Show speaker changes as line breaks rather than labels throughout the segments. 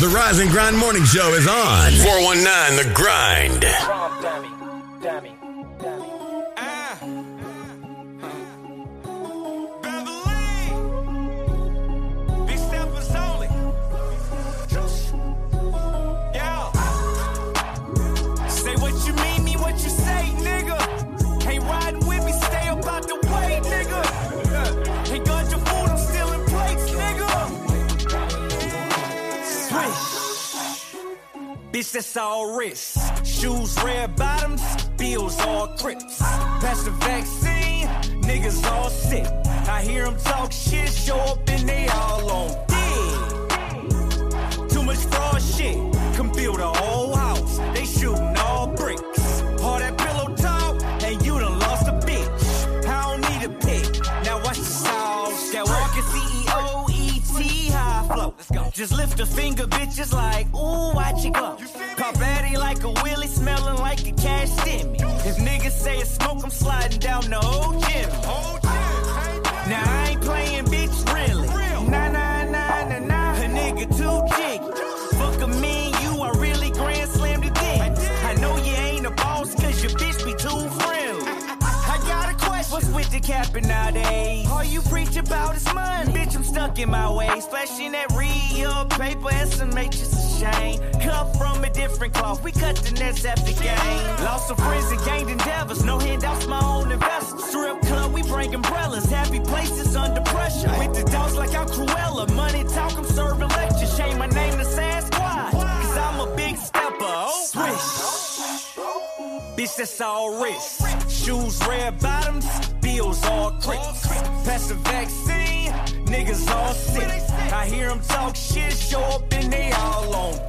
The Rise and Grind Morning Show is on. 419 The Grind.
Rom dummy, dummy, dummy.
Say what you mean, mean what you say, nigga. Ain't riding with me, stay up out the way, nigga. Uh, ain't got your food, I'm still in plates, nigga. Swish. Bitch, that's all wrist. Shoes, red bottoms, bills, all crips. Pass the vaccine, niggas all sick. I hear 'em talk shit, show up and they all on dick. Too much fraud shit. Can build a whole house. They shooting all bricks. All that pillow talk, and you done lost a bitch. I don't need a pick. Now watch the sauce. That walking E CEO, ET, high flow. Just lift a finger, bitches like, ooh, watch it go. Pop Addy like a wheelie, smelling like a cash stimmy. If niggas say it's smoke, I'm sliding down the old gym. Now I ain't playing, bitch, really. Nah, nah, nah, nah, nah. A nigga too jig. Fuck a man, you are really grand slammed to dick. I know you ain't a boss, cause your bitch be too friendly. I got a question. What's with the capping nowadays? All you preach about is money. Bitch, I'm stuck in my ways. Flashing that real paper and some matrix of shame. Cut from a different cloth. We cut the nets after game. Lost some friends and gained endeavors. No handouts, my own investors. Strip club, we bring umbrellas. Happy places under pressure. With the dogs like I'm Cruella. Money talk, I'm serving lectures. Shame my name to Sasquatch. Cause I'm a big stepper. Oh, swish. Bitch, that's all wrist. Shoes, red bottoms, bills, all crips. Pass the vaccine, niggas all sick. I hear 'em talk shit, show up and they all on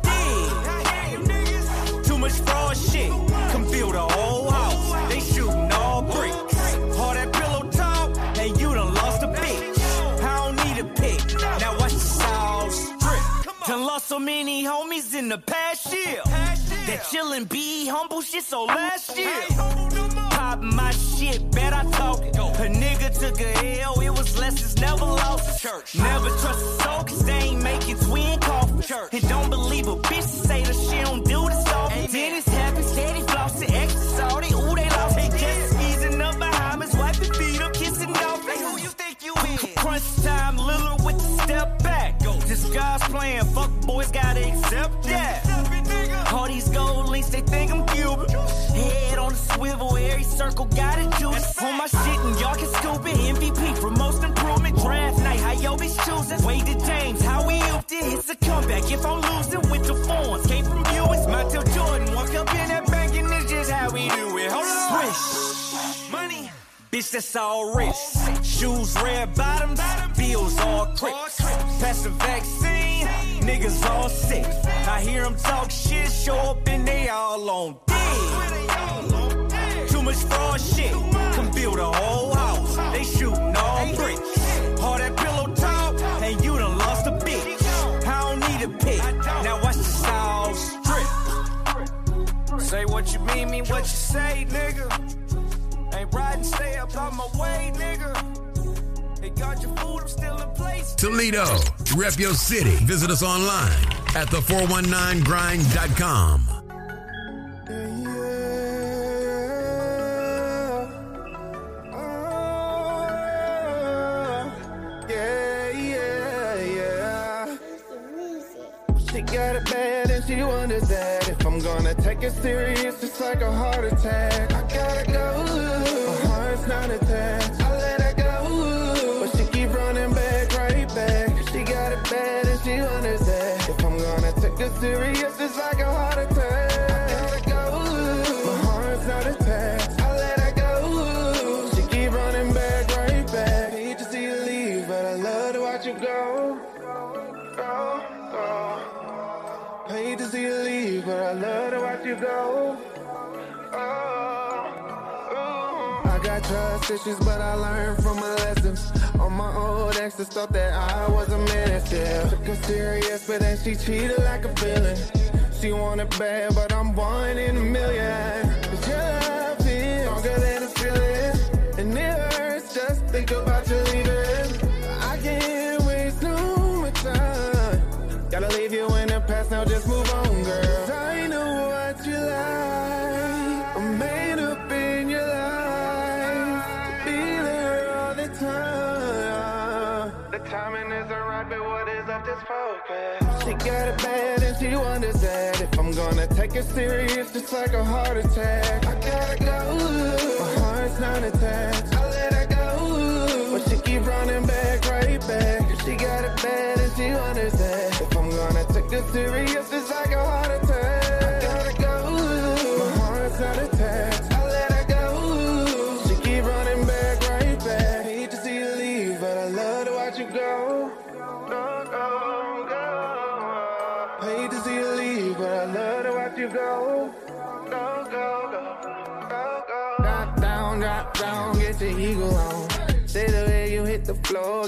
dick. Too much fraud shit, can build a whole house. They shooting all bricks. All that pillow talk, and you done lost a bitch. I don't need a pick, now watch the sauce drip. Done lost so many homies in the past year. That chillin' be humble shit so last year. Pop my shit, bet I talk it. A nigga took a L, it was lessons never lost. Church. Never trust a soul, cause they ain't making twin coffee. Church. And don't believe a bitch to say that she don't do this often. Dennis happy, steady flossing, extra salty. Ooh, they lost They just easing up behind his wife and feet up, kissing off. Hey, who you think you is? Crunch time, Lillard with the step back. This guy's playing, fuck boys gotta accept that. All these gold links, they think I'm Cuban. Head on a swivel, every circle got a juice. On my shit, and y'all can scoop it. MVP for most improvement. Draft night, how y'all be choosing. Wade to James, how we ooped it. It's a comeback if I'm losing with the forms. Came from Buick's, my till Jordan. Walk up in that bank, and it's just how we do it. Hold on. Swish. Money. Bitch, that's all wrist. Shoes, red bottoms, bills, all crips. Pass the vaccine, niggas all sick. I hear 'em talk shit, show up and they all on dick. Too much fraud shit, can build a whole house. They shooting all bricks. All that pillow talk, and you done lost a bitch. I don't need a pick, now watch the sauce drip. Say what you mean, mean what you say, nigga. Ain't riding, stay up on my way, nigga. They got your food, I'm still in place.
Toledo, rep your city. Visit us online at the419grind.com.
Yeah, yeah, yeah.
She got it bad and she wonders that if I'm gonna take it serious, it's like a heart attack. I gotta go. My heart's not attached. I let her go. But she keep running back, right back. She got it bad and she wonders that if I'm gonna take it serious, it's like a heart attack. I gotta go. My heart's not attached. I let her go. She keep running back, right back. Hate to see you leave, but I love to watch you go. Go, go. Hate to see you leave, but I love to watch you go. I got trust issues, but I learned from my lessons. On my old exes thought that I was a menace. Yeah. Took her serious, but then she cheated like a villain. She wanted bad, but I'm one in a million. But your love is stronger than a feeling, and it hurts just think about you leaving. I can't waste no more time. Gotta leave you in the past time.
The timing isn't right, but what is up this focus?
She got it bad and she wonders that if I'm gonna take it serious, it's like a heart attack. I gotta go. My heart's not attached. I let her go. But she keep running back, right back. She got it bad and she wonders that if I'm gonna take it serious, it's like a heart attack. I gotta go. My heart's not attached. I let her go. She keep running back, right back. Hate to see you leave, but I love to watch you go.
Go, go, go.
Hate to see you leave, but I love to watch you go.
Go, go, go. Go, go.
Drop down, drop down, get your ego on. Say the way you hit the floor,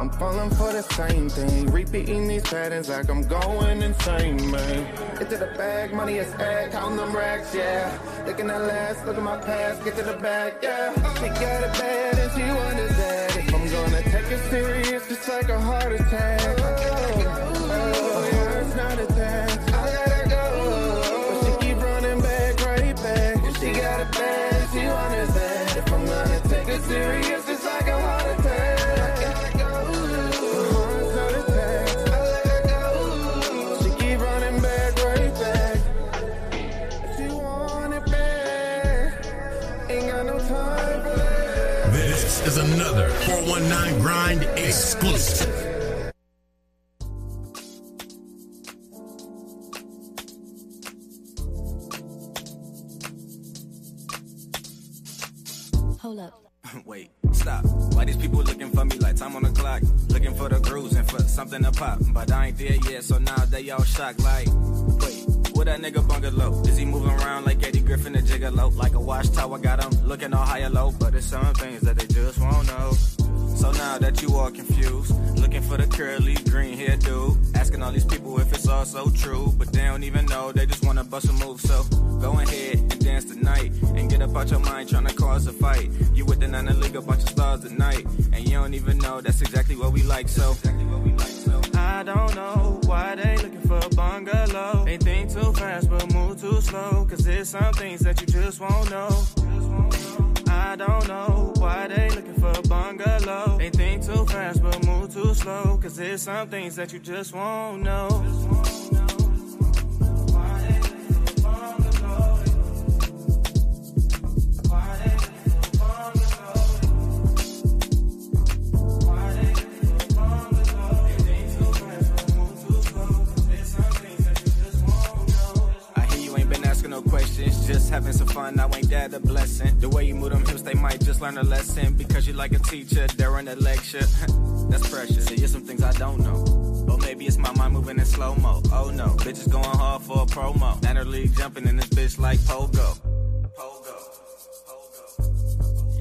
I'm falling for the same thing. Repeating these patterns like I'm going insane, man. Get to the bag, money is egg, count them racks, yeah. Looking at last, look at my past, get to the bag, yeah. She got it bad and she wonders that if I'm gonna take it serious, it's like a heart attack. Oh, oh, yeah, it's not attached. I let her go, but she keep running back, right back. She got it bad, she wonders that if I'm gonna take it serious, it's like a heart attack. I gotta go. My heart's not attached. I let her go. She keep running back, right back. She want it back. Ain't got no time for that.
This is another 419 Grind exclusive.
Hold up.
Wait, stop. Why these people looking for me like time on the clock? Looking for the grooves and for something to pop. But I ain't there yet, so now they all shocked. Like, wait, what that nigga bungalow? Is he moving around like Eddie Griffin and Gigolo? Like a watchtower got him looking all high or low. But there's some things that they just won't know. So now that you all confused, looking for the curly green hair dude. Asking all these people if it's all so true. But they don't even know, they just wanna bust a move. So go ahead and dance tonight. And get up out your mind trying to cause a fight. You with the nine and league, a bunch of stars tonight. And you don't even know, that's exactly what we like. So. I don't know why they looking for a bungalow. They think too fast but move too slow. Cause there's some things that you just won't know. I don't know why they looking for a bungalow. They think too fast but move too slow. Cause there's some things that you just won't know. I hear you ain't been asking no questions, just having some fun. Now ain't that a blessing? The way you move them hips, they might just learn a lesson because you like a teacher during a lecture. That's pressure. See, there's some things I don't know. Or maybe it's my mind moving in slow mo. Oh no, bitches going hard for a promo. Nanner league jumping in this bitch like pogo.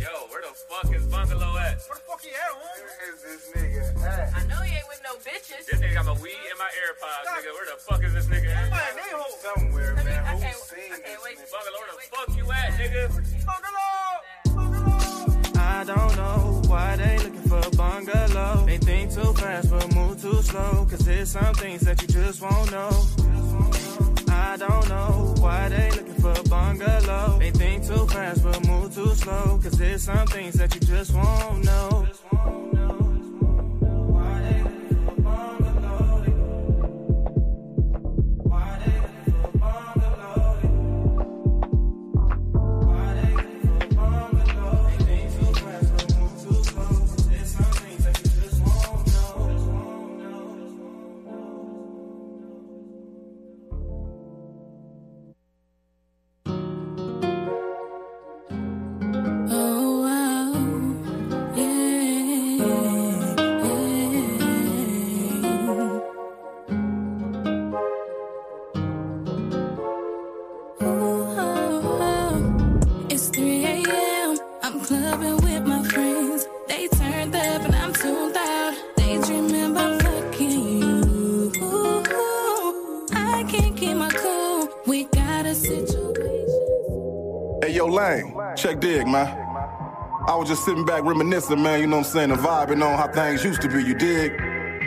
Yo, where the fuck is Bungalow at?
Where the fuck he at, homie?
Is this nigga at?
I know you ain't with no bitches.
This nigga got my weed in my AirPods, nigga. Where the fuck is this nigga at?
Man, they hold
Somewhere,
I mean,
man.
okay,
Who's seen
okay, wait.
Bungalow, where the fuck you at, nigga?
I don't know why they looking for a bungalow. They think too fast but move too slow. Cause there's some things that you just won't know. I don't know why they looking for a bungalow. They think too fast but move too slow. Cause there's some things that you just won't know.
Oh wow, yeah, yeah. Oh, It's 3 a.m. I'm clubbing with my friends. They turned up and I'm tuned out. They dreaming about fucking you. I can't keep my cool. We gotta
a situation.
Hey, yo, Lane, check dig, man. I was just sitting back reminiscing, man, you know what I'm saying, and vibing on how things used to be, you dig?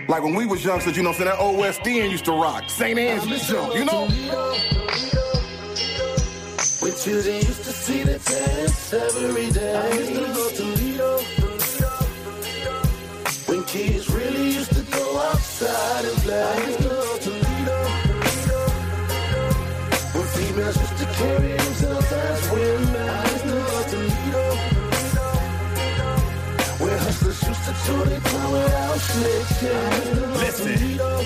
Like when we was youngsters, you know what I'm saying, that OSDN used to rock, St. Andrews jump, you know?
With you, they used to see the test every day. I used to go to Lido. When kids really used to go outside and play. I used to go to Lido. When females used to carry themselves as women. I used to go to Lido. Where hustlers used to tour their town without snitching.
Listen,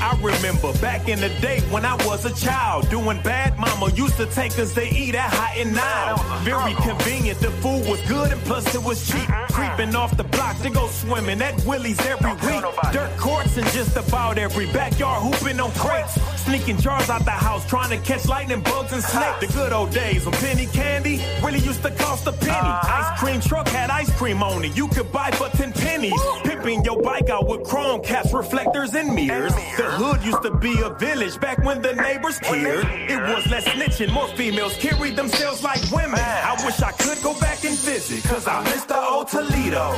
I remember back in the day when I was a child doing bad. Mama used to take us to eat at Hot and Now. Very convenient. The food was good and plus it was cheap. Creeping off the block to go swimming at Willie's every week. Dirt courts in just about every backyard hooping on crates. Sneaking jars out the house trying to catch lightning bugs and snakes. The good old days when penny candy really used to cost a penny. Ice cream truck had ice cream on it. You could buy for 10 pennies. Pimping your bike out with chrome caps, reflectors, and mirrors. The hood used to be a village back when the neighbors cared. It was less snitching, more females carried themselves like women. I wish I could go back and visit, cause I miss the old Toledo.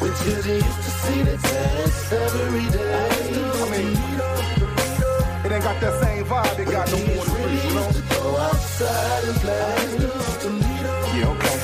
When children used to see the test every day. I used to go to Lido.
It ain't got that same vibe, it got no more
Kids
to
really
freeze, you know?
used to go outside and play. I used to go to Lido.
Yeah, okay.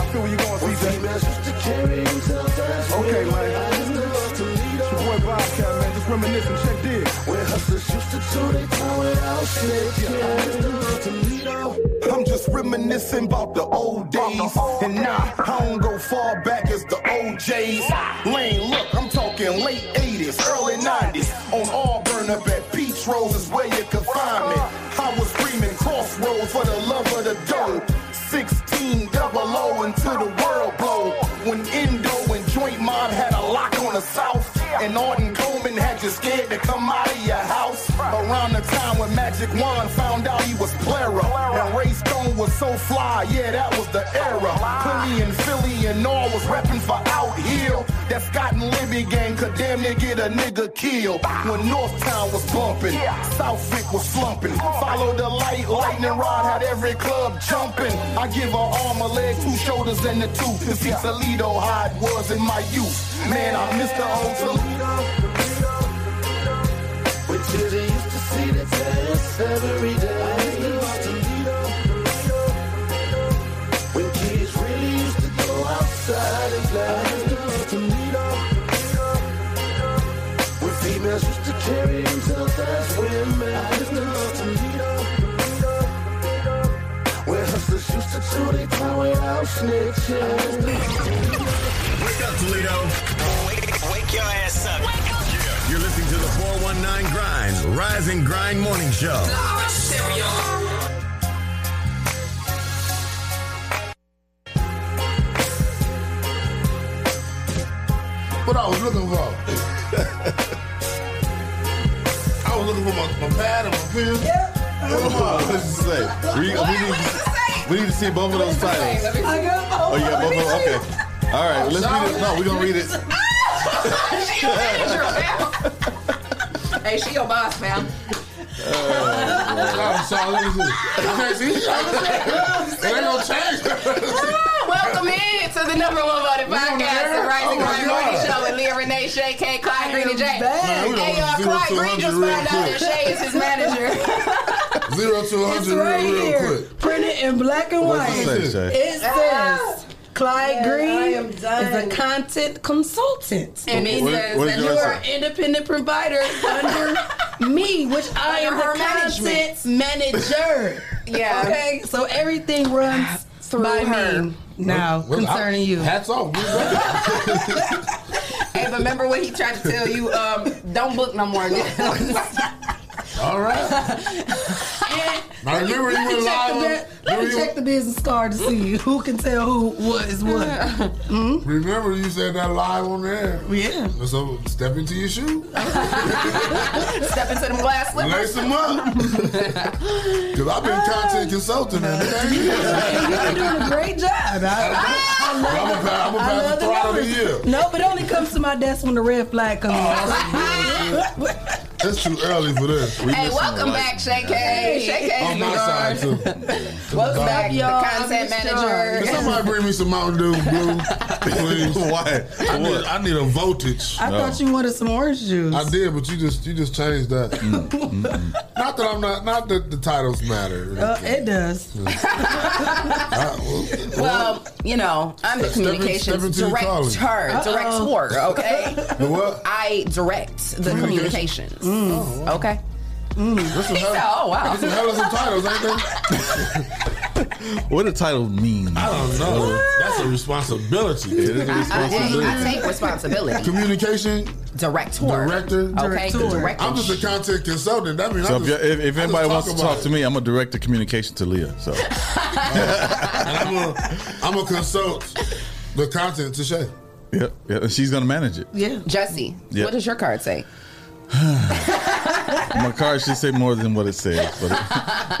I feel where you going, CJ.
Females used to carry themselves as
Okay,
women.
man.
I used to go to Lido.
It's your boy Bobcat, man, just reminiscing, check dig.
Where hustlers used to do they town without snitching. I used to go to Lido.
I'm just reminiscing about the old days. And nah, I don't go far back as the OJs. Lane, look, I'm talking late 80s, early 90s. On Auburn up at Beach Rose is where you could find me. I was screaming crossroads for the love of the dough. 16 double O until the world blow. When Indo and Joint Mob had a lock on the South. And Arden Coleman had you scared to come out of your house. Around the time when Magic Wand found out he was plera. And Ray Stone was so fly, yeah, that was the era. Philly and Philly and all was reppin' for out here. That Scott and Libby gang could damn near get a nigga killed. When North Town was bumpin', South Vic was slumpin'. Follow the light, lightning rod had every club jumpin'. I give her arm, a leg, two shoulders, and a tooth. To see Toledo how it was in my youth. Man, I miss the old Toledo.
When children used to see the test every day. I used to go to Lido. When kids really used to go outside and play. I used to go to Lido. When females used to carry themselves as women. I used to go to Lido. Where hustlers used to do they town without snitching. I used to
Wake up, Toledo.
Wake, wake your ass up.
You're listening to the 419 Grind, Rise and Grind Morning Show.
Oh, What I was looking for. I was looking for my, my pad and my pen.
What did you say? We, we need, we need to see both of those titles. Oh, you got both of them? Okay. All right, let's read it. No, we're going to read it.
Hey, she your boss, man.
Uh, I'm sorry, let me see. Okay, see? It ain't gonna change.
Ah, Welcome in to the number one voted
We on the
podcast, the
air?
Rising
Oh, my
Grind Morning
God.
Show with Leah Renee, Shay K, Clyde Green, and Jay.
Man, we
Hey,
on
y'all,
zero
Clyde
to
Green
100
just
real
found out that
quick.
Shay is his manager.
Zero to a
It's
hundred
right
real, real
here,
quick.
printed in black and
What's
white.
it say, Shay?
It says Ah! Clyde
I
Green
am
is
done.
a content consultant.
and it
What-
says
what
that
did
You
Yes,
are
sir.
independent provider under me, which I am
Under her
the content manager.
Yeah.
Okay, so everything runs through by
her.
me now
Well, I-
concerning you.
Hats off. We ready.
Hey, but remember what he tried to tell you? Um, don't book no more.
All right. Now remember you
Let
went
me check the
live. on-
bu- Let
remember
me
you-
check the business card to see who can tell who what is what. Hmm?
Remember you said that live on the air.
Yeah.
So step into your shoe.
Step into them glass slippers.
Lace them up. Because I've been content consulting and it ain't easy.
And you've been doing a great job. I, I love
I'm
it.
a pa- I'm a
I
pass
love
the throttle of the
numbers.
year.
No, but it only comes to my desk when the red flag comes. on.
It's too early for this.
Hey, welcome back, Shay K. Shay K.
On my side too.
Welcome
Dog.
back, the
y'all.
content
I missed
manager.
Can somebody bring me some Mountain Dew Blue, please?
Why?
I need, I need a voltage.
I thought you wanted some orange juice.
I did, but you just you just changed that.
Mm,
not that I'm not not that the titles matter.
Uh, it does.
Well, Um, you know, I'm the
Step in- step
communications
into the
director,
calling.
director, okay?
The what?
I direct the
Communication? Mm.
communications.
Oh,
Okay.
That's some
He
hell-
said, oh, wow.
that's some hell of some titles, ain't they?
What the title mean?
I don't know. That's a responsibility. It
is a
I, I- I take responsibility.
Communication
Director.
director.
Okay, the director.
I'm just a content consultant. That means
So
I'm
if,
just,
you- if, if
I just
anybody wants to
about
talk to me, I'm gonna direct the communication to Leah. So
it. And I'm a I'm a consult the content to Shay.
yeah, yeah, and she's gonna manage it.
Yeah. Jesse,
Yeah.
what does your card say?
My card should say more than what it says, but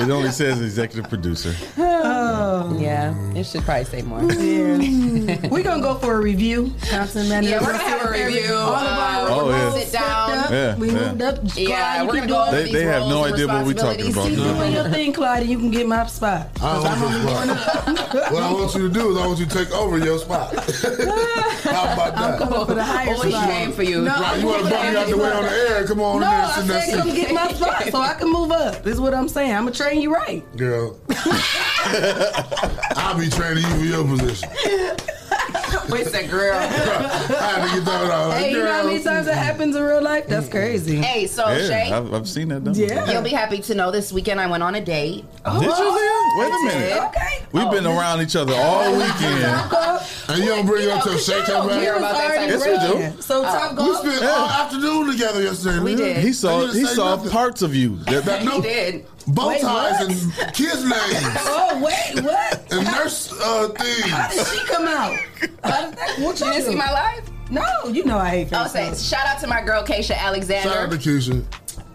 it, it only says executive producer.
Oh. Yeah, it should probably say more.
We're gonna go for a review. Content manager.
Yeah, we're gonna have a review.
All of our
Oh, yeah.
roles
Sit down.
stepped up.
Yeah,
we
yeah.
moved up. Clyde,
Yeah, we're
you
gonna
keep
go
doing,
over
They,
these
they have no
roles,
idea what we're talking about.
responsibilities.
doing your thing, Clydia. You can get my spot.
I don't want you to- what I want you to do is I want you to take over your spot. How about that?
Coming for the higher
Always
spot.
came for you.
No,
Right, you want to
I'm
bump me out the way on the air? Come on
No,
in there
I
and sit in that
said come
seat.
get my spot so I can move up. This is what I'm saying. I'm gonna train you right.
Girl, I'll be training you for your position.
It's a girl.
I had to get that out. Like,
Hey, you know how
girl,
many times that happens in real life? That's crazy.
Mm. Hey, so Shay,
Yeah, I've, I've seen that done.
Yeah.
you'll be happy to know this weekend I went on a date.
Did you, Leah? Wait a
I did.
minute.
Okay.
We've been around each other all weekend.
and you don't bring
Oh. You
up
know,
till
'cause
Shay
y'all
came
don't care
back.
about that Oh. type
Yes,
of
we
stuff.
do.
So top
We
golf.
spent all afternoon together yesterday.
We
nigga.
did.
He saw
I didn't
he
say
saw
nothing.
parts of you. That,
That
He
no
did.
bow
Wait,
ties
what?
and kids names
Oh wait, what?
and nurse uh,
How did
things.
she come out? How did that, what
You didn't
do?
see my live?
No, you know I hate
I'll
Facebook.
say shout out to my girl Keisha
Shout out to
Alexander.
Keisha.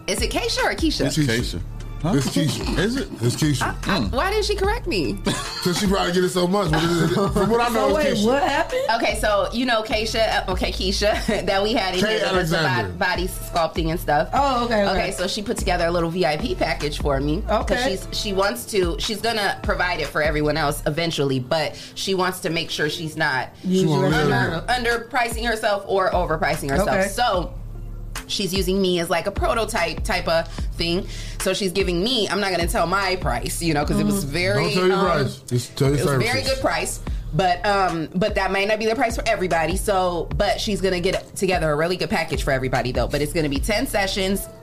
Is it Keisha or Keisha?
It's Keisha.
Keisha. Huh?
It's Keisha.
Is it? Mm.
It's Keisha.
I- why didn't she correct me?
Cause she probably get it so much. But it, from what I know,
So wait,
it's Keisha.
what happened?
Okay, so you know Keisha, uh, okay Keisha, that we had in
Kay
here that was
Alexander.
about body sculpting and stuff.
Oh, okay, okay.
Okay, so she put together a little VIP package for me. 'cause
Okay.
she's she wants to she's gonna provide it for everyone else eventually, but she wants to make sure she's not
She
Use
won't
your
let
hand
her.
up.
underpricing herself or overpricing herself.
Okay.
So she's using me as like a prototype type of thing. So she's giving me. I'm not gonna tell my price, you know, because it was
Mm-hmm.
very.
Don't tell your
um,
price. Just tell your
It was a
services.
very good price. But um, but that might not be the price for everybody. So, but she's gonna get together a really good package for everybody though. But it's gonna be ten sessions.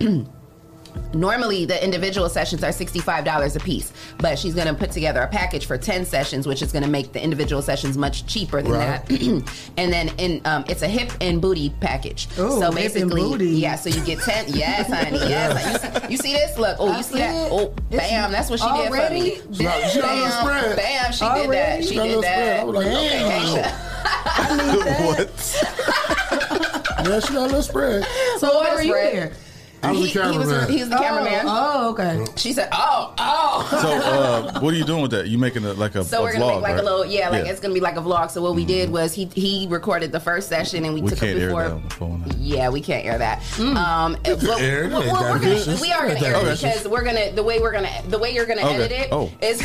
Normally, the individual sessions are $65 a piece, but she's going to put together a package for 10 sessions, which is going to make the individual sessions much cheaper than
Right.
that. and then in, um, it's a hip and booty package.
Ooh,
so
hip and
basically,
booty.
yeah, so you get 10. Yes, honey. Yes. You see, you see this? Look. Oh,
I
you see
see
that?
it.
Oh,
It's
bam. That's what she
already-
did for me.
She got- she got a little
Bam, bam,
spread.
she did that.
Already?
She
Got a
did
little spread.
that.
I was like,
Okay,
damn.
Keisha.
what?
Yeah, she got a little spread.
So why were you
Fred.
there?
I
He,
was a
he was
cameraman.
he's the
Oh,
cameraman.
Oh, okay.
She said, "Oh, oh."
So uh, what are you doing with that? You making a, like a,
So
a
we're gonna
vlog,
make like
right?
a little, yeah, like it's gonna be like a vlog. So what we
Mm-hmm.
did was he he recorded the first session and we,
we
took
can't
it
air
before.
that on the phone.
Yeah, we can't air that. Um, but-
air it.
well,
Ain't that
we're gonna,
vicious?
we are
Ain't
gonna
that
air it
vicious?
because we're gonna the way we're gonna the way you're gonna
Okay.
edit it
Oh.
is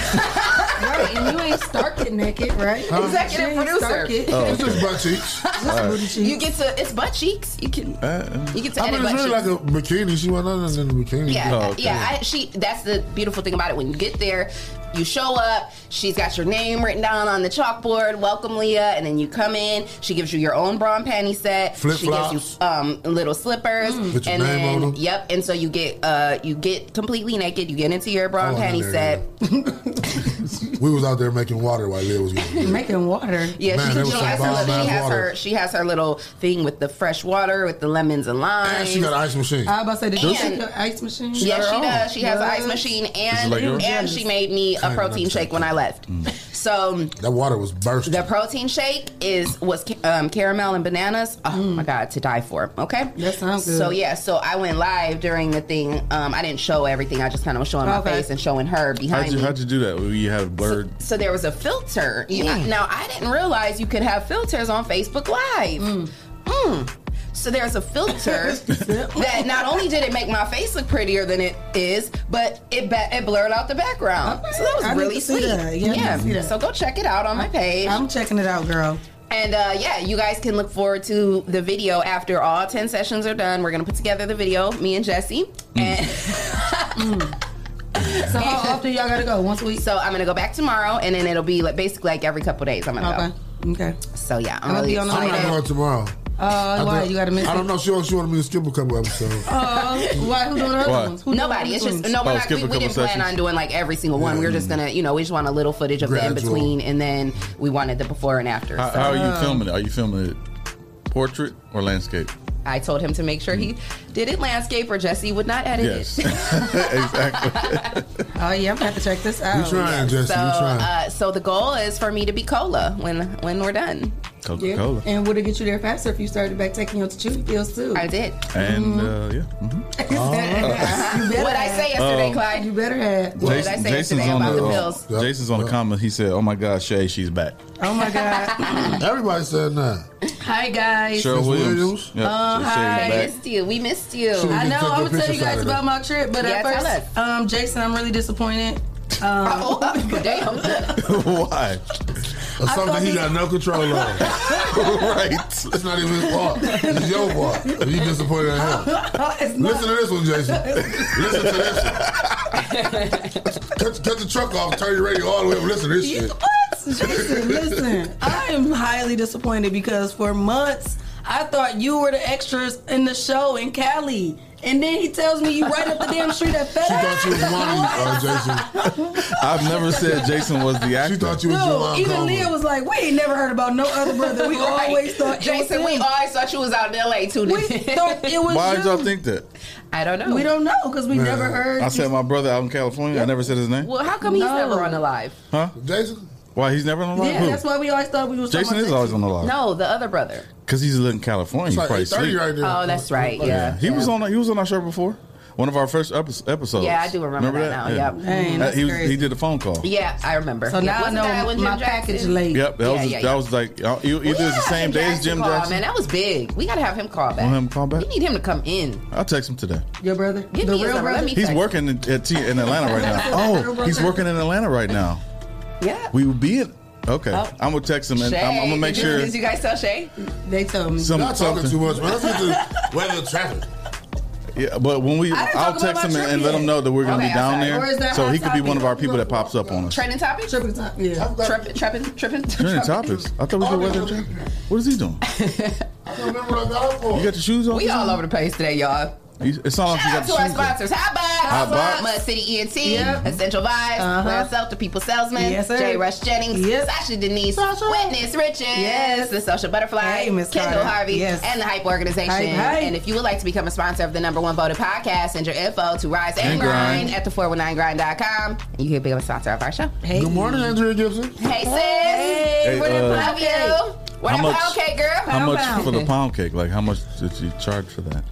Right, and you ain't starking naked, right?
Executive
She ain't
producer.
starking.
Oh,
Oh,
It's just butt cheeks.
Just booty cheeks.
you get to it's butt cheeks. You can
Eh,
you get to
I
edit
mean,
butt
it's
cheeks.
really like a bikini. She went under in the bikini.
Yeah,
Oh, okay.
yeah. I, she. That's the beautiful thing about it. When you get there, you show up. She's got your name written down on the chalkboard. Welcome, Leah. And then you come in. She gives you your own bra and panty set. she
Flip-flops.
gives you um, little slippers.
Put your
and
name
then,
on 'em.
yep. And so you get uh, you get completely naked. You get into your bra
Oh, I
and
wasn't
panty set.
there We was out there making water while Leah was
You're
getting
making water.
Yeah,
Man,
she,
that was
she,
some
has her,
bomb
little- she
ass
has
water.
her she has her little thing with the fresh water with the lemons and limes.
And she got an ice machine.
I was about to say, did you
And-
get the ice machine?
Yes,
got her
she
own.
does. She has an ice
Yes.
machine,
Is it
and
like yours?
and she made me a
Kinda
protein
like
shake when I left.
Mm.
So
That water was bursting.
the protein shake is was ca- um, caramel and bananas. Oh my god, to die for. Okay,
Mm. That sounds good.
So yeah, so I went live during the thing. Um, I didn't show everything. I just kind of was showing
Okay.
my face and showing her behind
How'd you,
me.
how'd you do that? You had blurred.
so there was a
Hmm. Hmm.
filter. You- Now I didn't realize you could have filters on Facebook Live. Mm. So there's a filter that not only did it make my face look prettier than it is, but it ba- it blurred out the background. So that was
I need
really
to see
sweet.
that. Yeah, I need to see that.
So go check it out on my page.
I'm checking it out, girl.
And uh, yeah, you guys can look forward to the video after all 10 sessions are done. We're going to put together the video, me and Jesse. And so, how often y'all got to go? Once a week? So, I'm going to go back tomorrow, and then it'll be like basically like every couple days. I'm going to
go. Okay.
So, yeah, I'm,
I'ma
really
be on the
excited.
I'm not going tomorrow.
Uh,
I
why?
thought-
You gotta miss
I don't
it?
know. She wants, she wanted me to skip a couple episodes.
Oh, why? Who doing the other
Why?
ones? Who doing
Nobody.
the
It's
other
just
ones?
no.
Oh,
We're not,
skip
we,
a
we
couple
didn't plan
sessions.
on doing like every single one. We were just gonna, you know, we just want a little footage of the in
Gradual.
between, and then we wanted the before and after.
How,
so. um,
how are you filming it? Are you filming it portrait or landscape?
I told him to make sure he did it landscape, or Jesse would not edit it.
Mm. Yes. exactly.
Oh yeah, I'm gonna have to check this out.
Yeah. So, Uh, so the goal is for me to be cola when when we're done.
Coca Cola.
And would it get you there faster if you started back taking your chili pills too? I
did. Mm-hmm.
And uh, yeah. Mm-hmm.
What I say yesterday,
Um,
Clyde?
You better have.
What did I say yesterday about the pills?
uh, Jason's on the comment. He said, "Oh my God, Shay, she's back."
Oh my god.
Everybody said that.
Hi guys.
Cheryl Williams. Yeah,
Uh,
Shay-
We
hi.
Shay's back.
missed you. We missed you.
So we
I
can
know.
take
I'm gonna
your
tell
picture
you guys
Saturday.
about my trip, but
Yeah,
at
tell
first, um, Jason, I'm really disappointed.
Oh,
Um,
Why?
Or something he got no control on. right. It's not even his fault. It's your fault. If you disappointed in him.
Oh,
Listen to this one, Jason. Listen to this one. Cut, cut the truck off, turn your radio all the way up, and listen to this shit.
Jason, listen, I am highly disappointed because for months I thought you were the extras in the show in Cali. And then he tells me you right up the damn street at FedEx.
She was wanting you, uh, Jason.
I've never said Jason was the actor. She thought
you
No, even Leah was like, we ain't never heard about no other brother. We
Right.
always thought it was
Jason, we
him."
always thought you was out in LA too.
We thought it was
Why
you.
did y'all think that?
I don't know.
We don't know because we never heard.
I said my brother out in California. I never said his name.
Well, how come he's
No.
never on the live?
Huh?
Jason.
Why he's never on the live?
yeah,
Who?
that's why we always thought we was
Jason is always on the live.
No, the other brother.
Cause he's living in California.
It's
He
like
probably
8:30
sleep.
right now. Oh, that's right, yeah.
He was on. He was on our show before. One of our first epi- episodes.
Yeah, I do remember that now, yep. Dang,
Uh,
that's
he, was,
crazy.
he did a phone call.
Yeah, I remember.
So now I
Wasn't
know
that when Jim
my
Jackson-
package late.
Yep. That
Yeah,
was.
yeah,
That
yeah.
was like uh, e- either it's the same day as Jim
call,
Jackson.
Man, that was big. We gotta have him call back.
We'll have him call back.
We need him to come in.
I'll text him today.
Your brother?
Give me his number. Let me
He's
text
working in, at T- in Atlanta right now. Oh, he's working in Atlanta right now.
Yeah.
We will be in. Okay,
Oh.
I'm gonna text him and I'm, I'm gonna make
did,
sure.
You, did you guys tell Shay?
They told me.
Some-
Not talking
something.
too much, man. Let's get to weather and traffic.
Yeah, but when we,
I didn't
I'll
talk
text
about
him
my
and,
trip
and let him
yet.
know that we're gonna
Okay,
be down
I'm sorry. Or is
there,
that
so
hot
he could be
topic?
one of our people that pops up on us.
Trending topic?
Tripping topic. Yeah.
Tripping, tripping, tripping.
Trending topics. I thought we
Oh,
did weather. and traffic. What is he doing? You got your shoes on?
We all over the place today, y'all.
You- It sounds like you
Shout out
got
to our
your shoes on.
sponsors. Hot Box,
Hot Box.
Mud City ENT,
Yep.
Essential Vibes,
Uh-huh.
Rare Self, The People Salesman,
Yes, sir.
Jay Rush Jennings, Sasha Denise, Witness Riches,
Yes.
The Social Butterfly,
Hey, Miss
Kendall
Carter.
Harvey,
Yes.
and The Hype Organization.
Hype, hype.
And if you would like to become a sponsor of the number one voted podcast, send your info to Rise and,
And
grind.
Grind.
at the419grind.com. And you can become a sponsor of our show.
Hey.
Good morning, Andrea Gibson.
Hey, sis.
Hey,
We're the
uh,
love you. We're
how
the
much-
pound cake, girl.
How much for the pound cake? Like, how much did you charge for that?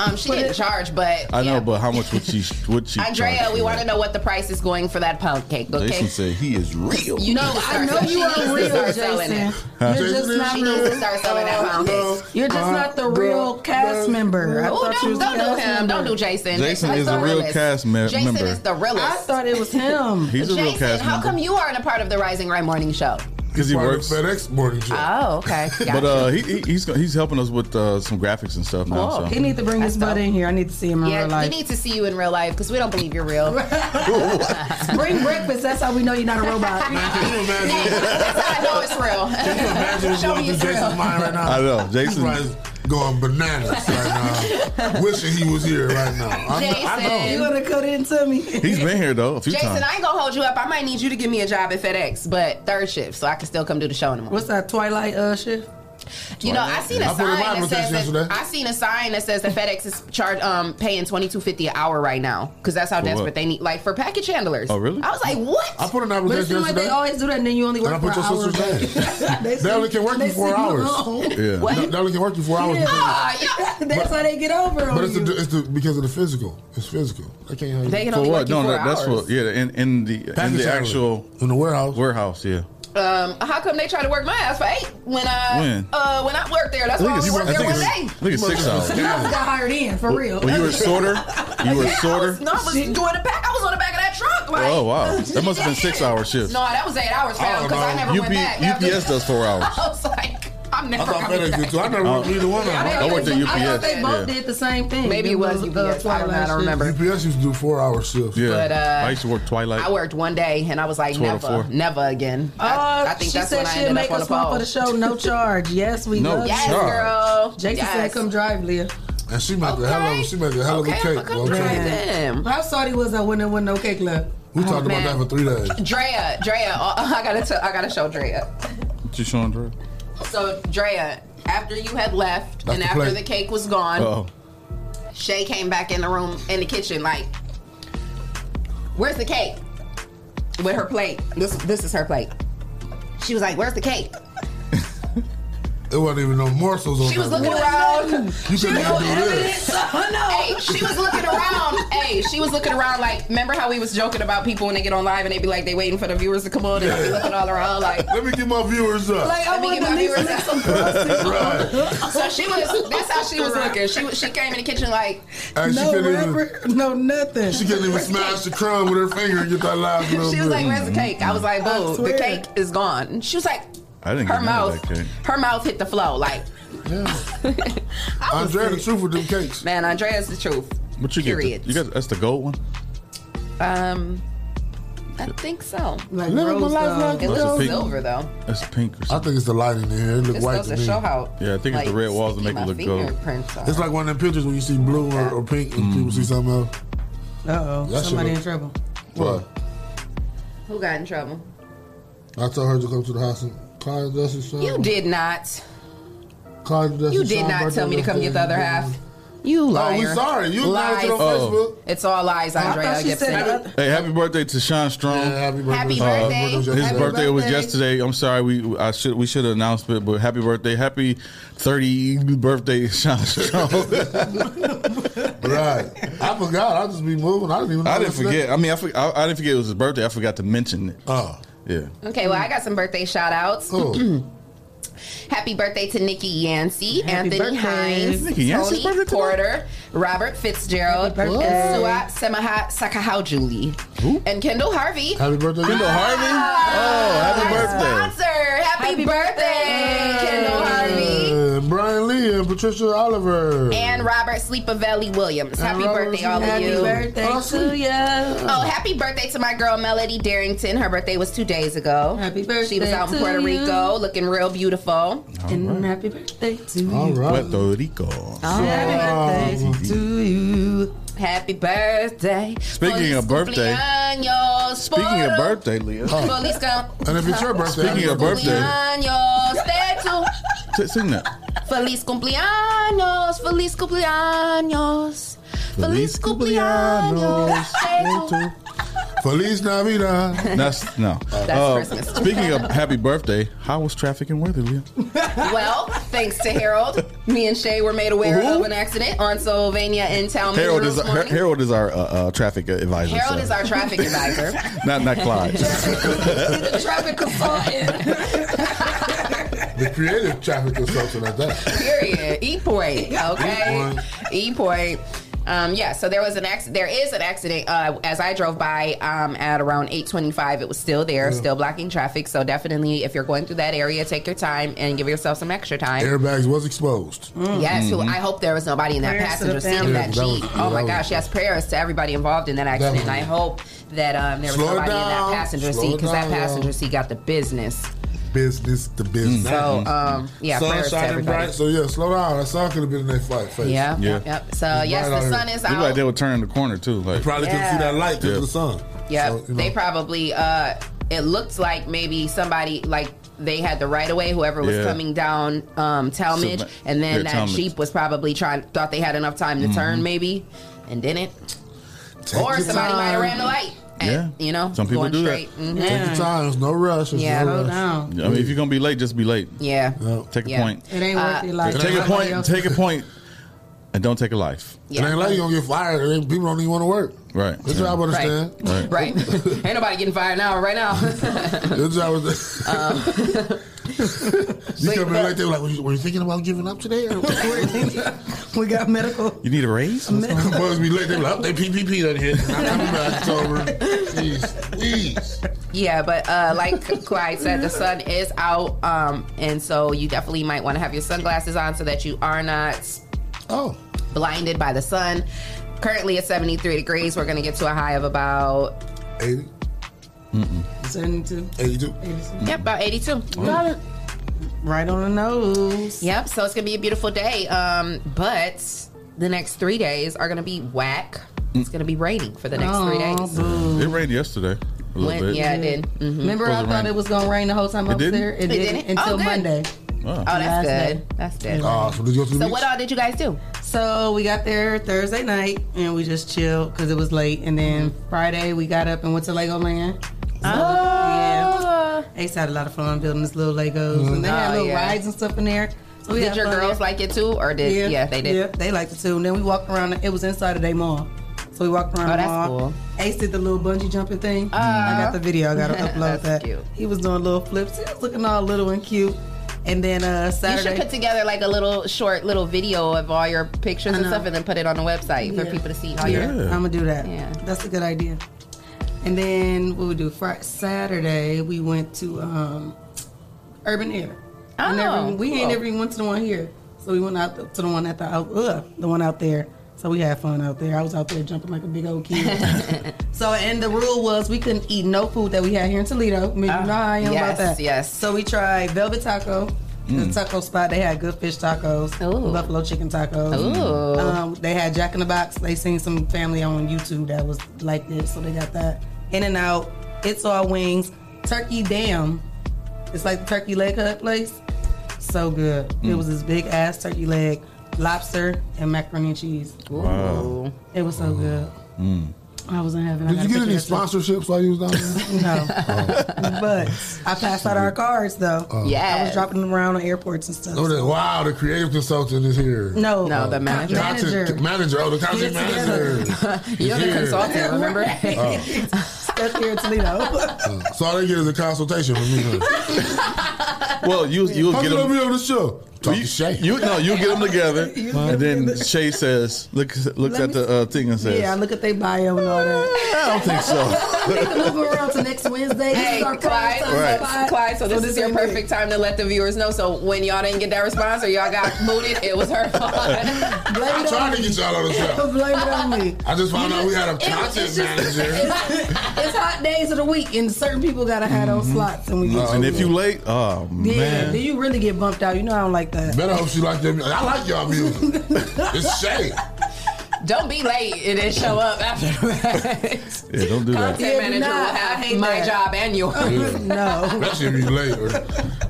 Um, she didn't charge, but
I know, but how much would she? Would she?
Andrea, we want to know what the price is going for that pound cake. Okay.
Jason said he is real.
You know, I know you are real, Jason. Uh,
Huh?
You're just
She
not
needs to
real.
start selling that pound cake.
You're just not the real cast member. I
Oh,
thought you
don't,
was
don't
a
do
cast
him. Don't
member.
do Jason.
Jason
Jason's
is a
the
real
realest.
cast me-
Jason
member.
is the realest.
I thought it was him.
He's a real
Jason,
cast
how
member.
come you aren't a part of the Rising Right Morning Show?
because he works
FedEx morning show.
Oh, okay.
But uh, he, he, he's he's helping us with uh, some graphics and stuff now.
Oh,
so.
He need to bring his butt in here. I need to see him in real
yeah, we
life.
need to see you in real life because we don't believe you're real.
bring breakfast. That's how we know you're not a robot.
That's how I know it's real.
Imagine what's
Show
going
me
through
it's
Jason's
real.
mind right now.
I know, Jason.
He's probably going bananas right now, wishing he was here right now. I know, I know.
Jason.
you gonna cut into me?
He's been here though a few
Jason,
times.
I ain't gonna hold you up. I might need you to give me a job at FedEx, but third shift, so I can still come do the show in the morning.
What's that Twilight uh, shift?
You know, I seen a
I put
sign
in my
that says that,
application yesterday.
I seen a sign that says that FedEx is charge um paying twenty two fifty an hour right now because that's how
For what?
desperate they need like for package handlers.
Oh, really?
I was like, what?
I put an
But it
application
seems like
yesterday.
they always do that, and then you only
and I
work for
put
an
your
hour.
sister's name.
They
They only
see-
can work
they
you
see
four
you
hours.
alone.
Yeah.
They- They only can work you four hours.
Ah,
yeah.
That's how they get over
But
on
it's, the,
you.
it's the, because of the physical. It's physical. They can't help you.
For what? No, that, that's what. Yeah, in in the in
Package
the
handling.
actual
in the warehouse.
Warehouse, yeah.
Um, how come they try to work my ass for eight when I
When?
uh when I worked there? That's why I was working there one
I
day.
think it's, I think it's six hours.
You must have got hired in for real.
When you were a sorter, you were a sorter.
No, I was doing the back. I was on the back of that truck. Like,
Oh wow, that must have been six hour shifts.
No, that was eight hours,
Oh,
fam, because I never went back. after-
UPS does four hours.
I was like, I'm never
I thought
coming
FedEx
back.
did too. I never worked either one of them.
I
I worked at
think- I
UPS.
thought they both
yeah.
did the same thing.
Maybe it was UPS. I don't know. I don't remember.
UPS used to do four hour shifts.
Yeah,
But, uh,
I used to work Twilight.
I worked one day and I was like,
12 to
never,
four.
never again. I, I think
Uh, she
that's
said
when I
she'll
ended
make
up on the
us one
phone.
for the show, no charge. Yes, we
No
love you.
Yes, charge.
girl.
Jason
Yes.
said, "Come drive, Leah."
And she made a hell of she made a hell of a cake. bro. I'm telling you.
How salty was that when there was no cake left?
We talked about
Oh, man.
that for three days.
Drea, Drea, oh, I gotta, tell, I gotta show Drea.
What you showing, Dre?
So Drea, after you had left
That's
and
the
after
plate.
the cake was gone,
Oh,
Shay came back in the room in the kitchen like, "Where's the cake?" With her plate. This this is her plate. She was like, "Where's the cake?"
It wasn't even no morsels on
She was
that
looking
board.
around.
You couldn't even do this.
Hey, she was looking around. hey, she was looking around. Like, remember how we was joking about people when they get on live and they be like, they waiting for the viewers to come on and they be
Yeah.
looking all around like.
Let me get my viewers up.
Like, I Let me want get the my least viewers up. some
right.
So she was. That's how she was looking. She was- she came in the kitchen like.
And she couldn't
even, no nothing.
She couldn't even smash the crumb with her finger and get that last little
She was
bit.
like, "Where's the cake?" I was like,
I
"Boo, the
swear.
cake is gone." And she was like,
I didn't
her
get none of
mouth,
that cake.
her mouth hit the flow. Like,
Andrea, the truth with them cakes.
man, Andrea's the truth.
what you
Period.
get? The, you got that's the gold one.
Um, I think so.
Like
Living my rose life gold. like
it
a
looks
gold.
silver though.
That's pink or
I
something.
think it's the lighting in here. It look
It's
white to
supposed to
me.
show how.
Yeah, I think it's the red walls that make
my
it look gold.
fingerprints are.
It's like one of them pictures when you see blue or, or pink and
Mm-hmm.
people see something else.
Uh
That shit
somebody
look-
in trouble.
What?
Who got in trouble?
I told her to come to the house and call the dust and shine.
You did not.
Call Oh. the dust
You
and
did
shine
not
birthday
tell me to come get the other
birthday.
half. You liar.
Oh, we sorry. You lied to
Lies.
on Facebook.
It's all lies,
I
Andrea.
thought she
Gibson.
said
Hey, happy birthday to Sean Strong.
happy
birthday. Happy birthday.
his
Happy
birthday, was
birthday.
yesterday. I'm sorry, we I should we should have announced it, but happy birthday, happy 30 birthday, Sean Strong.
right. I forgot. I just be moving. I didn't even. Know
I didn't
what's
forget. I mean, I, for, I, I didn't forget it was his birthday. I forgot to mention it.
Oh,
yeah.
Okay, well, I got some birthday shout outs. Happy birthday to Nikki Yancey,
Happy
Anthony
birthday.
Hines,
Nikki Yancey's
Tony Porter, Robert Fitzgerald, and
birthday.
Suat Semahat Sakahau Julie, and Kendall Harvey. Ah,
Happy birthday,
Kendall Harvey. Oh, happy birthday.
Sponsor. Happy, birthday, Kendall Harvey.
Uh, Brian Lee and Patricia Oliver.
And Robert Sleepavelli Williams. Happy birthday, all of
Happy
you.
birthday Oh, to sweet. ya.
Oh, happy birthday to my girl Melody Darrington. Her birthday was two days ago. Happy birthday. She was out in
to
Puerto
you.
Rico looking real beautiful.
And happy birthday to you.
All right. Puerto Rico.
Oh. Happy
Um,
birthday to you. Happy birthday.
Speaking of birthday.
Cumpleaños
Speaking of
por-
birthday, Leah.
Feliz cum-
And if it's your birthday,
Speaking of birthday,
cumpleaños de tu-
t- sing that.
Feliz cumpleaños, feliz cumpleaños.
Feliz
Oh,
cumpleaños.
Feliz Navidad.
That's no. Uh,
That's Christmas.
Speaking of happy birthday, how was traffic in Worthy, Leah?
well, thanks to Harold, me and Shay were made aware
Who?
of an accident on Sylvania in town.
Harold is
this
Har-
morning.
Harold is our uh, uh, traffic advisor.
Harold
so.
is our traffic advisor.
not not Clyde.
traffic consultant.
the creative traffic consultant at that.
Period. E point. Okay. E point. Um, yeah, so there was an accident. There is an accident uh, as I drove by um, at around eight twenty-five. It was still there, still blocking traffic. So definitely, if you're going through that area, take your time and give yourself some extra time.
Airbags was exposed.
Mm. Yes, who
Mm-hmm.
I hope there was nobody in that
Mm. Prayers to the
passenger seat of
family.
that
Mm-hmm. Yeah, that was-
Jeep.
yeah,
oh my
that was-
gosh, yes, prayers to everybody involved in that accident. And I hope that um, there was
Slow it
nobody in that
down.
passenger
Slow
seat
it
because that
down, y'all.
passenger seat got the business.
Business to business.
Mm.
So, um, yeah,
sun
prayers to
shining
everybody.
bright. So yeah, slow down. That sun could have been in their fight face.
Yeah,
Yeah.
yep, yep. So uh, yes,
bright
the
out
sun
here.
is
Look
out.
like they were turning the corner too. Like
Probably couldn't see that light because of the sun.
Yeah,
So, you
they
know.
probably. Uh, it looked like maybe somebody like they had the right of way. Whoever was
Yeah.
coming down um, Talmadge,
So, ma-
and then
yeah,
that
Talmadge.
Jeep was probably trying. Thought they had enough time to
Mhm.
turn, maybe, and didn't.
Mm-hmm. Take
or
your
somebody might have
time.
ran the light.
yeah,
You know,
some people
going
do
straight.
that.
Mhm.
Take your time. There's no rush. There's
Yeah.
no
Slow
rush.
down.
I mean, if you're gonna be late, just be late.
Yeah.
Take a
Yeah. Uh,
point.
It ain't worth your life.
take a point. Take a point. and don't take a life.
And ain't like you gonna get fired. and then People don't even want to work.
Right.
Good job, understand.
Right.
Right. Ain't nobody getting fired now, right now.
Good job. understand.
Um,
you come in
but-
like that. Like, were you, were you thinking about giving up today? Or
we got medical.
You need a raise?
Boys be late. They be like, oh, they PPP done hit. Not coming back. It's over. Jeez, please.
Yeah, but uh, like Kawhi said, the sun is out, um, and so you definitely might want to have your sunglasses on so that you are not
oh
blinded by the sun. Currently, it's 73 degrees. We're going to get to a high of about
80.
Mm-mm.
72.
82.
yep, about 82.
Got it. Right on the nose.
Yep. So it's gonna be a beautiful day. Um, but the next three days are gonna be whack.
Mm.
It's gonna be raining for the next three
Aw,
days.
It rained yesterday. A little
Went-
bit.
yeah, it did. Mhm.
Remember, I
Supposed to
thought
rain.
it was gonna rain the whole time I
It
was
didn't?
there.
It
It didn't
didn't?
until
Oh, good.
Monday.
Oh, that's
Last
good.
night.
That's good.
Oh, so did you go to the
So
beach?
what all did you guys do?
So we got there Thursday night and we just chilled because it was late. And then
Mm-hmm.
Friday we got up and went to Legoland. So,
Ah.
yeah, Ace had a lot of fun building this little Legos,
Mm-hmm.
and they
Oh,
had little
yeah.
rides and stuff in there. So we
Did
had
your
fun
girls
there.
like it too, or did- yeah, they did.
they liked it too. And then we walked around. It was inside of their mall, so we walked around
Oh,
the
that's
mall.
cool. Ah.
Ace did the little bungee jumping thing.
Uh-huh.
I got the video. I got to upload that. He was doing little flips. He was looking all little and cute. And then uh, Saturday,
You should put together like a little short little video of all your pictures and stuff, and then put it on the website for people to see how
yeah.
Oh,
Um,
you're.
I'm gonna do that. Yeah, that's a good idea. And then what we do Friday, Saturday, we went to um, Urban Air. I
Oh,
never, we
cool.
ain't never even went to the one here, so we went out to the one at the out, ugh, the one out there. So we had fun out there. I was out there jumping like a big old kid. so and the rule was we couldn't eat no food that we had here in Toledo. Me,
Ah,
no, I am
yes,
about that.
yes.
So we tried Velvet Taco. The
Mm.
taco spot, they had good fish tacos, buffalo chicken tacos.
Ooh.
Um, they had Jack in the Box. They seen some family on YouTube that was like this, so they got that. In and out, it's all wings, turkey dam. It's like the turkey leg hut place. So good.
Mm.
It was this big ass turkey leg, lobster, and macaroni and cheese.
Wow.
It was so good.
Mm.
I was in heaven. I
Did you
got a
get any
picture of
sponsorships while you was down there?
it. No. But I passed out our cards though.
Oh.
I
Yes.
was dropping them around on airports and stuff.
No, that, wow, Oh, the creative consultant is here.
No. No,
Oh,
the manager. Manager.
Content, manager. Oh, the content
Get it
manager. is
You're the
here.
consultant, remember?
Oh.
Step here in Toledo.
So all they get is a consultation from me. huh?
Well, you you'll
How
get
you
them
let me on the show. Talk
you,
to Shay.
you- no, you get them together,
You
and then Shay says, "Look, looks
Let
at
me
the uh, thing and says,
Yeah, I look at their bio and all that.
I don't think so."
Make a move around to next Wednesday. This
Hey,
is our
Clyde,
prime time
Right.
spot.
Clyde, so this is your
ain't it.
perfect time to let the viewers know. So when y'all didn't get that response or y'all got booted, it was her fault.
Blame
I'm
it on
trying
me.
to get y'all on the show.
Blame it on me.
I just found out we had a
It-
content
it's just-
manager.
It's, it's hot days of the week, and certain people gotta have
Mm-hmm.
those slots. And we get
and if you late, oh
yeah,
man,
then you really get bumped out. You know I don't like that.
Better hope she like them. I like y'all music. It's Shay.
Don't be late and then show up after the fact.
yeah, don't do that.
Content manager
nah,
will
I
have
hate
my
that.
job and yours.
no.
That should be late or,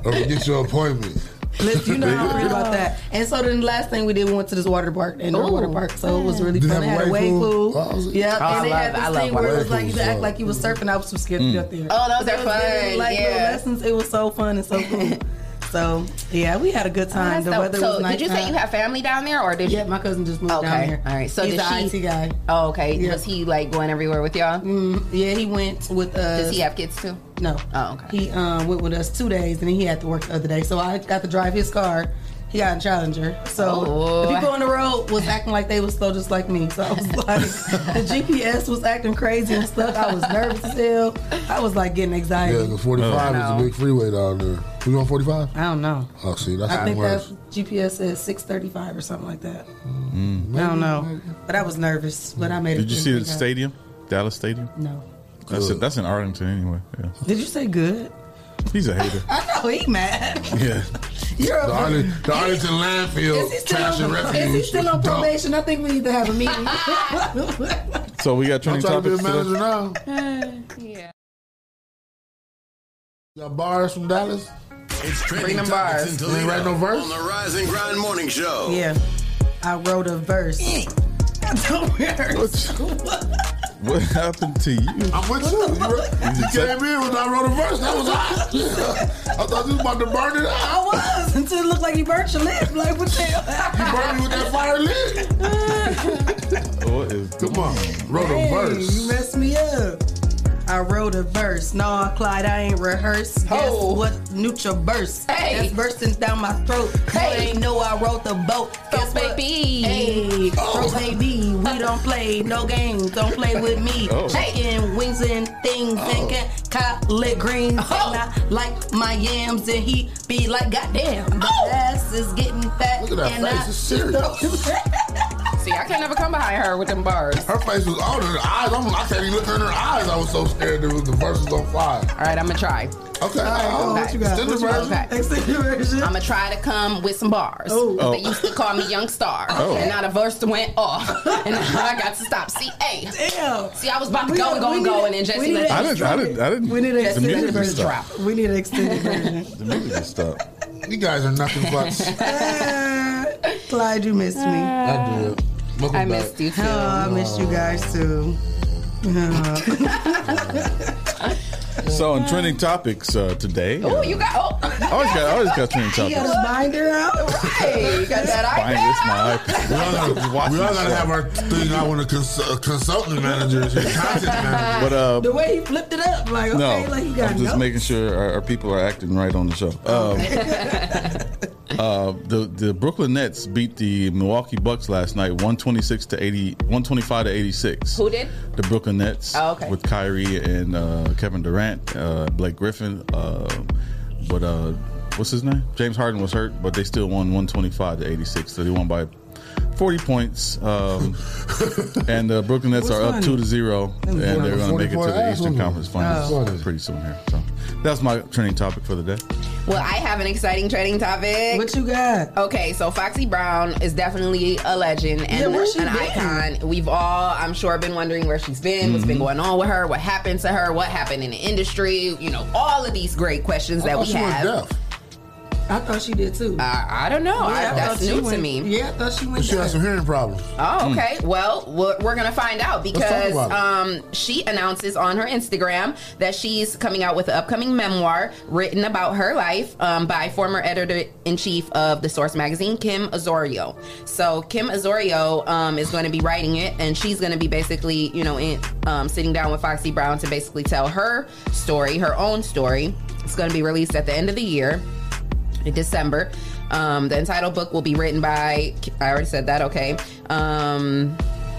or get your appointment.
Listen, you know I don't worry about that. And so then the last thing we did, we went to this water park, and
Ooh.
water park. So it was really
Did
fun.
they
They
have
had a
wave
wave
pool?
pool.
Oh, I was-
Yeah,
I
and they
love-
had
I
this
love
thing where it
water
was like you
pools,
could act
yeah.
like you was surfing. I was too scared to
Mm.
get up there.
Oh, those
They
are
was
fun,
giving, Like little
yeah.
lessons. It was so fun and so cool. so yeah, we had a good time. the
so,
weather
Oh, so
was nice.
did you say you have family down there, or did
Yeah,
you?
my cousin just moved
Okay,
down here.
all right. So
he's
did
the
she-
IT guy.
Oh, okay.
Yeah.
Was he like going everywhere with y'all?
Mm, yeah, he went with us.
Does he have kids too?
No.
Oh, okay.
He um, went with us two days, and then he had to work the other day. So I got to drive his car. He got a Challenger. So
Oh.
the people on the road was acting like they was slow, just like me. So I was like, the GPS was acting crazy and stuff. I was nervous as hell. I was like getting anxiety.
Yeah, the 45
I
is a big freeway down there. We on 45?
I don't know.
Oh, see, that's
I
even
think that
worse.
GPS says 635 or something like that.
Mm.
I don't know. But I was nervous. But I made it.
Did
through.
you see the
Thank God.
stadium, Dallas Stadium?
No.
That's it. That's in Arlington anyway. Yeah.
Did you say good?
He's a hater.
I know he mad.
yeah.
You're
The,
a
Arlington, the Arlington
Is he
landfill
still
trash and
on,
Oh, refuge.
is he still on
dump.
probation? I think we need to have a meeting.
So we got
I'm
trending
trying to be a
topics.
manager
today?
now.
yeah.
Got bars from Dallas.
It's
Bring
trending
them
topics
bars.
in
They
Toledo
write no verse?
on the Rise and Grind Morning Show.
yeah. I wrote a verse. Don't wear
What happened to you?
I'm with you. You, re- you came in when I wrote a verse. That was hot. I thought you was about to burn it up.
I was until it looked like you burnt your lip. Like what the hell?
You burned me with that fire lit.
What Oh, is
Come on. Wrote a
Hey,
verse.
You messed me up. I wrote a verse. No, Clyde, I ain't rehearsed. Guess what? Nutra burst.
Hey.
That's bursting down my throat. Hey. You ain't know I wrote the boat. Guess what?
baby.
Hey. Oh. baby. We don't play no games. Don't play with me.
Oh.
Chicken wings and things
Oh.
and and collard greens. And I like my yams and he be like, goddamn, the ass is getting fat.
Look at that
and
face.
I
It's serious.
See, I can't ever come behind her with them bars.
Her face was all in her eyes. I'm, I can't even look in her eyes. I was so scared that the verse was on fire.
All right, I'm gonna try.
Okay. Oh, what you got? Extended version?
I'm gonna try to come with some bars.
Oh.
They used to call me Young Star,
Oh.
and now the verse went off, and now I got to stop. See, hey,
damn.
See, I was about to
We
go
need-
and go
we
and
need
go,
to-
and then
we
Jesse
need
let
to-
I didn't. I didn't. I didn't.
We need an
the music
extended
just
version.
stopped.
We need an extended version.
The music just stopped.
You guys are nothing but.
Ah, Clyde, you missed me.
I did.
Ah. I
Welcome back.
missed you too.
Oh, I missed you guys too.
So on trending topics uh, today.
Oh,
uh,
you got oh,
I always got. I always got trending
You got
topics.
his binder out.
hey, you got
Fine,
that
it's my iPad.
We all
Just
gotta,
watching
we all
the
gotta
show.
have our thing out when a cons- uh, consultant manager is here. Content manager.
But uh,
The way he flipped it up, like
no,
okay, like you got
I'm just
no.
making sure our, our people are acting right on the show. Um, uh, the the Brooklyn Nets beat the Milwaukee Bucks last night, 126 to 80, 125 to 86.
Who did?
The Brooklyn Nets
Oh, okay.
with Kyrie and uh, Kevin Durant, uh, Blake Griffin, uh, but uh, what's his name? James Harden was hurt, but they still won 125 to 86. So they won by 40 points. Um, and the Brooklyn Nets
What's
are up
funny?
2 to 0, and they're going to make it to
44
the Eastern
ass
Conference Finals
women. Oh.
pretty soon here. So that's my training topic for the day.
iPad. Well, I have an exciting trending topic.
What you got?
Okay, so Foxy Brown is definitely a legend
Yeah,
and
where she
an
been?
icon. We've all, I'm sure, been wondering where she's been, what's
Mm-hmm.
been going on with her, what happened to her, what happened in the industry, you know, all of these great questions
I
that
thought
we
she was
have.
deaf.
I thought she did too.
I, I don't know. I,
I
that's
thought she
new to
went-
me.
Yeah, I thought she
But
went.
she had some hearing problems.
Hmm.
Oh, okay. Well, we're, we're going to find out because
Mm. about it.
um, she announces on her Instagram that she's coming out with an upcoming memoir written about her life um, by former editor in chief of the Source magazine, Kim Azorio. So, Kim Azorio um, is going to be writing it, and she's going to be basically, you know, in, um, sitting down with Foxy Brown to basically tell her story, her own story. It's going to be released at the end of the year in December. Um, the entitled book will be written by, I already said that, okay. Um,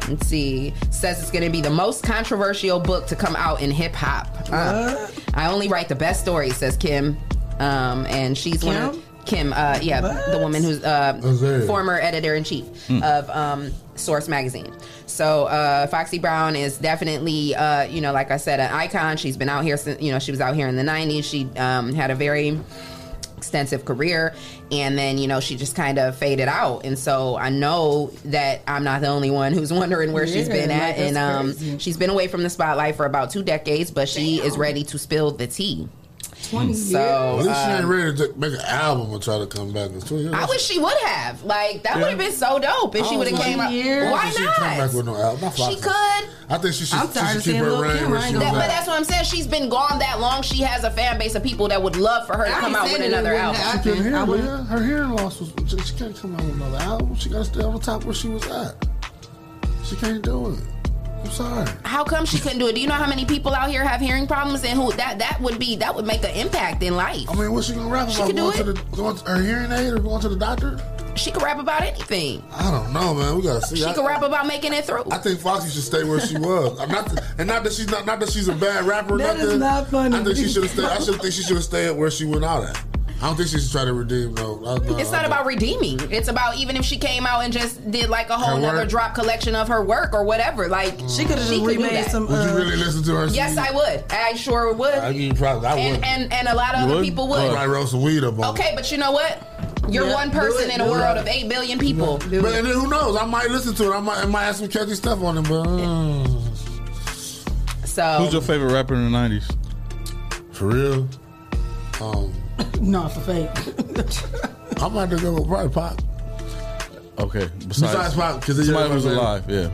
let's see. Says it's going to be the most controversial book to come out in hip hop. Uh, I only write the best stories, says Kim. Um, and she's one of.
Kim?
Kim, uh, yeah, the woman who's uh,
Isaiah.
former editor in chief of um, Source Magazine. So uh, Foxy Brown is definitely, uh, you know, like I said, an icon. She's been out here since, you know, she was out here in the 90s. She um, had a very extensive career and then you know she just kind of faded out and so i know that i'm not the only one who's wondering where she's
Yeah,
been at
like, that's
and um
crazy.
she's been away from the spotlight for about two decades but she is ready to spill the tea
Twenty
so
At least she
uh,
ain't ready to make an album and try to come back. It's two years.
I wish she would have. Like that would have been so dope if she
I
would have
don't
came
know.
out.
Oh, years.
Why
She come back with
not?
no album. Not
She
Foxy.
could.
I think she should,
I'm
she
tired
should
of
keep
seeing
her
Lil'
reign
Kim.
where
I
she
ain't
was
That-
gonna
but
at.
that's what I'm saying. She's been gone that long. She has a fan base of people that would love for her to
I
come
ain't
out
saying
with
it
another
wouldn't
album.
She couldn't hear, but yeah, her hearing loss was. She, she can't come out with another album. She got to stay on the top where she was at. She can't do it. I'm sorry.
How come she couldn't do it? Do you know how many people out here have hearing problems and who that that would be that would make an impact in life?
I mean, what's she gonna rap about?
She can do
going to
it.
the going to her hearing aid or going to the doctor?
She could rap about anything.
I don't know, man. We gotta see.
She
I,
could rap about making it through.
I think Foxy should stay where she was. I'm not, and not that she's not, not that she's a bad rapper. or
That
nothing.
is not funny.
I think she should have stayed. I should think she should have stayed where she went out at. I don't think she should try to redeem though. I, no,
It's
I
not
don't.
about redeeming. It's about even if she came out and just did like a whole
Her
nother
work. Mm.
drop collection of her work or whatever. Like
She could have just
could do
remade
that.
some.
Would
uh,
you really listen to her?
Yes, I would. I sure would.
I give you props. I
and,
would.
and and a lot of
You
other
would?
people
I
would.
probably roll some weed up on.
Okay, but you know what? You're
Yeah,
one
do
person
it,
in a
do
world
it.
of eight billion people.
But and then who knows? I might listen to it. I might, I might have some catchy stuff on it. But uh,
Who's your
So
favorite rapper in the 90s?
for real, um,
No, for fake.
I might have to go with probably pop.
Okay. Besides,
Besides Pop, 'cause he-
somebody was alive. Yeah.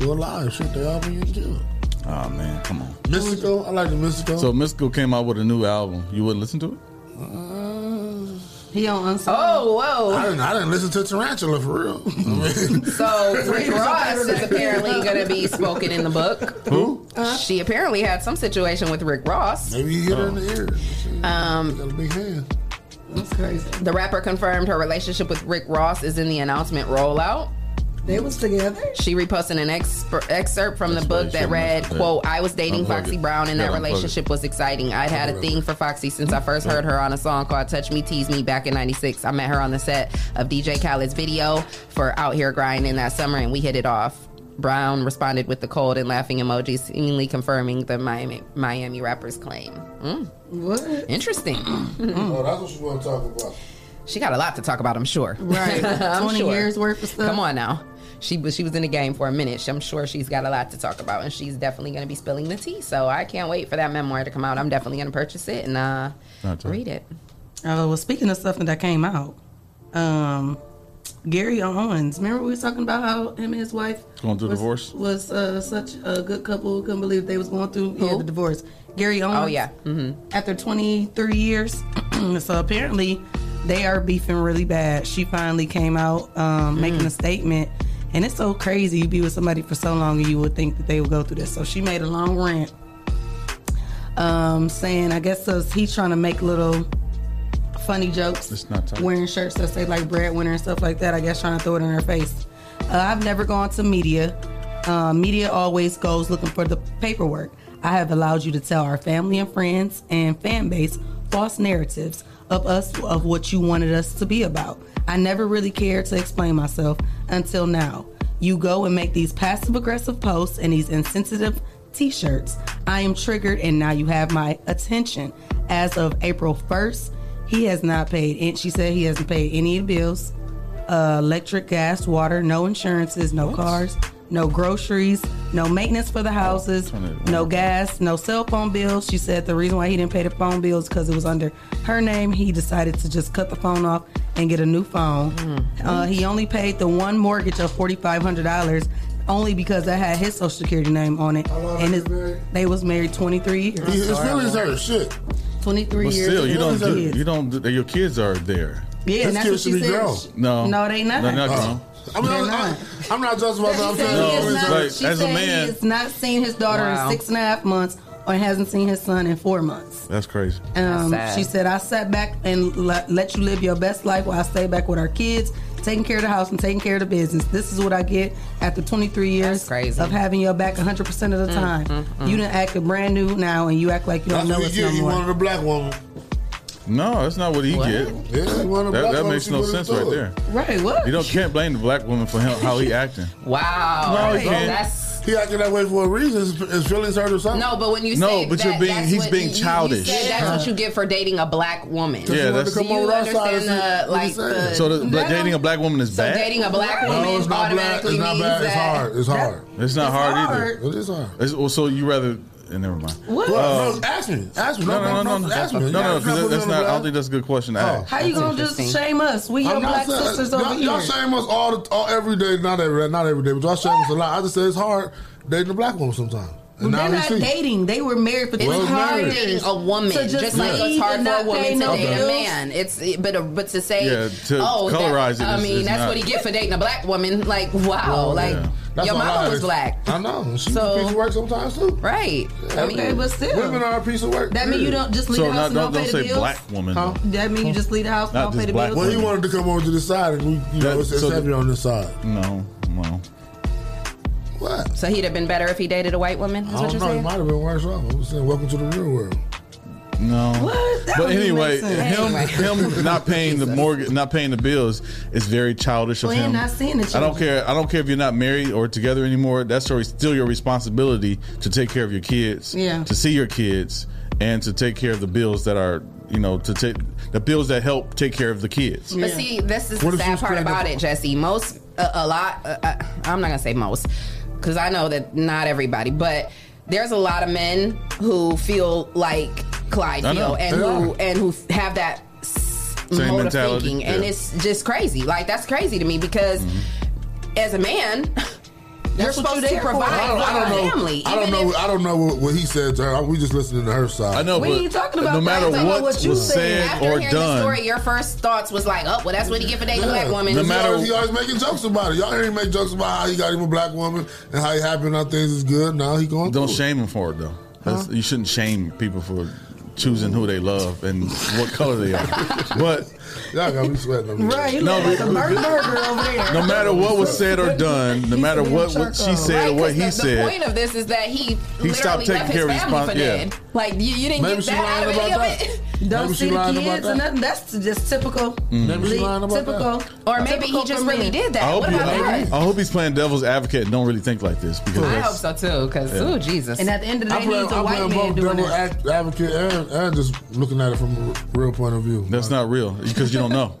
You're alive. Shit, they all be in jail.
Oh man, come on.
Mystical, I like the mystical.
So Mystical came out with a new album. You wouldn't listen to it?
He on unsolved.
Oh, whoa.
I didn't, I didn't listen to Tarantula for real.
Oh,
So Rick Ross is apparently going to be spoken in the book. Who? She apparently had some situation with Rick Ross.
Maybe you hit her in the ear.
Um,
got a big hand.
That's crazy.
The rapper confirmed her relationship with Rick Ross is in the announcement rollout.
They was together.
She reposted an exp- excerpt from the book that read, "quote I was dating
Unplug
Foxy
it.
Brown, and
Yeah,
that
unplug it.
relationship was exciting. I'd had a thing for Foxy since I first heard her on a song called Touch Me, Tease Me back in 96. I met her on the set of DJ Khaled's video for Out Here Grinding that summer, and we hit it off. Brown responded with the cold and laughing emojis, seemingly confirming the Miami, Miami rapper's claim. Mm.
What?
Interesting.
Oh, that's what she want to talk about.
She got a lot to talk about, I'm sure.
Right.
I'm
20
sure.
years worth of stuff.
Come on now. She was she was in the game for a minute. She- I'm sure she's got a lot to talk about, and she's definitely going to be spilling the tea. So I can't wait for that memoir to come out. I'm definitely going to purchase it and uh, read it.
Oh, well, speaking of stuff that came out, um, Gary Owens. Remember we was talking about how him and his wife
Going through
was,
divorce?
was uh, such a good couple. Couldn't believe they was going through yeah, the divorce. Gary Owens.
Oh yeah. Mm-hmm.
After 23 years, so apparently they are beefing really bad. She finally came out um, making a statement, and it's so crazy. You be with somebody for so long, and you would think that they would go through this. So she made a long rant um, saying, I guess so he's trying to make little funny jokes.
It's not tight.
Wearing shirts that say like breadwinner and stuff like that. I guess trying to throw it in her face. Uh, I've never gone to media. Uh, media always goes looking for the paperwork. I have allowed you to tell our family and friends and fan base false narratives of us of what you wanted us to be about. I never really cared to explain myself until now. You go and make these passive aggressive posts and these insensitive t-shirts. I am triggered and now you have my attention. As of April 1st, he has not paid and she said he hasn't paid any of the bills. Uh, electric, gas, water, no insurances, no cars, no groceries, no maintenance for the houses, no gas, no cell phone bills. She said the reason why he didn't pay the phone bills because it was under her name. He decided to just cut the phone off and get a new phone. Uh, he only paid the one mortgage of forty five hundred dollars, only because that had his social security name on it. and his, they was married twenty three years.
His feelings hurt. Shit.
Twenty three
But
years.
still, you don't
and
do,
kids.
you don't do, your kids are there.
Yeah, and that's what she said.
No,
no, they not.
No,
Oh,
not grown.
I mean, I'm, I'm, I'm not justifying what I'm saying.
No,
He has
it's
not-
like,
she
as a
said
man-
he has not seen his daughter
Wow.
in six and a half months, or hasn't seen his son in four months.
That's crazy.
Um, she said, "I sat back and let, let you live your best life while I stay back with our kids, taking care of the house and taking care of the business. This is what I get after 23 years of having your back 100 percent of the
Mm,
time.
mm, mm.
You done acted brand new now, and you act like you
That's
don't know
what
it's
you
no
get. You
more."
wanted a black woman.
No, that's not what he
What?
get.
Yeah, he wanted a
that,
black
that
woman,
makes
she
no
would've
sense
thought.
right there.
Right? What?
You don't can't blame the black woman for how, how he acting.
Wow.
No,
Right.
he can't.
That's-
He acted that way for a reason. His, his feelings hurt or something.
No, but when you
No,
say
but
that,
you're being-
that's
he's
what
being
you- you
childish.
said that's what you get for dating a black woman.
Yeah,
Do
that's-
you understand the like the,
so the, but
That
dating a black woman is
So
bad.
dating a black woman
No, it's not black.
automatically
It's not
means
bad. It's
that
hard. It's hard.
It's not hard, either.
It is hard.
It's, well, so you rather. And never mind.
What?
Uh,
Bro, ask me. Ask me.
No, no, no, no, no,
Ask
no,
me.
no, no,
Ask me.
'cause that- that's
Put me
not.
on the
I
Oh. blast.
don't think that's a good question to ask.
How you gonna just shame us? We your
I'm not
black
saying- uh,
sisters over
y'all,
here.
Y'all shame us all, the, all every day. Not every, not every day, but y'all shame us a lot. I just say it's hard dating a black woman sometimes.
Well, they're not dating. They were married for
It's
23
hard
years.
dating a woman,
So
just, like it's
leave
hard
and
for a
not pay
woman to
no
date a
bills.
man. It's it- but uh, but to say,
Yeah, to
oh,
colorize it
that, I
is-
mean,
is
that's
not-
what he get for dating a black woman. Like wow,
Well,
like
yeah.
That's
your
a
mama
lie.
was black.
I know. She
So-
so, piece of work sometimes too.
Right. I mean,
Okay, but still,
women are a piece of work.
That mean you don't just leave
So
the house
not-
and
don't-
don't, pay the
don't say
bills.
black woman,
Huh? That mean you just leave the house and
Not
don't pay
just
the
black
bills.
Well, he wanted to come over to the side, and we, you know, it's, it's
so the-
heavy on this side.
No, no.
so he'd have been better if he dated a white woman. Is
I
what
don't
you're
know. It
saying?
might have been worse off. I'm saying, welcome to the real world.
No.
What? That
Um, But
don't even
anyway,
make sense.
him him not paying the mortgage, not paying the bills is very childish of
Well, you're
him.
not seeing the
I don't
children.
care. I don't care if you're not married or together anymore. That's always still your responsibility to take care of your kids.
Yeah.
To see your kids and to take care of the bills that are you know to take the bills that help take care of the kids.
But see, this is
What
the
if
sad
she's
part
pregnant?
about it, Jesse. Most, a, a lot, uh, uh, I'm not going to say most, because I know that not everybody, but there's a lot of men who feel like Clyde
I
feel
know.
and
They
who,
are.
and who have that s-
Same
mode of
mentality,
thinking. And
yeah.
it's just crazy. Like, that's crazy to me because as a man, You're
That's what
supposed
you
to
there for.
provide
I don't,
for
I
your
don't know.
family.
I don't
even
know.
if-
I don't know what, what he said to her. We just listening to her side. I
know, What but are you talking about? no matter That's not what what you was said. said
After
or
hearing
done.
the story, your first thoughts was like, "Oh, well, that's what he get for dating a black woman."
No matter, he always making jokes about it. Y'all hear him make jokes about how he got him a black woman and how he happy now things is good. Now he going.
Don't
through it.
shame him for it though.
uh-huh.
That's-
Huh?
You shouldn't shame people for choosing who they love and what color they are. But
y'all got me sweating. over here.
Right, you look like a burger burger
over there.
no matter what was said or done, no matter what, what she said
Right,
or what
'cause
he
the,
said,
The point of this is that he,
He
literally
stopped taking
left
care of
his family
respons-
for
yeah.
dead. Like you, you didn't
Maybe
get
she
that out of any
lying
of
about
it.
Don't
Maybe
see
she
the
lying about
kids
that.
or nothing. That's just typical.
Mm. Maybe she
Lee,
lying about
typical.
Or maybe he just really did that.
I hope,
What
he-
about
I-
her?
I hope he's playing devil's advocate and don't really think like this because
I
that's-
hope so too, because
Yeah.
ooh, Jesus.
And at the end of the
I
day,
play-
he's a
I play
white man
both
doing
double
it.
act- advocate and, and just looking at it from a r- real point of view.
that's not real because you don't know.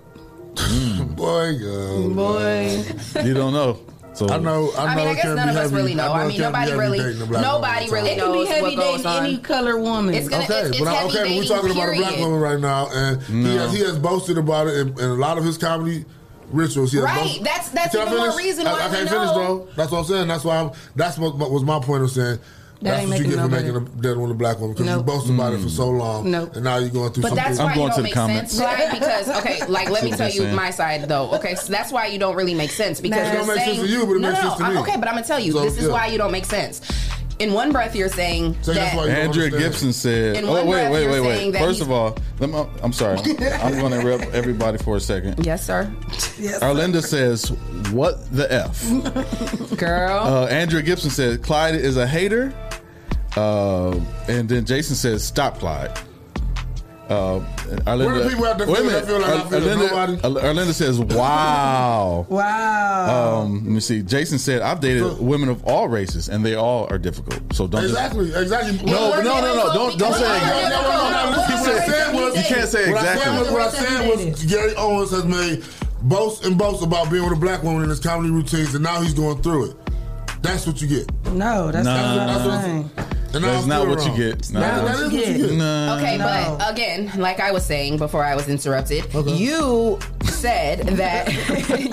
Mm.
Boy, girl.
Boy.
You don't know. So
I know. I know.
I mean, I
it
guess
can't
none
be
of us
heavy-
really know. I
it
mean,
can't be
nobody
heavy
really,
dating a black woman
nobody
all the
really
time.
It can be
knows
heavy
what goes
dating
on.
any color woman.
It's gonna,
Okay,
it's, it's
but I,
heavy
okay, but
dating.
we're talking about a
period.
black woman right now, and he,
No.
has, he has boasted about it in, in a lot of his comedy rituals. He has
Right,
boasted-
that's- that's
Can I
even more
finish?
reason
I-
why
I,
we
can't
know.
finish though. That's what I'm saying. That's why I'm, that's what what was my point of saying. that's
ain't
what you
making
get for
nobody-
making a dead woman a black woman because you
Nope.
boasted about it for so long,
Nope.
and now you're going through.
But
something.
that's why you don't make sense, right? Because okay, like let
See
me
what
tell
they're
you
saying.
my side though. Okay, so that's why you don't really make sense because
It's
you're
gonna make
saying
sense to you, but it
no,
makes
no,
sense to
I'm-
me.
okay, but I'm gonna tell you
So,
this is
yeah.
why you don't make sense. In one breath, you're saying
So
that
that's why Andrea Gibson said,
In
"Oh
one
wait,
breath,
wait,
you're
wait,
saying
wait.
that
First
he's-
of all, let me, I'm sorry. I'm going to interrupt everybody for a second.
Yes, sir.
Yes.
Arlinda says, "What the f?"
Girl.
Uh, Andrea Gibson says, "Clyde is a hater," uh, and then Jason says, "Stop, Clyde." Uh, Arlinda,
Where do people have to
wait a
feel
minute.
that feel like I
Ar-
feel?
Arlinda, Ar- Arlinda says, "Wow."
Wow.
Um, let me see. Jason said, "I've dated women of all races, and they all are difficult. So don't just-
Exactly, exactly.
No,
Well,
no, no, no,
we're
don't- don't say
difficult
exactly.
because- No, no, no, no, listen,
He
what I
said-
said was-
you can't say
what I said
exactly.
was- What I said was Gary Owens has made boasts and boasts about being with a black woman in his comedy routines, and now he's going through it. That's what you get.
No, that's
Nah.
not
That's
what
what
I'm
I'm
saying.
And
That's
I'm
not
still
what you
wrong.
get.
Nah,
Nah.
that is what you get.
Nah.
Okay,
No.
but again, like I was saying before I was interrupted, you said that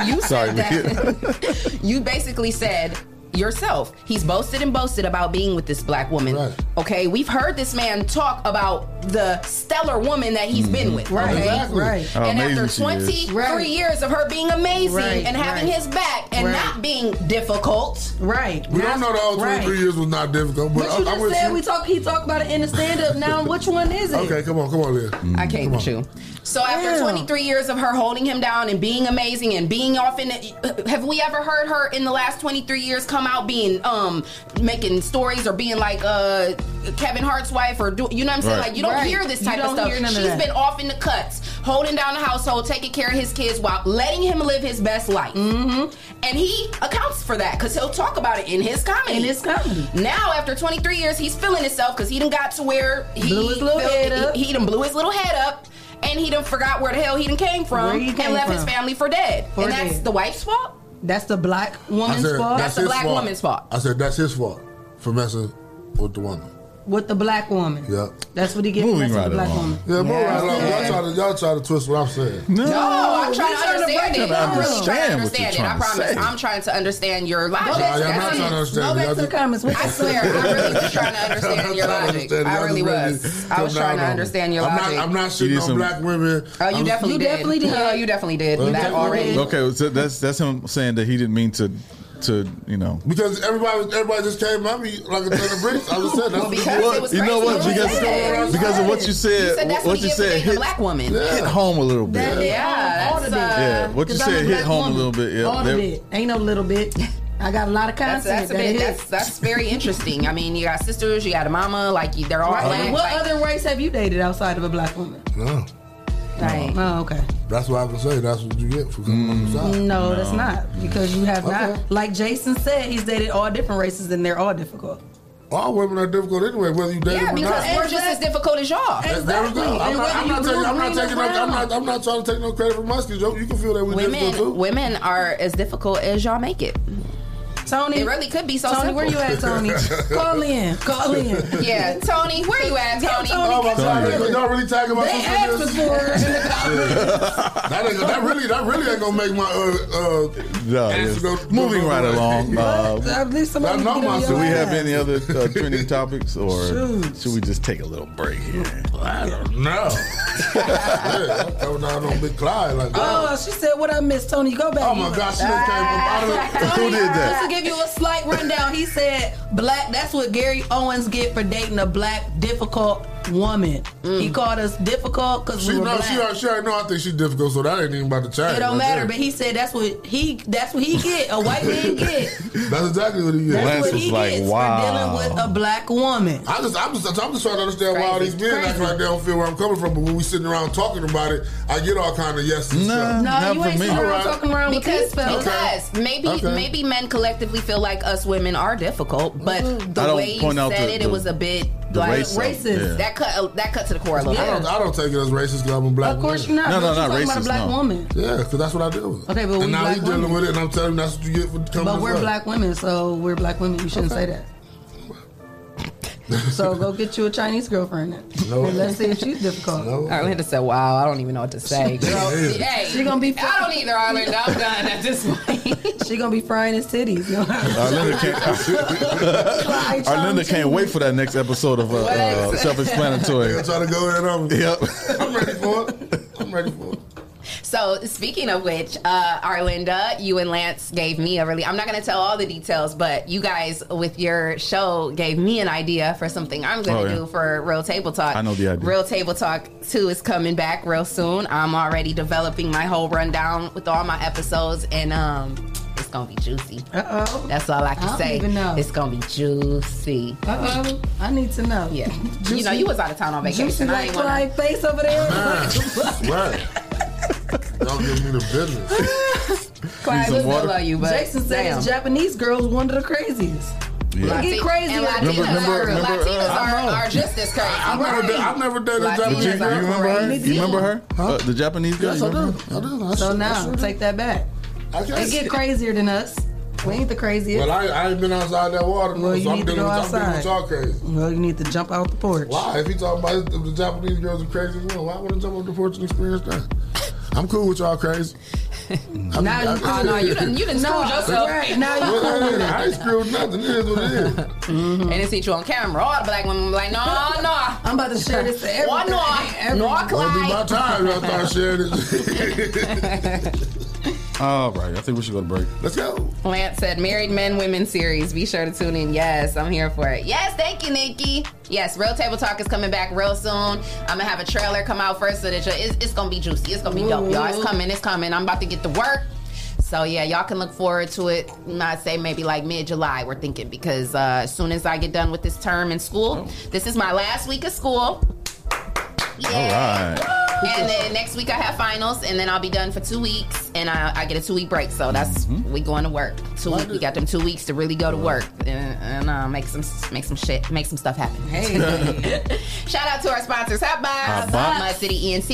you
Sorry,
said that you basically said yourself. He's boasted and boasted about being with this black woman. Okay, we've heard this man talk about the stellar woman that he's
Mm-hmm.
been with.
Right,
okay?
exactly. Right. How
And
amazing
after
she is.
23
Right.
years of her being amazing
Right,
and having
right.
his back and
Right.
not being difficult.
Right.
We don't know the whole 23 years was not difficult, but,
But you
I, am
just
with
said
you.
we talk. He talked about it in the stand up. Now, which one is it?
Okay, come on, come on, Leah.
Mm.
I can't
Come
with
on.
you. So after
Damn.
23 years of her holding him down and being amazing and being off in, the, have we ever heard her in the last 23 years come out being um making stories or being like uh Kevin Hart's wife or do, you know what I'm saying?
Right.
Like you don't
Right.
hear this
You
type of
don't
stuff.
hear none of
She's
that.
been off in the cuts, holding down the household, taking care of his kids while letting him live his best life. Mm-hmm. And he accounts for that because he'll talk about it in his comedy.
In his comedy.
Now after 23 years, he's feeling himself because he done got to where he
Blew his little
feel-
head
he-
up.
he done blew his little head up and he done forgot where the hell he done came
Where
from
he came
and left
from.
his family for dead.
For
and that's
dead.
the wife's fault?
That's the black
I
woman's
said,
fault.
that's his fault.
fault.
I said that's his fault for messing with the woman.
With the black woman.
Yeah.
That's what he gets.
Moving
That's
right
the black
along.
woman.
Yeah, move
Yeah.
right along.
Yeah.
Y'all try to y'all try to twist what I'm saying.
No,
No, I'm trying
we
to understand
trying
it.
to
I'm really trying to
understand what
understand
you're
it.
trying
I
to
promise.
say.
I'm trying to understand your logic.
Y'all, y'all
That's
not
it.
trying to understand.
Go
Y'all
back to the
just-
comments.
I swear, I'm really just trying to understand your
trying to
logic.
understand.
I
Y'all
really
just ready
was.
to
I was
come
trying to
down on
understand
me.
your
I'm
logic.
Not, I'm not
You
shitting
did
on
some-
black women.
Oh, you
I'm-
definitely did.
definitely did.
Oh, you definitely did
You
that
definitely
already.
did.
Okay, so that's that's him saying that he didn't mean to to you know.
Because everybody, everybody just came at me like a ton of bricks. I just said that.
Well, you know what? Because because of what you said,
You said that's
what
what
you
he is for
said
dating a
hit,
black woman.
hit home a little bit.
That hit
Yeah,
home all the
that's,
bit.
uh,
Yeah, what you
'Cause I'm
said hit
black
home
woman.
a little bit. Yeah,
all the
there-
bit. Ain't no little bit. I got a lot of
That's,
content.
that's a
that
bit.
hit.
That's that's very interesting. I mean, you got sisters, you got a mama. Like you, they're all
Right.
black.
And what
like-
other race have you dated outside of a black woman?
No,
Right.
Oh, okay.
that's what I can say. That's what you get for coming on the
Mm.
side.
No, that's not because you have
Okay.
not. Like Jason said, he's dated all different races and they're all difficult.
All women are difficult anyway, whether you date
Yeah,
them or
because
not.
we're just as difficult as y'all.
That- there we go. I'm
And whether
not, I'm not
you
taking. I'm not
blue, green,
taking.
or
No, I'm
brown.
not. I'm not trying to take no credit for my skills. You you can feel that we difficult
Women,
too.
women are as difficult as y'all make it.
Tony,
It really could be so
Tony,
simple.
where you at, Tony? Call in. Call in.
Yeah, Tony, where you at,
Yeah,
Tony?
Tony,
Oh, my
come
God.
in.
Y'all- y'all really talking about
They
some
asked us for it.
that, ain't, that really, that really ain't gonna make my uh, uh,
No, yes. Moving right along. Uh,
I know myself.
do we have any other uh, trending topics, or
Shoot.
should we just take a little break here?
I don't know. yeah, I'm coming down on Big Clyde like that.
Oh, she said, "What I missed, Tony? Go back." Ah.
Oh my gosh, she done came from out of the- Who did that?
Just to give you a slight rundown, he said, "Black." That's what Gary Owens get for dating a black difficult woman. He called us difficult because
She
we were
know,
black.
she, already- she already know I think she's difficult, so that ain't even about to change.
it don't
right
matter,
there. Oh.
but he said that's what he that's what he get. A white man get.
That's exactly what he is.
That's Lance what was he like, gets for wow. dealing with a black woman.
I just, I'm just, I'm just trying to understand why all these men act like they don't feel where I'm coming from. But when we sitting around talking about it, I get all kind of yes. and stuff.
No, you ain't sitting
All
around
right.
talking around
with
because,
these fellas.
Because maybe
Okay.
maybe men collectively feel like us women are difficult, but
Mm-hmm.
I
the
don't
way you
point
said
out the-
it,
the-
it was a bit
the
like
race of- yeah.
That cut that cut to the core a
I
little
don't,
bit.
I don't take it as racist because I'm a black.
Of course
woman.
you're not, No, no, but you're not talking about a racist, black no.
woman.
Yeah, because that's what I deal with.
Okay, but we
and now
black
he's dealing
women.
with it, and I'm telling him that's what you get for coming.
But
this
we're
way.
black women, so we're black women. You shouldn't say that. so go get you a Chinese girlfriend. Then.
No.
And let's see if she's difficult.
Arlinda said, "Wow, I don't even know what to say." Girl, hey,
she gonna be.
I don't either, Arlinda. I'm done at this
point. she gonna be frying his titties. You know?
Arlinda Uh, can't, Arlinda Uh, can't wait for that next episode of uh, uh,
What?
Self-Explanatory.
Yeah, try to go in on me.
Yep.
So speaking of which, uh, Arlinda, you and Lance gave me a really. I'm not going to tell all the details, but you guys with your show gave me an idea for something I'm going
Oh,
to
yeah.
do for Real Table Talk.
I know the idea.
Real Table Talk Two is coming back real soon. I'm already developing my whole rundown with all my episodes, and um, it's going to be juicy.
Uh oh.
That's all I
I
can
don't
say.
even know.
It's going to be juicy.
Uh oh. I need to know. Yeah.
You know, you was out of town on vacation.
Juicy
I
like
ain't wanna-
fly face over there.
Uh-huh. Right. Y'all give me the business.
Clyde,
some
we
water?
Jason said
Damn.
his Japanese girls one of the craziest.
Yeah.
They get
Lati-
crazy.
and Remember- Latinas remember- are- remember, uh, Latinas I are- know. are
just as crazy.
I've never done- I've never done a
Did you,
Japanese
you
girl.
remember her? You remember her? Uh, the Japanese girl.
Yes,
you
I
remember
do. I do.
So
I sure- I
now,
sure do.
take that back.
I guess-
They get crazier than us. We ain't the craziest.
Well, I, I ain't been outside that water,
Well,
no,
you
Oh, so I'm
need to
dealing
go
with I'm dealing with
outside.
y'all crazy.
Well, you need to jump out the porch.
Why? If you talking about if the Japanese girls are crazy, well, why would I jump off the porch and experience that? I'm cool with y'all crazy. I mean,
Now you-
I-
oh, no, you done- you done screwed yourself. Right, now you
Well,
cool with it.
I ain't screwed nothing. It is what it is.
Mm-hmm.
And they see you on camera. All the black women be like, no, no.
I'm about to share this to
One
everybody.
no, no,
Won't be my
Clyde.
time. I thought sharing it.
All right, I think we should go to break.
Let's go.
Lance said, Married Men Women series. Be sure to tune in. Yes, I'm here for it. Yes, thank you, Nikki. Yes, Real Table Talk is coming back real soon. I'm going to have a trailer come out first so that you it's, it's going to be juicy. It's going to be dope, y'all. It's coming. It's coming. I'm about to get to work. So, yeah, y'all can look forward to it. Not say maybe like mid July, we're thinking, because uh, as soon as I get done with this term in
Oh.
school, this is my last week of school.
All right.
And then next week I have finals, and then I'll be done for two weeks, and I, I get a two week break. So that's we going to work. Two week, we got them two weeks to really go to work and, and uh, make some make some shit, make some stuff happen. Shout out to our sponsors: Hotbox,
Hotbox.
Mud City ENT,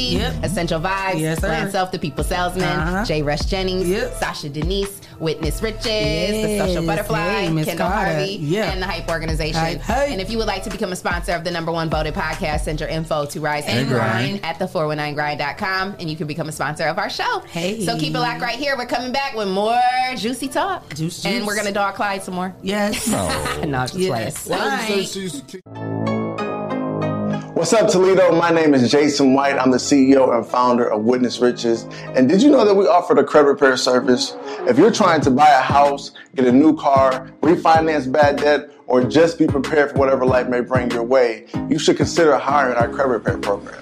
Essential Vibes,
Yes, sir.
Plan Self, The People Salesman,
Uh-huh.
J. Rush Jennings, Sasha Denise, Witness Riches, The Social
Yes.
Butterfly,
Hey, Miss
Kendall
Carter.
Harvey,
Yeah.
and The Hype Organization.
Hype,
And if you would like to become a sponsor of the number one voted podcast, send your info to Rise and,
And
Grind
Grind.
at the419grind.com, and you can become a sponsor of our show.
Hey.
So keep it locked right here. We're coming back with more juicy talk.
Juice,
And
juice.
we're going to dog Clyde some more.
Yes.
No. no, just
Yes.
playing.
Why you say she's
What's up, Toledo? My name is Jason White. I'm the CEO and founder of Witness Riches. And did you know that we offer the credit repair service? If you're trying to buy a house, get a new car, refinance bad debt, or just be prepared for whatever life may bring your way, you should consider hiring our credit repair program.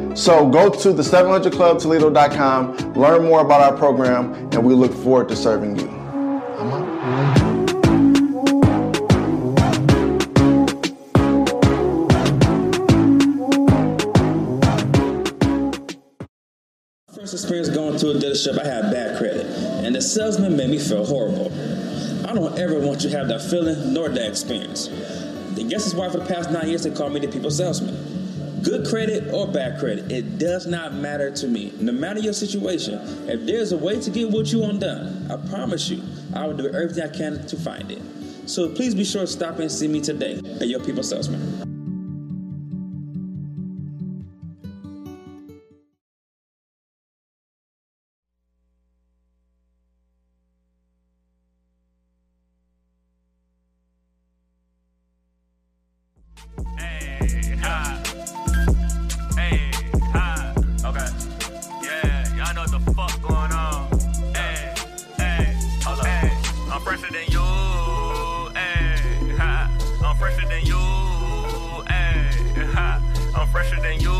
So go to the 700clubtoledo.com, learn more about our program, and we look forward to serving you.
to a dealership, I had bad credit, and the salesman made me feel horrible. I don't ever want you to have that feeling nor that experience. I guess it's why for the past nine years they call me the people salesman. Good credit or bad credit, it does not matter to me. No matter your situation, if there's a way to get what you want done, I promise you, I will do everything I can to find it. So please be sure to stop and see me today at your people salesman.
Hey, hi. Hey, hi. Okay. Yeah, y'all know what the fuck going on. Hey, hey, hey. I'm fresher than you. Hey, hi. I'm fresher than you. Hey, hi. I'm fresher than you.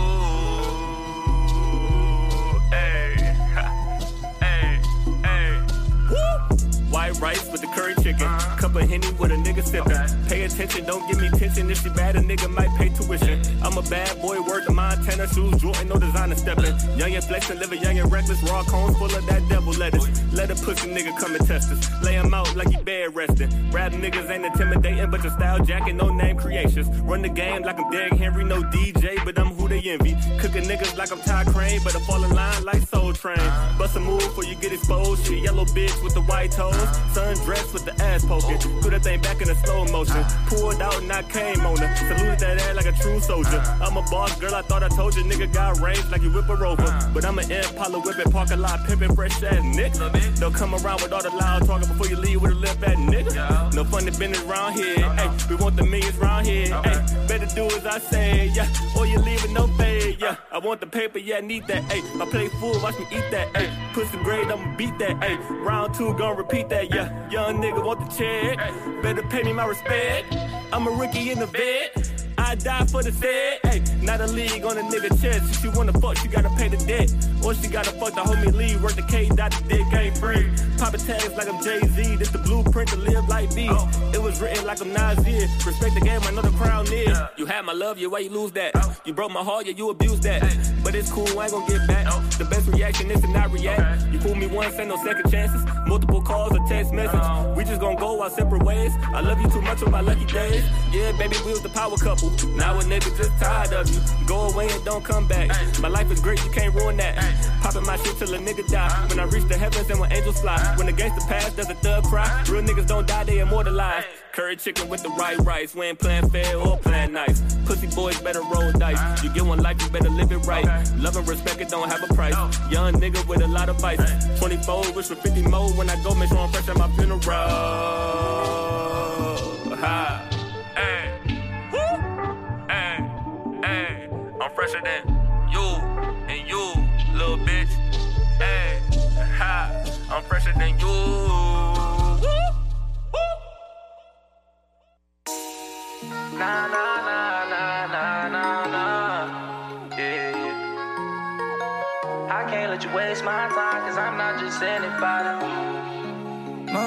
Hey, hi. hey, hey.
White rice with the curry chicken. Cup of henny with a nigga sipping. Pay attention, don't give me tension. If she bad, a nigga might pay tuition. I'm a bad boy, worth in Montana shoes, Jordan, no designer stepping. Young and flexing, living young and reckless. Raw cones full of that devil lettuce. Let a pussy nigga come and test us. Lay him out like he bed resting. Rap niggas ain't intimidating, but your style jacket, no name creations. Run the game like I'm Derrick Henry, no DJ, but I'm who they envy. Cooking niggas like I'm Ty Crane, but I fall in line like Soul Train. Bust a move before you get exposed. She a yellow bitch with the white toes. Sundress with the ass poking. Threw that thing back in a slow motion. Pulled out and I came on her. Saluted that ass like a true soldier. I'm a boss girl, I thought I told you. Nigga got range like you whip a rover. But I'm an Impala whipping, parking lot pimping, fresh ass nigga. They'll come around with all the loud talking before you leave with a lip at nigga. No funny business round here. Ayy, we want the millions round here. Ayy, better do as I say, yeah. Or you leave with no pay, yeah. I want the paper, yeah, I need that. Ayy, I play fool, watch me eat that. Ayy, pussy grade, I'ma beat that. Ayy, round two, gonna repeat that, yeah. Young nigga want the check. Better pay me my respect. I'm a rookie in the vet. I die for the dead. Hey, not a league on a nigga chest. If she wanna fuck, she gotta pay the debt. Or she gotta fuck the homie Lee. Work the K, dot the dick, ain't free. Poppin' tags like I'm Jay Z. This the blueprint to live like me. It was written like I'm Nasir. Respect the game, I know the crown is. You had my love, yeah, why you lose that? You broke my heart, yeah, you abused that. But it's cool, I ain't gonna get back. The best reaction is to not react. You fool me once, ain't no second chances. Multiple calls or text message. We just gonna go our separate ways. I love you too much on my lucky days. Yeah, baby, we was the power couple. Now a nigga just tired of you. Go away and don't come back. My life is great, you can't ruin that. Popping my shit till a nigga die. When I reach the heavens and when angels fly. When the gangster pass, does a thug cry. Real niggas don't die, they immortalized. Curry chicken with the right rice. We ain't playing fair or playing nice. Pussy boys better roll dice. You get one life, you better live it right. Love and respect, it don't have a price. Young nigga with a lot of vice. 24, wish for 50 more. When I go, make sure I'm fresh at my funeral. Ha. Hey. Woo. Hey. Hey. I'm fresher than you and you, little bitch. Hey. Ha. I'm fresher than you. Woo.
Nah, nah, nah, nah, nah, nah, nah. Yeah, yeah. I can't let you waste my time, cause I'm not just anybody.
Oh,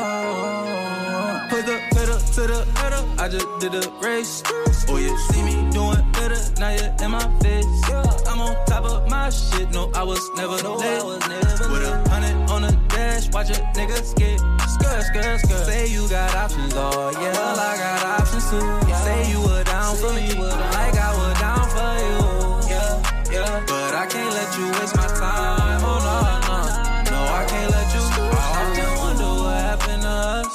Put the pedal to the metal, I just did a race. Oh, you see me doing better, now you're in my face. I'm on top of my shit, no, I was never late. With a hundred on the dash, watch a nigga skip. Skirt, skirt, skirt. Say you got options, oh yeah. Well, I got options too. Say you were down for me, like I was down for you. Yeah, yeah. But I can't let you waste my time, oh no, no. No, I can't let you. I often wonder what happened to us.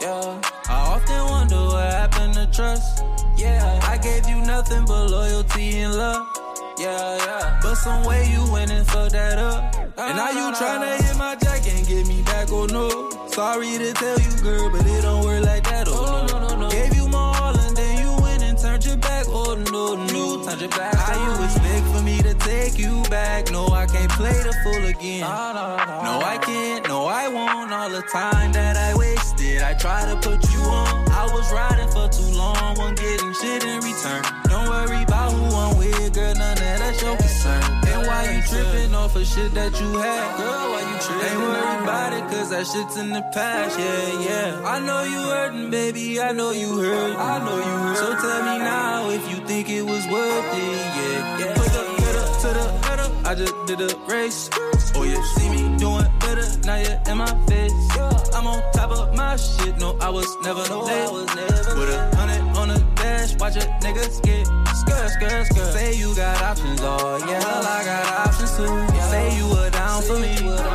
Yeah. I often wonder what happened to trust. Yeah. I gave you nothing but loyalty and love. Yeah, yeah. But some way you went and fucked that up. Ah. And now you tryna hit my jack and get me back, oh no. Sorry to tell you, girl, but it don't work like that, oh no. no, no, no. Gave you my all and then you went and turned your back, oh no, no. You turned your back. How you expect for me to take you back? No, I can't play the fool again. No, I can't, no, I won't. All the time that I wasted, I try to put you on. I was riding for too long, wasn't getting shit in return. Don't worry about who I'm with, girl, none of that's your concern. And why you tripping off of shit that you had? Girl, why you tripping? Ain't worried about it, cause that shit's in the past, yeah, yeah. I know you hurting, baby, I know you hurt. I know you hurt. So tell me now if you think it was worth it, yeah, yeah. Put the pedal to the metal, I just did a race. Oh, you see me doing now you're in my face. I'm on top of my shit, no, I was never late. With a hundred on the dash, watch a nigga skip. Skirt, skirt, skirt. Say you got options, oh yeah. Well, I got options too. Say you were down for me,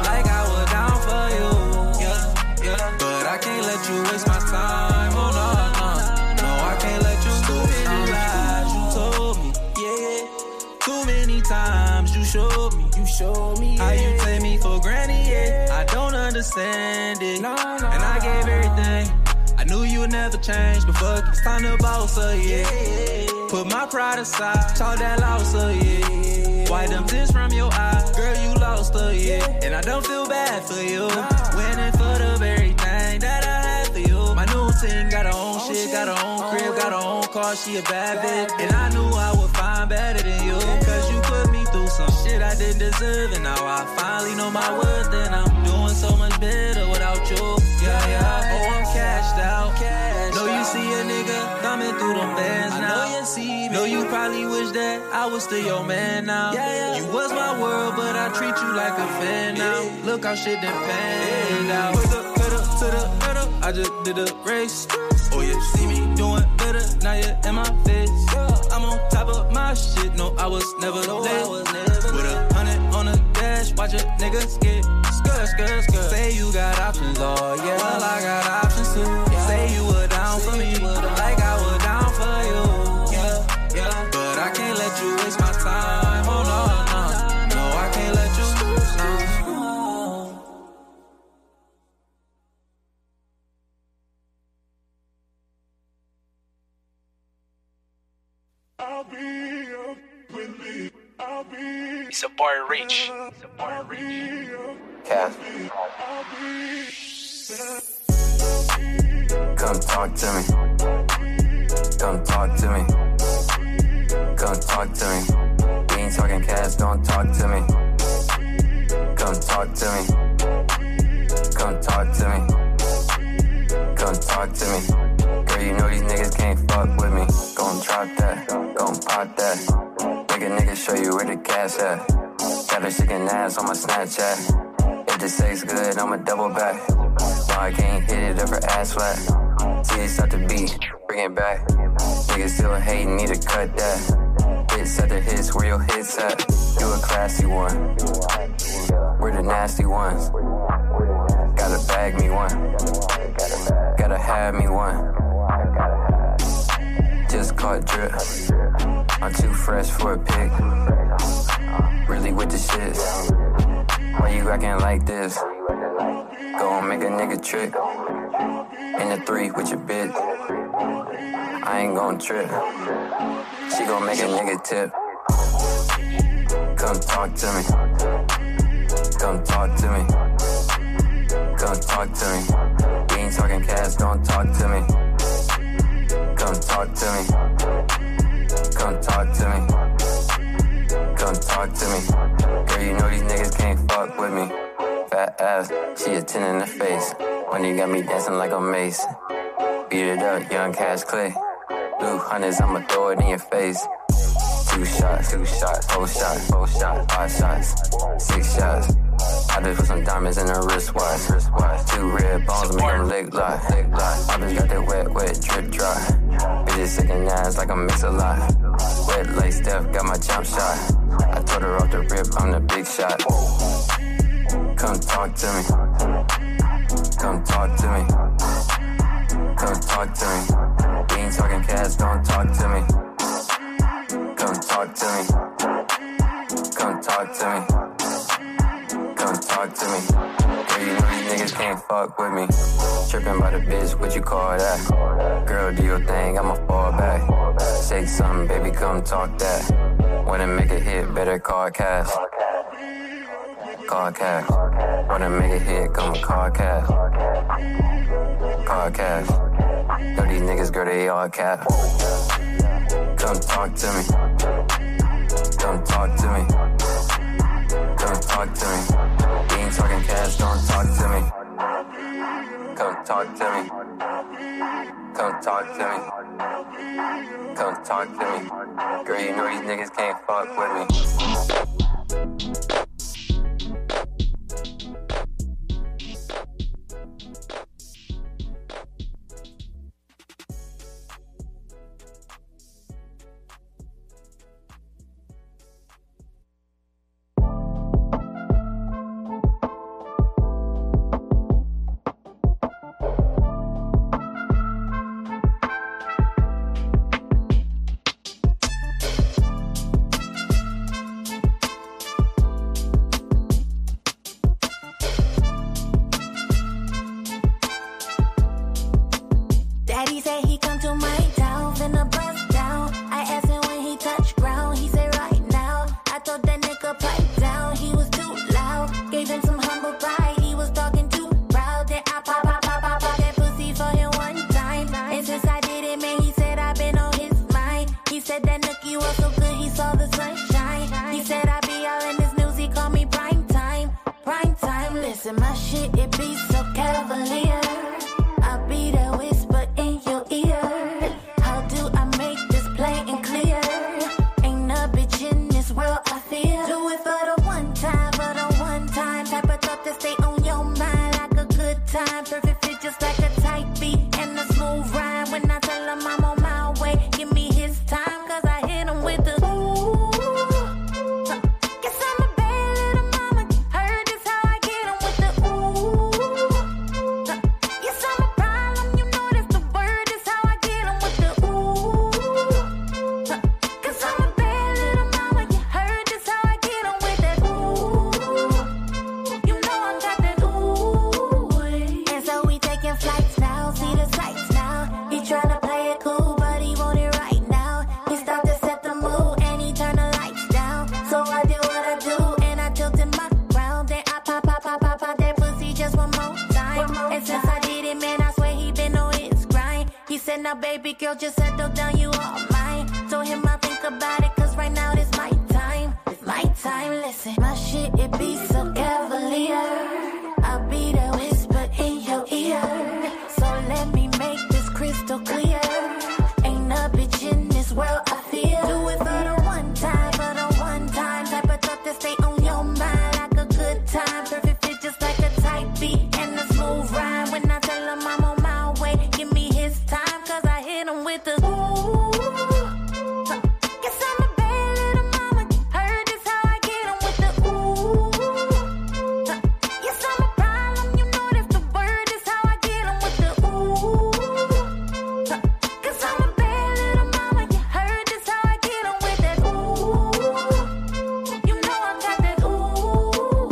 like I was down for you. Yeah, yeah. But I can't let you waste my time, oh no, no. No, I can't let you do any lies you told me. Yeah, too many times you showed me. You showed me how you take me for granted. Yeah. I don't understand it. and I gave everything. I knew you would never change, but fuck, it, it's time to boss up, yeah. Put my pride aside, talk that loss up, yeah. Wipe them tears from your eyes, girl, you lost her, yeah. And I don't feel bad for you. Winning for the very thing that I had for you. My new team got her own shit, got her own crib, got her own car, she a bad bitch. And I knew I would find better than you, cause you put me through some shit I didn't deserve. And now I finally know my worth, and I'm doing so much better without you. Yeah, yeah, oh, I'm cashed out. Know you see a nigga thumbing through them bands now. Know you, probably wish that I was still your man now. You was my world, but I treat you like a fan now. Look how shit done panned out. Put the- put the- to the middle, I just did a race. Oh, you see me doing better, now you're in my face. I'm on top of my shit, no, I was never late. With a hundred on the dash, watch a nigga skip. Skirt, skirt, skirt. Say you got options, oh yeah. Well, I got options too. Say you were down for me, like I was down for you. Yeah, yeah. But I can't let you waste my time, oh no, no. No, I can't let you. no.
It's a boy reach. It's a boy reach. Cass.
Come talk to me. Come talk to me. Come talk to me. We ain't talking cash, don't talk to me. Come talk to me. Come talk to me. Come talk to me. Girl, you know these niggas can't fuck with me. Gon' drop that, gon' pop that. Make a nigga show you where the cash at. Got a chicken ass on my Snapchat. If the sex good, I'ma double back. No, I can't hit it up her ass flat. Titties out the beat, bring it back. Niggas still hating, need to cut that. Hits after hits, where your hits at? You a classy one. We're the nasty ones. Gotta bag me one. Gotta have me one. Just caught drip. I'm too fresh for a pic. Really with the shits. Why you acting like this? Go and make a nigga trick. In the three with your bitch. I ain't gon' trip. She gon' make a nigga tip. Come talk to me. Come talk to me. Come talk to me. We ain't talking cash, don't talk to me. Come talk to me. Come talk to me. Come talk to me. Girl, you know these niggas can't fuck with me. Fat ass, she a 10 in the face. When you got me dancing like a mace. Beat it up, young cash clay. Blue hunters, I'ma throw it in your face. Two shots, two shots, four shots, four shots, five shots, six shots. I just put some diamonds in her wristwatch, wristwatch. Two red bones make them lick lock, lick lock. I just got that wet, wet drip dry. Bitches sickin' ass like I mix a lot. Wet like Steph, got my jump shot. I told her off the rip, I'm the big shot. Come talk to me. Come talk to me. Come talk to me. We ain't talking cash, don't talk to me. Come talk to me. Come talk to me. Come talk to me. Girl, you know these niggas can't fuck with me. Tripping by the bitch, what you call that? Girl, do your thing, I'ma fall back. Shake something, baby, come talk that. Wanna make a hit, better call cash. Call cash. Wanna make a hit, come call cash. Call cash. Know these niggas, girl, they all cap. Come talk to me. Come talk to me. Come talk to me. We ain't talking cash, don't talk to me. Come talk to me. Come talk to me. Come talk to me. Girl, you know these niggas can't fuck with me.
be so cavalier. I'll be the whisper in your ear. How do I make this plain and clear? Ain't a bitch in this world I feel. Do it for the one time, for the one time type of thought that stay on your mind like a good time. Perfect fit just like a tight beat and a smooth rhyme. When I tell 'em I'm on my way, give me his time, cause I hit him with the ooh. Guess I'm a bad little mama. Heard this how I get 'em with the ooh. Yes, I'm a problem. You know that's the word. That's how I get 'em with the ooh. Cause I'm a bad little mama. You heard this how I get 'em with that ooh. You know I got that ooh. And so we taking flights now. See the sights now. He tryna play it cool, but he want it right now. He stopped to set the mood and he turned the lights down. So I did what I do and I tilted my ground. Then I pop, pop, pop, pop, pop that pussy just one more time. and since I did it, man, I swear he been on his grind. He said, now baby girl, just settle down, you all mine. Told him I think about it, cause right now this my time. It's my time, listen. My shit, it be so cavalier. I'll be the whisper in your ear. So let me make this crystal clear. Ain't a bitch in this world I feel. Do it for the one time, for the one time. Type of thought that stay on your mind like a good time. Perfect fit just like a tight beat and a smooth rhyme. When I tell him I'm on my way, give me his time, cause I hit him with the ooh. Guess I'm a bad little mama. Heard this how I get 'em with the ooh. Yes, I'm a problem. You know that's the word. That's how I get 'em with the ooh. Cause I'm a bad little mama. You heard this how I get 'em with that ooh. You know I got that ooh.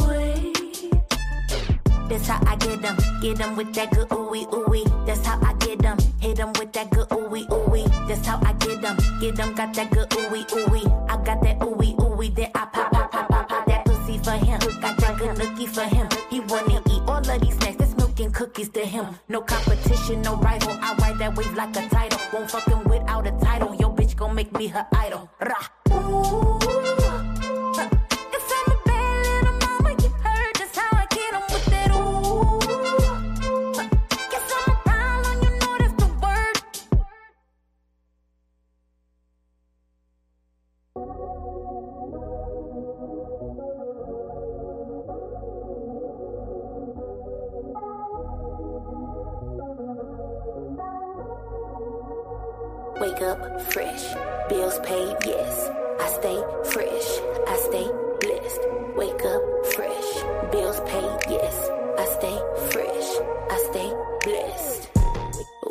That's how I get 'em. Get 'em with that good ooey ooey. That's how I get 'em. Hit 'em with that good ooey ooey. That's how I get 'em. Get 'em got that good ooey ooey. I got that ooey ooey. Then I pop pop pop pop pop that pussy for him. Got that good nookie for him. He wanna eat all of these snacks. That's milk and cookies to him. No competition, no rival. I ride that wave like a title. Won't fuck him without a title. Yo bitch gon' make me her idol. Rah. Ooh. Guess I'm a bad little mama. You heard that's how I get 'em with that ooh. Guess I'm a problem, you know that's the word. Wake up fresh, bills paid, yes. I stay fresh, I stay blessed. Wake up fresh, bills paid, yes. I stay fresh, I stay blessed.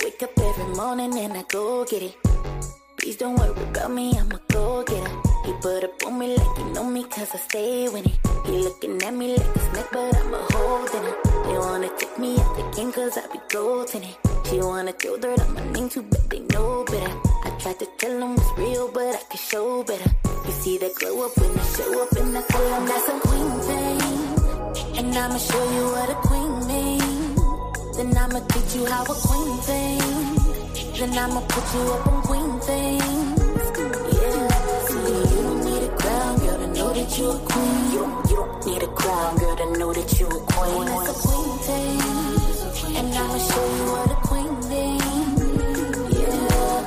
Wake up every morning and I go get it. Please don't worry about me, I'ma go get it. He put up on me like he know me cause I stay with it. He looking at me like a snack, but I'm a holding it. They wanna take me out the game cause I be golden it. She wanna throw dirt on my name, too bad they know better. I tried to tell them it's real, but I can show better. You see that glow up when I show up in the club. I'm not some queen thing, and I'ma show you what a queen mean. Then I'ma teach you how a queen thing. Then I'ma put you up on queen things. Yeah, see, you don't need a crown, girl, to know that you a queen. You don't, you don't need a crown, girl, to know that you a queen. That's a queen thing, and I'ma show you what a queen thing.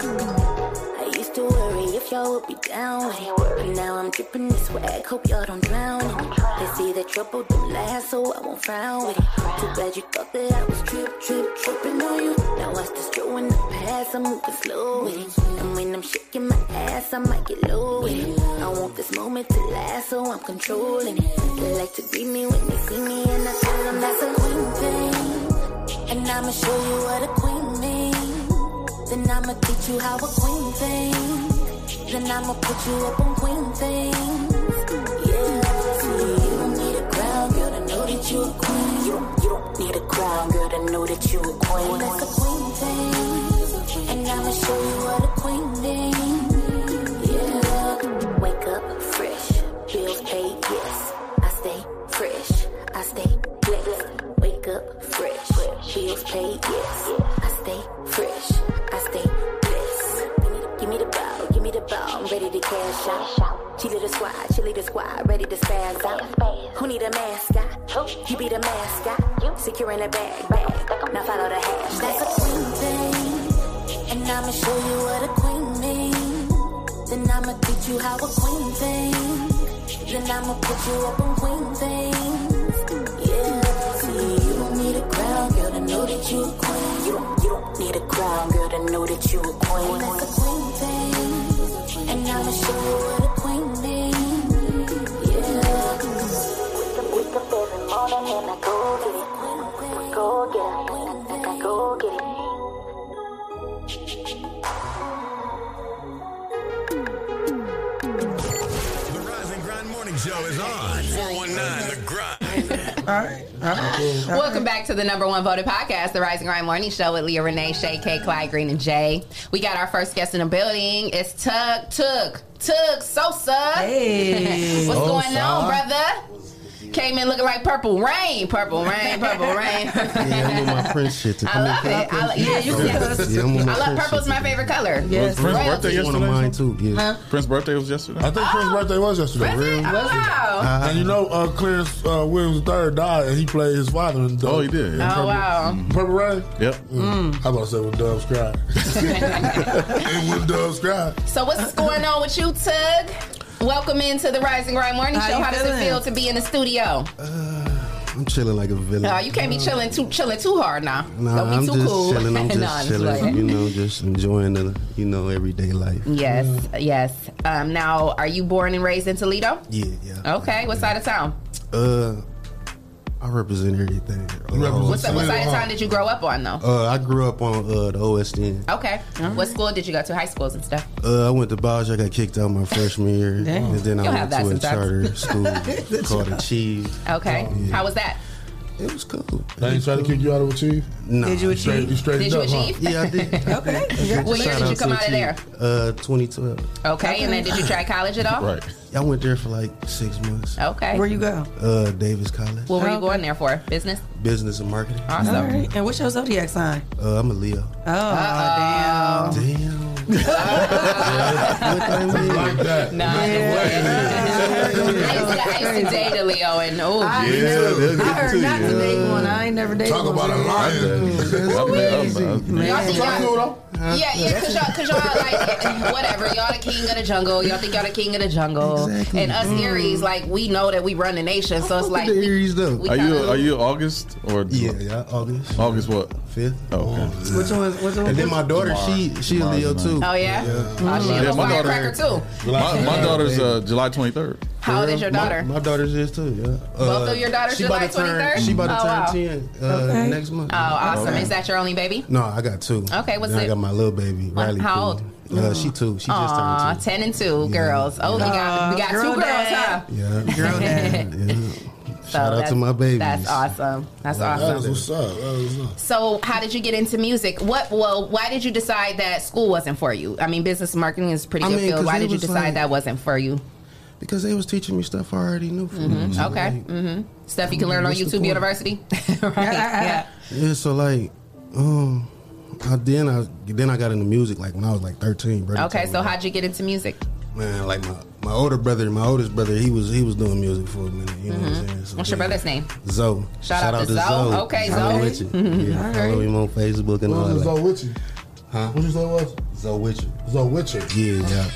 Yeah, I used to worry if y'all would be down with it, but now I'm dripping this swag. Hope y'all don't drown in it. They see that trouble don't last, so I won't frown with it. Too bad you thought that I was trip, trip, tripping on you. Now watch this show in the past, I'm moving slow with it. And when I'm shaking my ass, I might get low with it. I want this moment to last, so I'm controlling it. They like to greet me when they see me, and I tell them that's a queen thing. And I'ma show you what a queen means. Then I'ma teach you how a queen thing. Then I'ma put you up on queen things. Yeah, see, you don't need a crown, girl, to know that you a queen. You don't, you don't need a crown, girl, to know that you a queen. That's a queen thing, and I'ma show you what a queen means. Yeah, wake up fresh, bills paid, yes. I stay fresh, I stay blessed. Wake up fresh, bills paid, yes. I stay fresh, I stay blessed. Give me the ball, give me the ball, I'm ready to cash out. Cheerleader squad, cheerleader squad, ready to spaz out. Who need a mascot? You be the mascot. Securing a bag, bag. Now follow the hash.
That's a queen thing. And I'ma show you what a queen means. Then I'ma teach you how a queen thinks. Then I'ma put you up on queen things. Yeah. See, you don't need a crown, girl, to know that you a queen.
You don't, you don't need a crown, girl, to know that you a queen.
That's a queen thing. And I'ma show you what a queen means. Yeah.
Wake up every morning and I go get it. Go get it. Like I go get it.
The Rise and Grind Morning Show is on. 419 The Grind.
All right. All right.
Welcome back to the number one voted podcast, the Rising Grind Morning Show with Leah Renee, Shay K, Clyde Green, and Jay. We got our first guest in the building. It's Tug, Tug, Tug Sosa.
Hey.
What's going
Sosa.
on, brother? Came in looking like purple rain, purple rain, purple rain.
Yeah, I'm with my Prince shit. To
I
come in
love
for
it.
my
I
Prince
lo-
shit.
yeah, you
yeah,
can.
I'm with my
I love
Prince
purple's my favorite color.
shit. Was Prince's
Royalty.
birthday yesterday? One of mine too. Yeah.
Prince's birthday was yesterday.
I think Prince's birthday was yesterday.
Was it?
Really?
Oh, wow.
Uh, and you know, uh, Clarence uh, Williams III died, and he played his father. In the
Oh, he did, yeah. Oh, wow.
Purple Rain. Mm.
Yep.
I was about to say when doves cry. and when doves cry.
So what's going on with you, Tug? Welcome into the Rising Grind Morning
How
Show.
you
How does
feeling?
it feel to be in the studio?
I'm chilling like a villain.
Uh, you can't be chilling too chilling too hard now.
Nah,
Don't be
I'm
too
just
cool.
chilling. I'm just
Nah, I'm just
chilling.
playing.
you know, just enjoying the you know everyday life.
Mm. Yes, yes. Um, now, are you born and raised in Toledo?
Yeah, yeah.
Okay, what side of town?
Uh, I represent everything. Uh,
What's what side of town did you grow up on though?
Uh, I grew up on uh, the OSN.
Okay. What school did you go to? High schools and stuff.
Uh, I went to Bodge. I got kicked out my freshman year,
Dang.
and then I
You'll have
went to
that
a
sometimes.
charter school called Achieve.
Okay.
Oh, Yeah.
How was that?
It was cool.
They ain't trying to kick you out of a chief?
No.
Did you You straight- achieve? you straightened
Did you
up, huh?
achieve?
Yeah, I did.
okay. What year
Shout
did you
out
come
to
out of there?
Achieve. Uh, 2012.
Okay, and then did you try college at all?
I went there for like six months.
Okay.
Where you go?
Uh, Davis College. Oh.
What were you going there for? Business?
Business and marketing.
Awesome.
All right. And what's your zodiac sign?
Uh, I'm a Leo.
Oh, damn.
like that.
I used to date a Leo and oh
I Yeah, knew. they'll I get heard to not you. to date one. I ain't never dated
Talk
one.
about a lion.
Y'all think
Talk to
y'all, yeah, yeah, cause y'all, cause y'all like whatever. Y'all the king of the jungle. Y'all think y'all the king of the jungle. And us Aries,
Mm.
like we know that we run the nation, so it's like we, we
Are you
kinda-
are you August or yeah
yeah August
August what
fifth
oh okay
Which one? Which one?
And then my daughter, she she a Leo too.
Oh yeah, oh she
Yeah,
a
my daughter-
firecracker too.
my, my daughter's uh, July twenty third
How old is your daughter?
My, my daughter's is too. Yeah.
Both of your daughters
she
July
about to turn-
twenty third.
She about to turn ten uh, next month.
Oh, awesome!
Okay.
Is that your only baby?
No, I got two.
Okay, what's
then I
it-
got my little baby Riley.
How old?
Poole. Uh, she two. She just
Aw,
turned
ten and two girls. Oh, we got we got
Aw,
two
girl
girls, huh?
dad.
two. Yeah.
Girl
dad.
So
Shout out
that's-
to my babies.
That's awesome. That's awesome.
What's up?
So, how did you get into music? What? Well, why did you decide that school wasn't for you? I mean, business marketing is a pretty
I
good
mean,
field.
'cause
Why
it
did you
was
decide
like-
that wasn't for you?
Because they was teaching me stuff I already knew from them.
Mhm.
So,
Okay.
like,
hmm Stuff you can learn on
what's the
YouTube
point?
University. right. Yeah.
Yeah, so like, um, I, then I then I got into music like when I was like thirteen, bro.
Okay. So, how'd you get into music?
man, like my my older brother, my oldest brother, he was he was doing music for a minute. You know what I'm saying?
Mhm.
So,
What's your
yeah.
brother's name?
Zoe.
Shout out to Zoe. Okay,
Follow
Zoe.
With you.
Mhm.
Yeah,
All
Follow
right.
him on Facebook and all
What was
that.
Zoe with you?
Huh?
What you say was?
Zoe Witcher.
Zoe Witcher.
Yeah, yeah. yeah.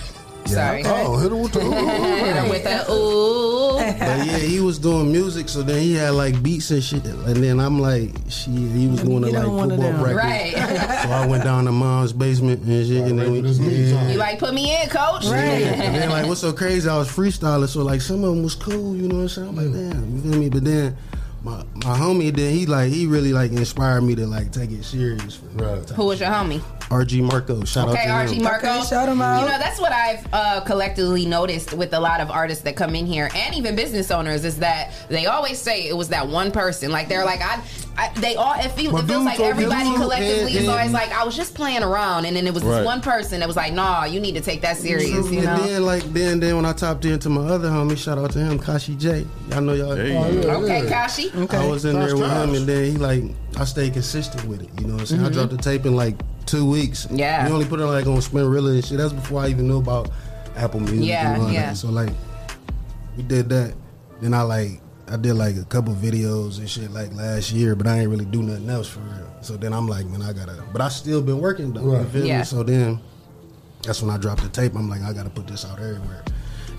Sorry.
Oh, hit him with the
Hit with a ooh.
But yeah, he was doing music, so then he had like beats and shit. And then I'm like, shit, he was going to
get
like
on one of
football
them.
practice.
Right.
so I went down to mom's basement and shit. and then we, yeah.
You like put me in, coach?
Yeah. And then like what's so crazy, I was freestyling, so like some of them was cool, you know what I'm saying? I'm like, damn, you feel me? But then my my homie then he like he really like inspired me to like take it serious. Right.
Who was your homie?
RG Marco, shout
okay,
out to
RG
him.
Marco.
shout him out.
You know, that's what I've uh, collectively noticed with a lot of artists that come in here and even business owners is that they always say it was that one person. Like they're like, I, I they all. It, feel,
My
it feels
dude
like
told me
everybody
this.
collectively is
Yeah,
always
yeah.
like, I was just playing around, and then it was
Right.
this one person that was like, Nah, you need to take that serious. You
and
know.
then like then then when I topped into my other homie, shout out to him, Kashi J. Y'all know y'all.
Hey.
Okay, Kashi.
I was in there with him, and then he like I stayed consistent with it. You know what I'm saying?
Mhm.
I dropped the tape in like two weeks.
Yeah.
we only put it like on Spin Rilla and shit. That's before I even knew about Apple Music.
Yeah,
and all
yeah.
That. So like, we did that. Then I like I did like a couple videos and shit like last year, but I ain't really do nothing else for real. So then I'm like, man, I gotta. But I still been working though. You Right. feel me? Yeah. So then that's when I dropped the tape. I'm like, I gotta put this out everywhere.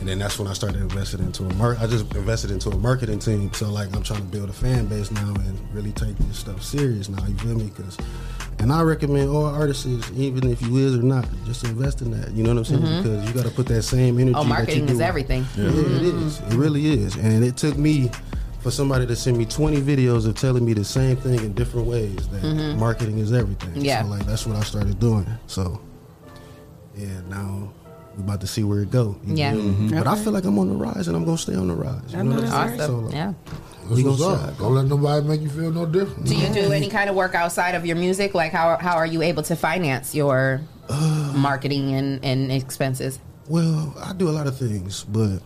And then that's when I started investing into a mark. I just invested into a marketing team. So like, I'm trying to build a fan base now and really take this stuff serious now. You feel me? Because and I recommend all artists, even if you is or not, just invest in that. You know what I'm saying?
Mhm.
Because you got to put that same energy.
Oh, marketing
that you do.
is everything.
Yeah, it
Mhm.
is. It really is. And it took me for somebody to send me 20 videos of telling me the same thing in different ways. That
Mhm.
marketing is everything.
Yeah.
So like that's what I started doing. So yeah, now we're about to see where it go. You
Yeah.
feel me?
Mm-hmm.
Mhm.
But I
Okay.
feel like I'm on the rise, and I'm gonna stay on the rise. You
I
know
know
what I'm
that's
saying?
right.
So, like,
Yeah.
That's
we gonna
what's
see
up.
how it
Don't let nobody make you feel no different.
Do you do any kind of work outside of your music? Like how how are you able to finance your
Uh.
marketing and, and expenses?
Well, I do a lot of things, but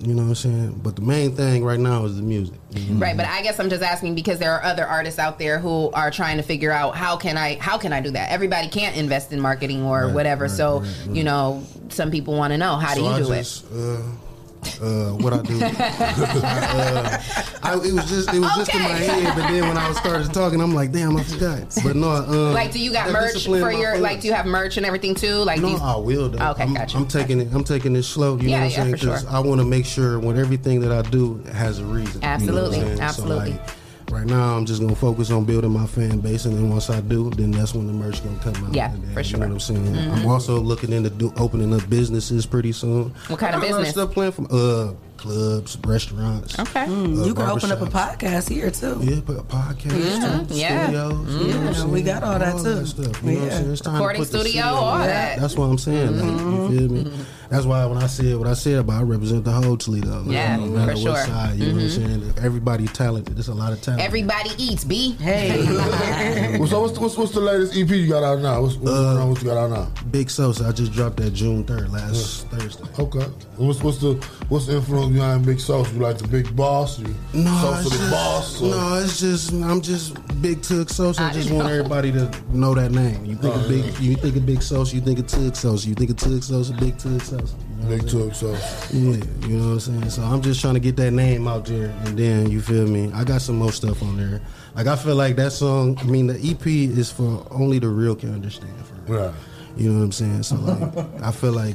you know what I'm saying. But the main thing right now is the music. you know?
Right, but I guess I'm just asking because there are other artists out there who are trying to figure out how can I how can I do that? Everybody can't invest in marketing or
Right,
whatever.
right,
so,
right, right.
you know, some people want to know how
So
do you
I
do
just, Uh, uh, what I do? uh, I, it was just it was just in my
Okay.
head, but then when I started talking, I'm like, damn, I forgot. But no, I,
it?
um,
like do you got
that
merch
discipline
for
my
your
foot.
like do you have merch and everything too? Like
No,
these,
I will. Though.
Okay,
I'm,
gotcha.
I'm taking it. I'm taking it slow. You
Yeah,
know what
yeah,
I'm saying?
for sure.
I want to make sure when everything that I do has a reason.
Absolutely,
You know what I'm saying?
absolutely.
So like, right now, I'm just gonna focus on building my fan base, and then once I do, then that's when the merch gonna come out.
Yeah,
And then,
for
You know what I'm saying?
Mhm.
I'm also looking into do, opening up businesses pretty soon.
What kind of
I got a lot
business?
stuff planned from uh clubs, restaurants.
Okay.
uh,
Mm, you can open up a
barbershops.
podcast here too.
Yeah, put a podcast.
Mm-hmm,
Mhm,
too,
yeah.
Studios, you know
Mhm.
what I'm
Yeah,
saying?
we got all that too.
stuff, you know what I'm
Yeah.
saying? It's time
Recording
to put the
studio,
on.
all
Yeah,
that. Mm-hmm.
That's what I'm saying. like, you feel me? That's why when I said what I said about I represent the whole Toledo. Like,
Yeah,
no matter
for sure.
what side, you know what I'm
Mhm.
saying? Everybody talented. There's a lot of talent.
Everybody eats, B.
Well, so what's, what's what's the latest EP you got out now? What's, what's, going on? what you got out now?
Uh, Big Sosa. I just dropped that June third last Thursday.
Okay. What's what's the what's the influence behind Big Sauce? You like the big boss? You
No,
Sauce
it's
the
just,
boss? or-
no, it's just I'm just Big Tug Sosa. I
I
just
know.
want everybody to know that name. You think
Oh,
of Big,
yeah.
you think of Big Sosa, you think of Tug Sosa, you think of Tug Sosa, Big Tug Sosa.
Big Tug Sosa.
Yeah, you know what I'm saying. So I'm just trying to get that name out there, and then you feel me. I got some more stuff on there. Like I feel like that song. I mean, the EP is for only the real can understand. For
real.
You know what I'm saying. So like, I feel like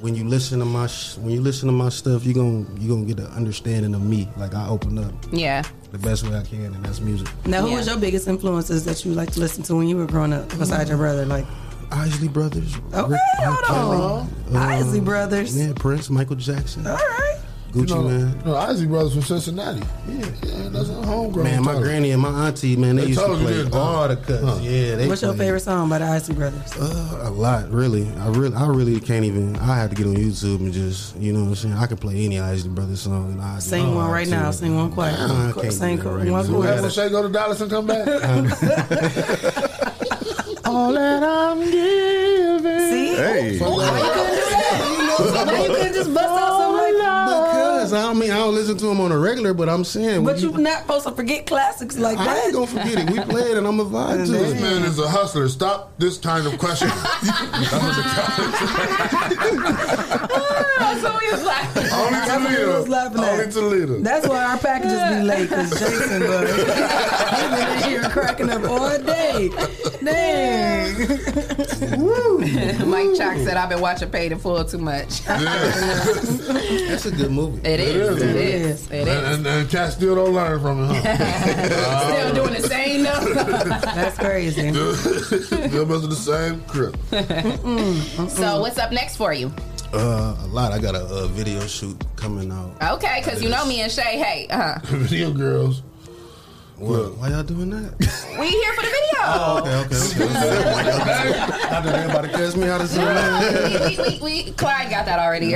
when you listen to my sh- when you listen to my stuff, you gonna you gonna get an understanding of me. Like I open up
Yeah.
the best way I can, and that's music.
Now, who was your biggest influences that you like to listen to when you were growing up, besides your brother? Like
Mm. Isley Brothers.
Okay, hold on. Isley Brothers.
Yeah, Prince, Michael Jackson. All
right.
Gucci
you know,
man.
No, Isley Brothers from Cincinnati. Yeah, yeah that's a homegrown.
Man, my
talent.
granny and my auntie, man, they,
They
used to
told you
play
this,
all
huh?
the cuts.
Huh.
Yeah, they Uh,
What's your
played
favorite song by the Isley Brothers?
A lot, really. I really, I really can't even. I have to get on YouTube and just, you know what I'm saying. I can play any Isley Brothers song, and I
Sing
one
one right now. Sing one quiet.
I can't
Sing
do that
one
right now.
quiet.
That's when Shay go to Dallas and come back.
All that I'm giving.
See?
Hey.
Why you couldn't do that? Why you couldn't just bust out something like
Because I mean, I don't listen to them on a regular, but I'm saying. when
But you're not supposed to forget classics like that.
I ain't gonna forget it. We play it, and I'm a vibe to
This
it.
man is a hustler. Stop this kind of question.
so he was like,
Only
That's what he was laughing at.
Only Toledo.
That's why our packages be late because Jason, bro, he been in here cracking up all day. Dang.
Mike Chalk said I've been watching Paid in Full too much.
That's a good movie.
It is. It is. It
And,
is.
and, and cats still don't learn from it, huh? Uh,
Still doing the same though.
That's crazy.
Still messing the same crib.
Mm-hmm.
so what's up next for you?
Uh, a lot. I got a, uh video shoot coming out.
Okay, because you know me and Shay. Hey, uh,
Video girls.
What? Why y'all doing that?
we here for the video.
Oh, okay, okay, okay. After everybody cuss me out of
No, we, we, we, we, Clyde got that already.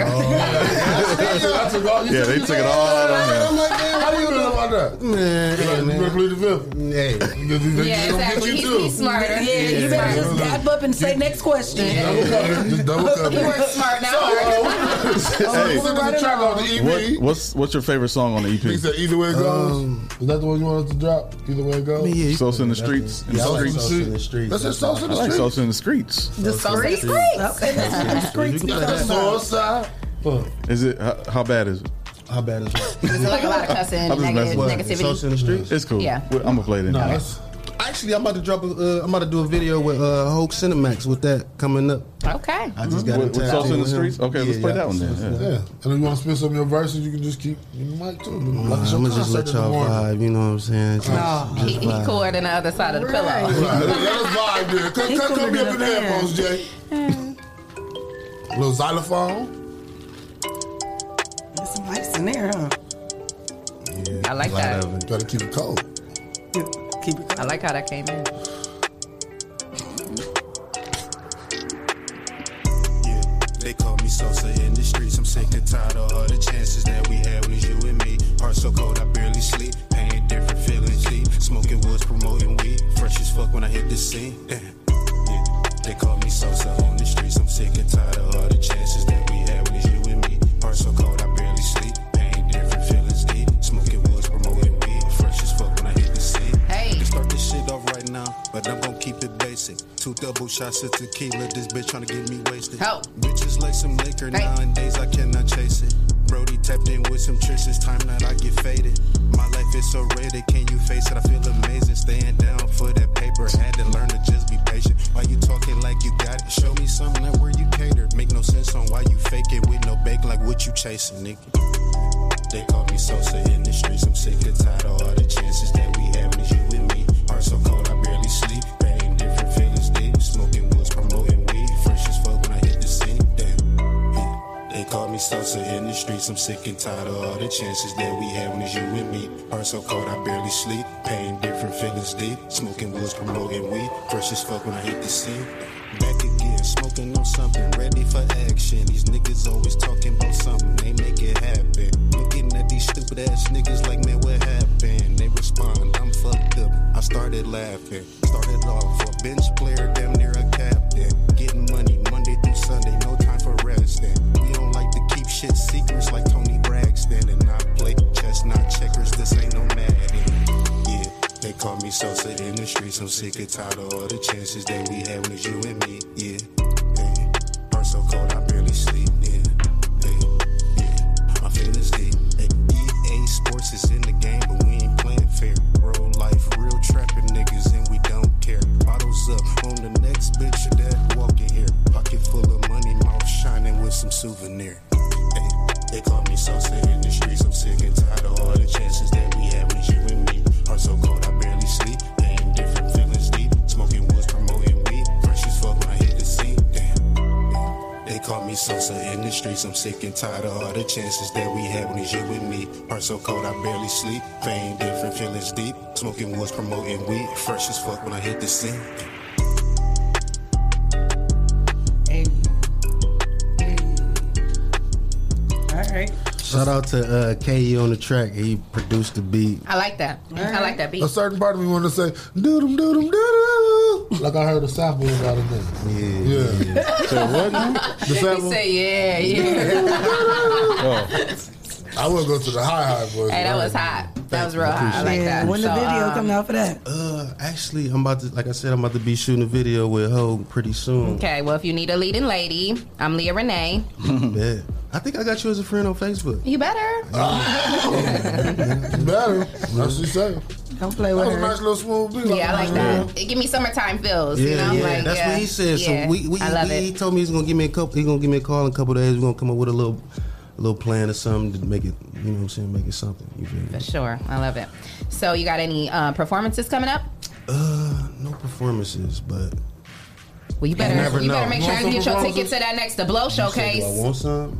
Yeah, they took it all out on him.
I'm like, man, how do you feel about that?
Man,
you like, you better plead the fifth.
Hey.
You, you,
Yeah,
you gonna
exactly.
Get
He's,
you too.
he's smarter.
Yeah, you better just dap up and say next question.
Just double cover.
You were smart now.
Hey.
Send us a track off the EP.
What, what's what's your favorite song on the E EP?
He said, either way it goes. is that the one you want us to drop. Either way it goes.
Yeah, you- Sosa in the streets.
Yeah, I like Sosa in the streets. That's it. Sosa in the
I like
streets.
Sosa in the streets.
The Sosa in the
Oh,
streets.
You can play that. Sosa.
Is it? How, how bad is it?
How bad is it?
It's like a lot of cussing,
I'm just
neg-
messing with you.
negativity. Sosa in the streets?
It's cool.
Yeah.
I'm gonna play it in.
No,
No,
that's- Actually, I'm about to drop. A, uh, I'm about to do a video with uh, Hulk Cinemax with that coming up.
Okay.
I just got
With-
in
with
touch
Sosa in the
with him.
Streets? Okay, let's play that one then,
Sosa.
Yeah. And if you want to spin some of your verses, you can just keep. You might too. Like it's your
I'm gonna just
concert
let
in the
y'all
morning.
vibe. You know what I'm saying? Just,
Nah.
just
He, he
vibe.
cord on the other side of the pillow.
Right, let us vibe there. Come,
He's
come,
gonna
come
be
get up in the
the man.
headphones, Jay. Little xylophone.
There's some ice in there, huh?
I like that.
Gotta keep it cold.
Keep it.
I like how that came in.
They call me Sosa in the streets. I'm sick and tired of all the chances that we had when it's you and me. Heart so cold, I barely sleep. Pain, different feelings deep. Smoking woods, promoting weed. Fresh as fuck when I hit the scene. Damn. Yeah. They call me Sosa on the streets. I'm sick and tired of all the chances that we had when it's you and me. Heart so cold, I barely sleep. Pain, different feelings deep. Smoking woods, promoting weed. Fresh as fuck when I hit the scene.
Hey.
Can start this shit off right now, but I'm gonna keep it basic. Two double shots of tequila. This bitch tryna get me wasted.
Help.
Bitches like some liquor nowadays, I cannot chase it. Brody tapped in with some tricks, it's time that I get faded. My life is so rated, can you face it? I feel amazing, staying down for that paper. Had to learn to just be patient. Why you talking like you got it? Show me something that where you cater. Make no sense on why you fake it with no bake, like what you chasing, nigga. They call me Sosa in the streets. I'm sick and tired of all the chances that we have is you and me. Heart so cold, I barely sleep. Pain, different feelings deep. Smoking woods, promoting weed. Fresh as fuck when I hit the scene. Damn. Yeah. They call me Sosa in the streets. I'm sick and tired of all the chances that we have when it's you and me. Heart so cold, I barely sleep. Pain, different feelings deep. Smoking woods, promoting weed. Fresh as fuck when I hit the scene. Back again, smoking on something, ready for action. These niggas always talking about something, they make it happen. Looking at these stupid ass niggas like, man, what happened? They respond, I'm fucked up. I started laughing. Started off a bench player, damn near a captain. Getting money Monday through Sunday, no time for resting. We don't like to keep shit secrets like Tony Braxton. And I play chess, not checkers, this ain't no Madden. Yeah. They call me Sosa in the streets. I'm sick and tired of all the chances that we had when it's you and me. Yeah, yeah. Heart so cold, I barely sleep. Yeah, yeah. yeah. My feelings deep. Hey, EA E Sports is in the game, but we ain't playing fair. Real life, real trapping niggas, and we don't care. Bottles up on the next bitch that walk in here. Pocket full of money, mouth shining with some souvenir. Hey, they call me Sosa in the streets. I'm sick and tired of all the chances that we had with you and me. Heart so cold, I barely sleep. Pain, different feelings deep. Smoking woods, promoting weed. Fresh as fuck when I hit the scene. Damn. damn. They call me Sosa in the streets. I'm sick and tired of all the chances that we had when it's you and me. Heart so cold, I barely sleep. Pain, different feelings deep. Smoking woods, promoting weed. Fresh as fuck when I hit the scene.
All right.
Shout out to uh, KE on the track. He produced the beat.
I like that. I like that beat.
A certain part of me want to say, doo dum doo dum doo doo. Like I heard a sample about it then. Yeah. yeah.
Say what now?
The
He
sample?
say yeah, yeah.
Oh.
I would go to the high high voice.
hey, that was hot. That was real hot. I like that. So, um,
out for that?
Uh, actually, I'm about to, like I said, I'm about to be shooting a video with Hogue pretty soon.
Okay, well, if you need a leading lady, I'm Leah Renee.
yeah. I think I got you as a friend on Facebook.
You better.
better. That's what she said.
Don't play
with That was a her. nice little smooth beat.
Yeah, I like that. It give me summertime feels. you know? Like,
that's
yeah,
what he said. So
yeah.
we, we,
I love
we- he
it.
told me he's gonna give me a couple. He's gonna give me a call in a couple days. We're gonna come up with a little, a little plan or something to make it. You know what I'm saying? Make it something. You feel me?
For sure, I love it. So you got any uh, performances coming up?
Uh, no performances, but
well, you better
You never
you better
know.
make
You
sure
want
you get your
some performances?
ticket to that next the blow showcase.
I want some.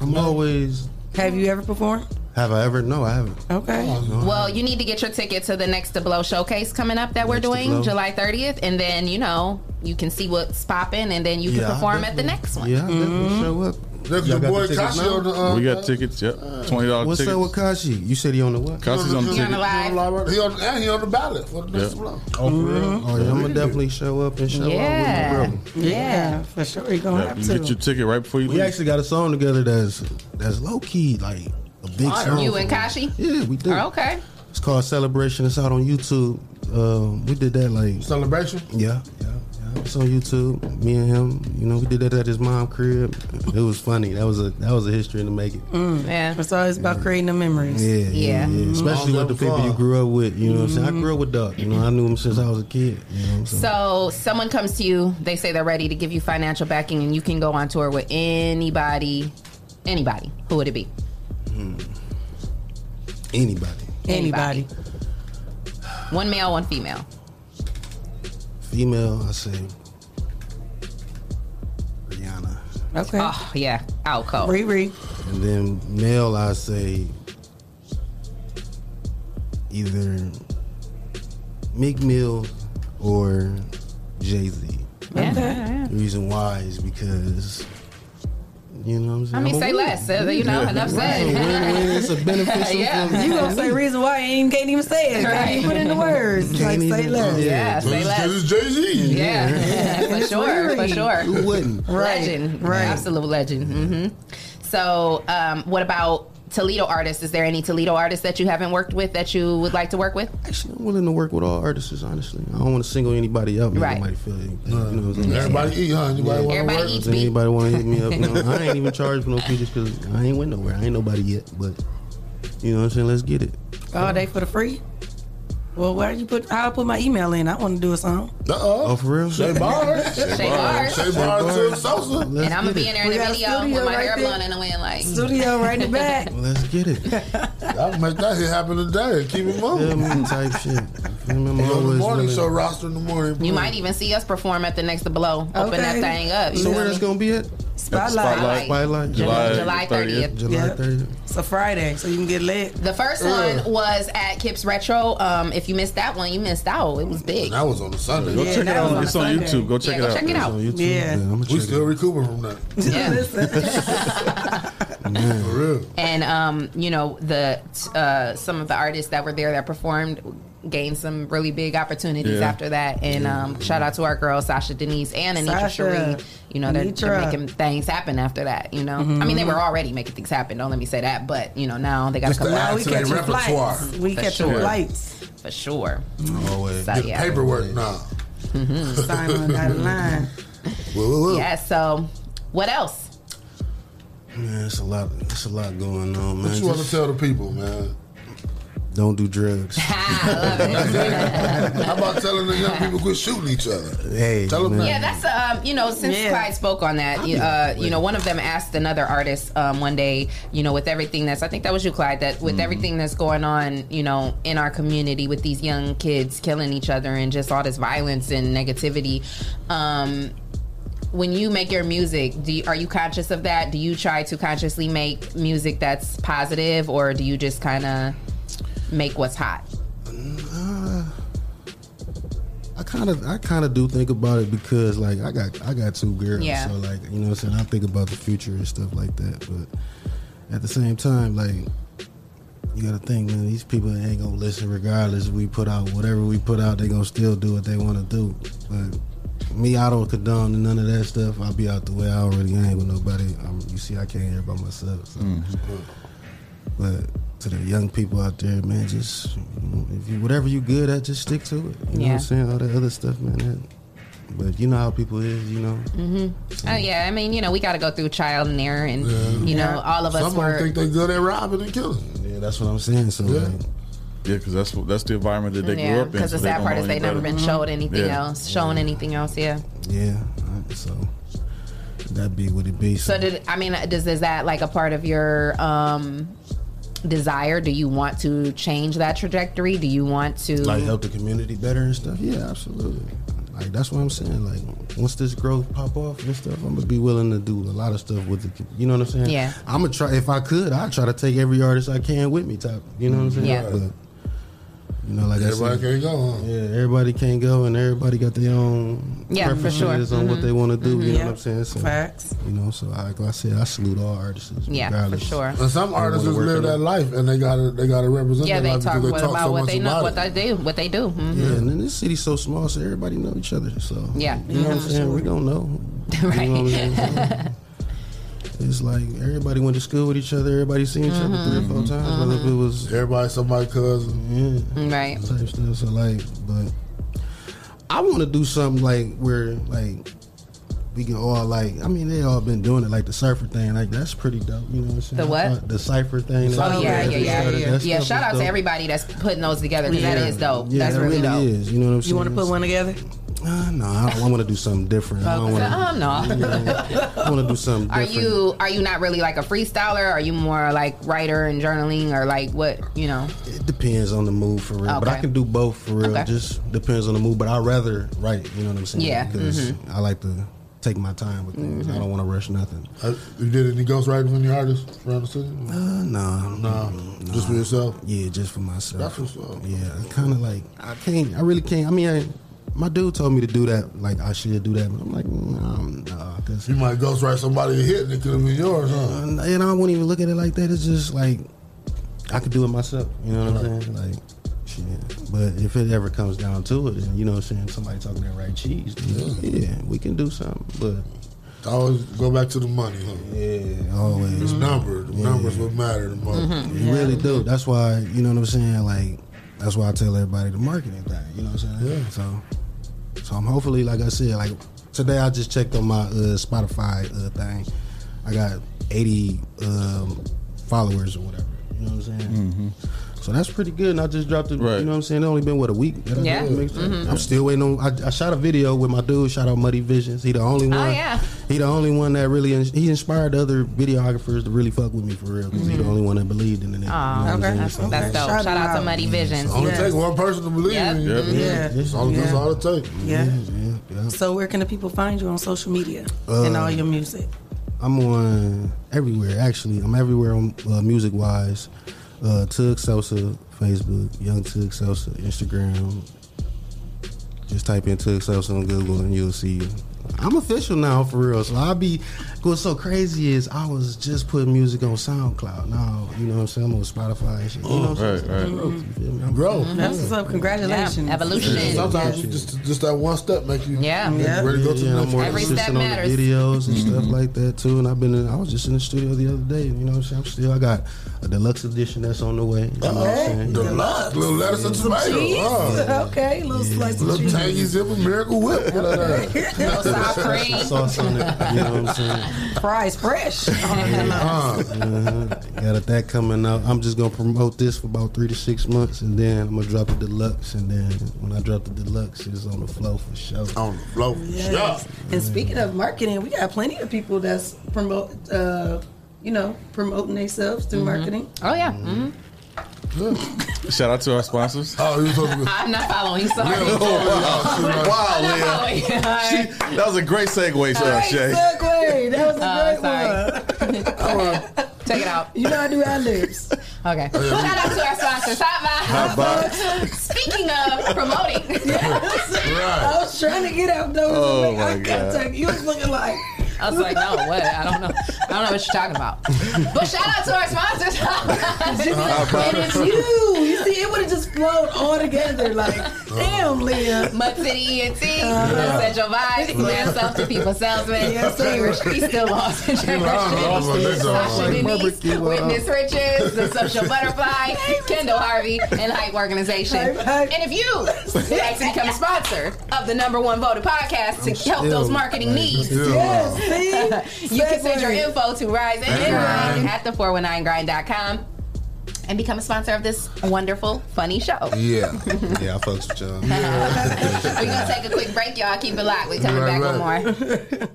I'm always.
Have you ever performed?
Have I ever? No, I haven't. Oh,
Okay.
Well, you need to get your ticket to the next the blow showcase coming up that we're
Next Da
doing
Blow.
July 30th, and then you know you can see what's popping, and then you can
Yeah, I
perform at the
definitely-
next one. Mm-hmm.
Yeah, I definitely show up.
Look,
Y'all
the
got
boy
tickets
Kashi
now?
on the, uh,
we got tickets. Yep, twenty dollars.
What's
tickets.
up with Kashi? You said he on the what?
Kashi's on the ticket.
He on, the- he on, and he on the ballot for the next
Yeah.
block.
Oh, for real? Oh, yeah, I'm gonna definitely show up and show
Yeah.
out with my brother.
Yeah, for sure. You gonna
Yeah,
have
you
to.
get
Your ticket right before you
We
leave.
actually got a song together that's that's low key like a big song.
You
for
and
me.
Kashi?
Yeah, we do.
Okay.
It's called Celebration. It's out on YouTube. Um, we did that like
Celebration?
Yeah, yeah, yeah. It's on YouTube. Me and him. You know, we did that at his mom crib. It was funny. That was a that was a history in the making.
Mm. Yeah. It's always about creating the memories.
Yeah, Mm-hmm. yeah, yeah. Especially with the people you grew up with. You know, what I'm saying I grew up with Doc. You know, I knew him since I was a kid. You know, what I'm saying?
So someone comes to you, they say they're ready to give you financial backing, and you can go on tour with anybody, anybody. Who would it be?
Mm. anybody,
Anybody.
One male, one female.
female, I say Rihanna,
Okay.
Oh yeah, out cold.
Riri.
and then male, I say either Meek Mill or Jay Z.
Yeah, yeah.
The reason why is because. You know what I'm
I mean,
saying? I'm a
say
winner.
less. uh, You know,
Yeah.
enough
Right.
said.
Win-win. It's a beneficial
Yeah.
for me.
You gonna say reason why you ain't- can't even say it? Can't even put in the words. Like say less.
It's Jay Z.
Yeah, for sure, for
Riri.
sure.
Who
wouldn't?
Right,
Legend,
right.
Absolute legend. hmm So, um, what about Toledo artists? Is there any Toledo artists that you haven't worked with that you would like to work with?
Actually, I'm willing to work with all artists, honestly. I don't want to single anybody out.
Right.
Right. Nobody feel anything. you know what I'm saying?
Everybody eat, huh? Anybody wanna Everybody work? eats
Does
meat.
Anybody want to hit me up? No, I ain't even charged for no features because I ain't went nowhere. I ain't nobody yet. But you know what I'm saying? Let's get it.
All day for the free. Well, where you put? I'll put my email in. I want to do a song.
Uh-uh.
Uh-oh.
Oh, for real?
Shay Barnes. Shay Shay Barnes. Barnes. Shay Barnes to Sosa.
Let's
and I'm gonna
get
be in
it.
there in
We
the
got a
video with
studio
my
right
hair
there.
blonde and the wind, like
Studio right in the back.
Let's get it.
I'll make that shit happen today. Keep it moving.
Feel me? Type shit. Feel me? I'm
Yo, the
always
morning
willing.
show roster in the morning.
You might even see us perform at the next blow. Open that
Okay.
thing up. you
So
feel
where
me?
that's gonna be at?
Spotlight.
Spotlight. Spotlight.
July- July 30th.
July
Yeah.
30th.
It's a Friday, so you can get lit.
The first
Ugh.
one was at Kips Retro. Um, if you missed that one, you missed out. It was big.
That was on the Sunday.
Go Yeah, check it that out. was on It's a on Sunday. YouTube. Go check
Yeah, it go out. check it out.
It's on YouTube.
Yeah.
I'ma
We
check
still recuperating from that.
Man.
For real.
and um, you know the uh, some of the artists that were there that performed gained some really big opportunities
Yeah.
after that. And um, shout out to our girls Sasha Denise and Anitra
Sasha.
Cherie. You know they're, they're
Anitra.
making things happen after that. You know,
Mhm.
I mean they were already making things happen. Don't let me say that, but you know now they got to
Just
come
to
out.
add to their repertoire.
We
For
catching
sure.
flights.
for sure.
Always.
So,
Get
yeah.
paperwork now.
Mm-hmm.
Sign on that line.
Whoa, whoa, whoa.
Yeah. So what else?
Man, it's a lot. It's a lot going on, man.
What you want to
Just
tell the people, man?
don't do drugs.
How about telling the young people quit shooting each other?
hey,
Tell 'em
man.
Yeah, that's um, you know, since
Yeah.
Clyde spoke on that, you- uh, you know, one of them asked another artist um, one day, you know, with everything that's I think that was you, Clyde, that with everything that's going on, you know, in our community with these young kids killing each other and just all this violence and negativity, um, when you make your music, do you, are you conscious of that? Do you try to consciously make music that's positive, or do you just kind of make what's hot?
Uh, I kind of, I kind of do think about it because, like, I got, I got two girls,
Yeah.
so like, you know, what I'm saying I think about the future and stuff like that. But at the same time, like, you got to think, man, these people ain't gonna listen regardless. We put out whatever we put out, they gonna still do what they want to do. But me, I don't condone none of that stuff. I'll be out the way. I don't really hang with nobody. i you see, I came here by myself. So. But to the young people out there, man, just you know, if you, whatever you good at, just stick to it. You know what
Yeah.
I'm saying? All that other stuff, man. That, but you know how people is, you know.
hmm Oh yeah, I mean, you know, we got to go through trial and error, and you know, all of us
Some
were.
of them think they good at robbing and killing.
Yeah, that's what I'm saying. So
Yeah.
like,
Yeah, because that's what that's the environment that they grew
yeah,
up in.
because the
so they
sad
don't
part
know
is
any
they never
better.
been showed anything
Yeah.
else, shown anything else. Yeah.
yeah, I- so that be what it be.
So did I mean? uh, Does is that like a part of your um desire? Do you want to change that trajectory? Do you want to
like help the community better and stuff. Yeah, absolutely. Like that's what I'm saying. Like once this growth pop off and stuff, I'm gonna be willing to do a lot of stuff with the. You know what I'm saying?
Yeah.
I'm gonna try if I could. I try to take every artist I can with me. Type. You know what I'm saying?
Yeah.
But, you know, like
Everybody
I said,
can't go, huh?
Yeah, everybody can't go, and everybody got their own
Yeah, for
preferences
sure.
on what
Mhm.
they want to do.
Mhm.
You know
Yeah.
what I'm saying? So,
Facts.
You know, so like I said, I salute all artists.
Yeah, for
regardless.
sure.
And some
They
artists
wanna
just
work
live
it
that
out.
life and they gotta they gotta represent
yeah,
their
they
life
talk,
because
what
they talk
about
so
what
much
they know,
about
what
it.
they do, what they do. Mhm.
Yeah, and then this city's so small, so everybody know each other. So
Yeah.
you know what
Mhm.
I'm saying. We don't know. You know what I'm saying? It's like everybody went to school with each other. Everybody seen each other three or
Mm-hmm.
four times. Whether if it was
everybody, somebody, cousin,
yeah, right,
type stuff. So like, but I want to do something like where like we can all like. I mean, they all been doing it like the cipher thing. Like that's pretty dope. You know what I'm saying?
The what?
Uh, The cipher thing.
Oh yeah, yeah, yeah,
That
yeah.
stuff
Yeah,
is
shout out
dope.
to everybody that's putting those together because
Yeah.
that is dope.
Yeah,
that's
that
really, dope.
Is, you know what I'm saying?
You want to put one together?
Uh, no, I, don't, I want to do something different. I don't want to.
Oh no.
I want to do something
Are
different.
you are you not really like a freestyler? Are you more like writer and journaling or like what you know?
It depends on the mood for real, but I
Okay.
can do both for real.
Okay.
Just depends on the mood, but I rather write. You know what I'm saying?
Yeah. Mm-hmm.
Because
Mhm.
I like to take my time with things. I
Mhm.
don't want to rush nothing.
Uh, you did any ghostwriting with any artists around the city?
Uh, no,
no, just for yourself.
Yeah, just for myself.
That's what's up.
Yeah, I kind of like I can't. I really can't. I mean, I, my dude told me to do that. Like I should do that, but I'm like, nah, nah, cause Uh,
You might ghostwrite somebody a hit and it could have been yours, huh?
and I won't even look at it like that. It's just like I could do it myself. You know what I'm saying? Like. Shit. But if it ever comes down to it, and you know what I'm saying, somebody talking that right cheese, then yeah, we can do something. But
I always go back to the money, huh?
Yeah, always.
It's number. The
Yeah.
numbers would matter the most.
You really do. That's why, you know what I'm saying? Like, that's why I tell everybody the marketing thing. You know what I'm saying?
Yeah.
So, so I'm hopefully, like I said, like today I just checked on my uh, Spotify uh, thing. I got 80 um, followers or whatever. You know what I'm saying? So that's pretty good. And I just dropped it. You know what I'm saying? It only been what a week. that I
Yeah.
did the mixtape.
Mhm.
I'm still waiting on. I, I shot a video with my dude. Shout out Muddy Visions. He the only
Oh,
one.
Oh, yeah.
He the only one that really. ins- He inspired the other videographers to really fuck with me for real. Because he the
Mhm.
only one that believed in it.
Ah,
Aw,
what I'm saying?
that's,
So-
that's dope. Shout, out to Muddy Visions.
Only take one person to believe
Yep.
in you.
Yep. Yeah.
That's all, that's
Yeah.
all it takes.
Yeah.
yeah, yeah.
So where can the people find you on social media and
Uh,
all your music?
I'm on everywhere. Actually, I'm everywhere on uh, music wise. Uh, Tug Sosa, Facebook, Young Tug Sosa, Instagram. Just type in Tug Sosa on Google and you'll see. I'm official now for real. So I'll be. What's so crazy is I was just putting music on SoundCloud. Now you know what I'm saying. I'm on Spotify and shit. You know what I'm saying?
Oh, Right, right.
Mm-hmm.
Growth, you feel me? I'm
Bro,
growing.
Mm-hmm. That's what's up. Congratulations.
Yeah, evolution.
Sometimes you just just that one step make you
Yeah.
make you
Yeah.
ready to go to
Yeah,
the
I'm
next
more
one.
Every step
consistent on the
matters.
videos and stuff like that too. And I've been, in, I was just in the studio the other day. You know what I'm saying? I'm still, I got a deluxe edition that's on the way. You know what I'm saying?
Deluxe. Little lettuce and
Some
tomato.
cheese?
Uh,
Oh.
Okay, little slice of
Little
cheese.
tangy zipper miracle whip. What I got?
Sauce on it. You know what I'm saying?
Fries fresh.
Uh-huh. Got that coming out. I'm just gonna promote this for about three to six months, and then I'm gonna drop the deluxe. And then when I drop the deluxe, it's on the flow for sure.
On the flow for
Yes. And speaking of marketing, we got plenty of people that's promote, uh, you know, promoting themselves through marketing.
Oh yeah. Mm-hmm.
Shout out to our sponsors. Oh,
Oh, you supposed
I'm not following. Sorry.
Oh,
wow,
I'm not
Leah.
following.
She- that was a great segue, uh, Shay.
Segway. That was a
Oh,
great
sorry. Take it out.
You know I do ad libs.
Okay. Shout out to our sponsors. Hot Box. Speaking of promoting,
I was trying to get out those.
Oh,
like, I
my
can't
God.
take- You was looking like.
I was like, no, what? I don't know. I don't know what you're talking about. But shout out to our sponsors.
and it's you. You see, it would have just flowed all together. Like, damn, Leah.
Mud City E ENT,
Uh-huh.
Essential Vibes, Man Self to People Salesman.
Yes, sir.
He's still lost in
You know, I don't know about
translation.
this, uh,
Sasha Denise,
barbecue, uh,
Witness
Oh.
Riches, The Social Butterfly, Kendall Harvey, and Hype Organization. And if you would like to become a sponsor of the number one voted podcast to help
still,
those marketing
like,
needs,
still, uh, Yes, see?
you can send your
Segway.
info to Rise and
That's
Grind
right.
at the 419grind.com and become a sponsor of this wonderful, funny show.
Yeah.
yeah, I fucks with y'all.
We're gonna take a quick break, y'all. Keep it locked. We're coming
Right,
back
right.
with more.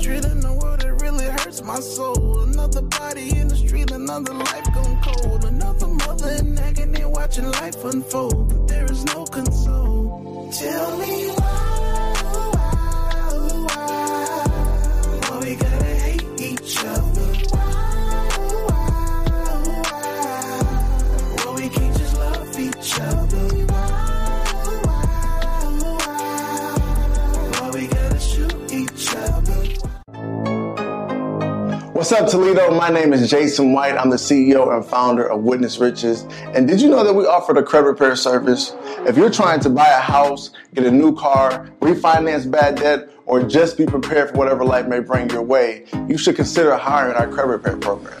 Street in the world, it really hurts my soul. Another body in the street, another life gone cold. Another mother in agony, watching life unfold. But there is no console. Tell me why, why, why we gotta hate each other? Why, why, why we can't just love each other? Why we gotta shoot each other?
What's What's up, Toledo? My name is Jason White. I'm the CEO and founder of Witness Riches. And did you know that we offer the credit repair service? If you're trying to buy a house, get a new car, refinance bad debt, or just be prepared for whatever life may bring your way, you should consider hiring our credit repair program.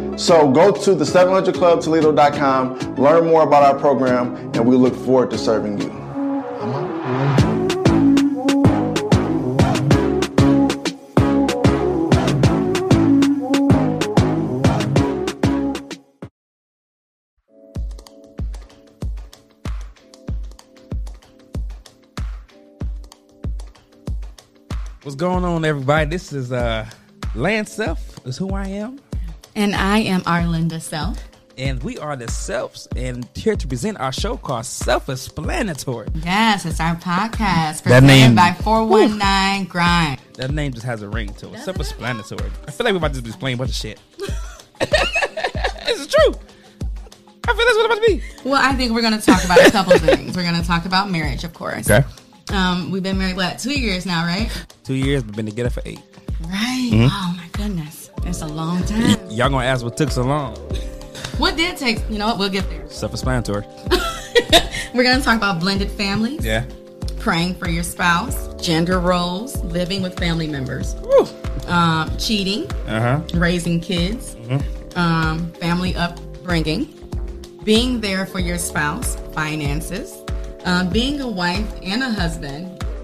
So go to the700clubtoledo.com, learn more about our program, and we look forward to serving you.
What's going on, everybody? This is uh, Lance Self, is who I am.
And I am Arlinda Self.
And we are the Selfs, and here to present our show called Self Explanatory.
Yes, it's our podcast
That
presented
name-
by 419 Grind.
That name just has a ring to it. Self explanatory. I feel like we about to be playing a bunch of shit. this is true. I feel that's what it's about to be.
Well, I think we're going to talk about a couple things. We're going to talk about marriage, of course.
Okay.
Um, we've been married, what, two years now, right?
Two years, but been together for eight.
Right.
Mhm.
Oh, my goodness. It's a long time.
Y'all gonna ask what took so long?
What did take, you know what, we'll get there.
Self explanatory.
We're going to talk about blended families,
Yeah.
praying for your spouse, gender roles, living with family members, um, cheating,
Uh huh.
raising kids, um, family upbringing, being there for your spouse, finances, um, being a wife and a husband,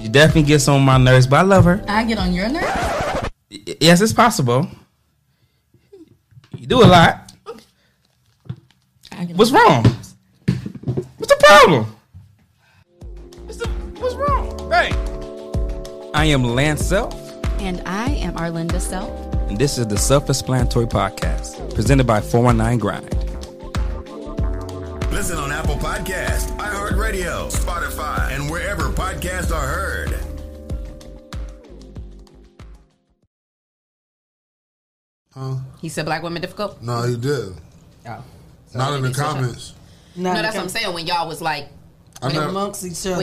She definitely gets on my nerves, but I love her.
I get on your nerves.
Y- Yes, it's possible. You do a lot. What's wrong? What's the problem? What's wrong? Hey. I am Lance Self,
And I am Arlinda Self.
and this is the Self Explanatory Podcast, presented by 419 Grind.
Listen on Apple Podcasts, iHeartRadio, Spotify, and wherever podcasts are heard.
Huh?
He said black women difficult.
No, he did.
Oh.
Not in the
it's okay.
comments.
no, that's what I'm saying. When y'all was like
I
when it-
never-
When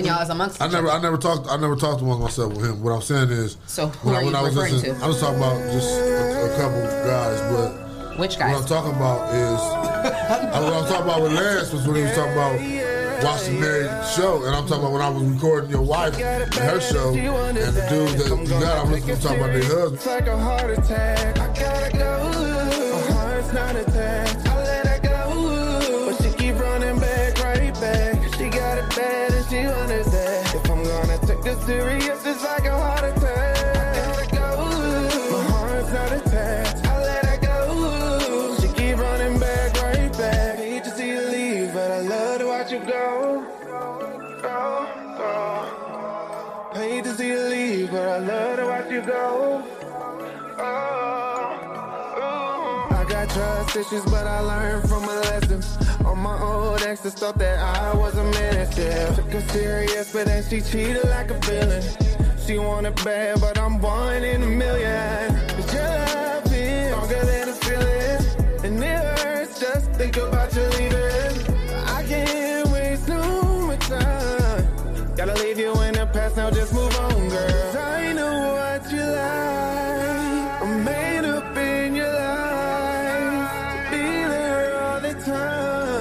y'all was amongst
I
each
never,
other.
I never talked, I never talked among myself with him. What I'm saying is,
So who
when I-
are
when
you
I was
referring
listening-
to?
I was talking about just a, a couple guys, but
which
guys? What I'm talking about is, I, what I'm talking about with Lance was when he was talking about watching Mary's show, and I'm talking about when I was recording your wife and her show, and the dudes that you got, I'm just talking about their husbands.
It's like a heart attack. I gotta go. My heart's not attacked. I let her go. But she keep running back, right back. She got it bad and she under that. If I'm gonna take this serious, it's like a heart attack. I gotta go. My heart's not attacked. I let her go. She keep running back, right back. Hate to see you leave, but I love to watch you go. Go, go. Hate to see you leave, but I love to watch you go. Oh, oh. I got trust issues, but I learned from my lessons. On my old exes thought that I was a menace. Yeah. Took her serious, but then she cheated like a villain. She wanted bad, but I'm one in a million. But your love is stronger than a feeling, and it hurts just think about you leaving. I can't waste no more time. Gotta leave you in the past, now just move on, girl. 'Cause I know what you like. I'm made up in your life. to Be there all the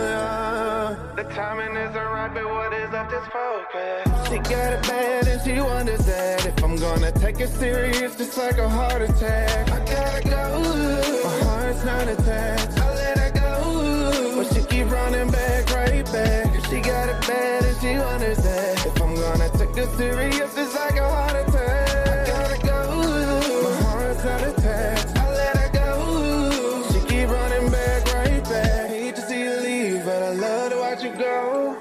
time. The timing isn't right, but what is up this focus? She got it bad and she wonders that if I'm gonna take it serious, it's like a heart attack. I gotta go. My heart's not attached. I let her go. But she keep running back, right bag. If she got it bad and she understand. If I'm gonna take this serious, it's like a heart attack. I gotta go. My heart's out of touch. I let her go. She keep running back, right back. Hate to see you leave, but I love to watch you go.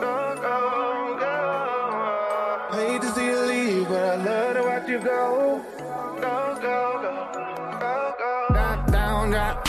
Go, go, go. Hate to see you leave, but I love to watch you go. Go, go, go. Go, go. Drop down, drop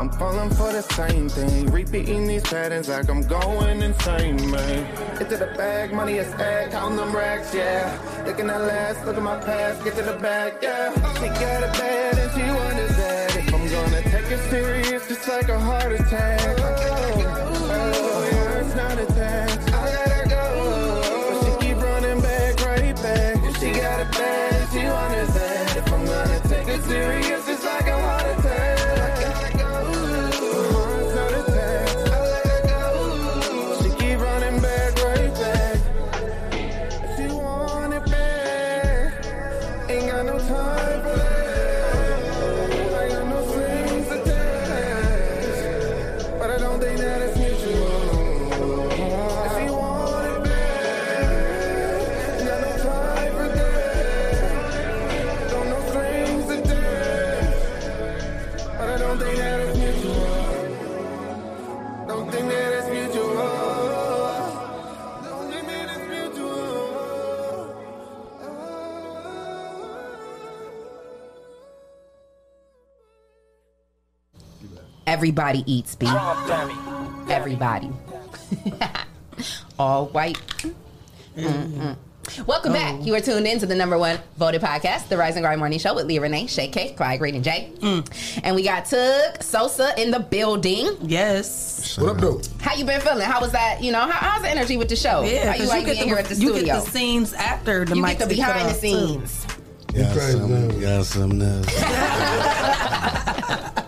I'm falling for the same thing. Repeating these patterns like I'm going insane, man. Get to the bag, money is ag, count them racks, yeah. Looking at last, look at my past, get to the bag, yeah. She got it bad and she wonders that if I'm gonna take it serious, it's like a heart attack. Oh, oh, yeah, it's not attached. I let her go. But she keep running back, right back. If she got it bad and she wonders that if I'm gonna take it serious, it's like a heart attack. I gotta go. Don't think that it's mutual. Don't think that it's mutual.
Everybody eats B. Everybody. All white. Mm-mm. Welcome
Oh.
back. You are tuned in to the number one voted podcast, The Rise and Grind Morning Show with Leah Renee, Shay K, Clyde, Green, and Jay.
Mm.
And we got Tug Sosa in the building.
Yes.
What up, though?
How you been feeling? How was that? You know, how, how's the energy with the show?
Yeah,
How you
'cause
like
you get
being
the-
here at the
you
studio?
get the scenes after the
You get
mics
the
be cut
behind the
off, too.
scenes.
Got
something, got something else.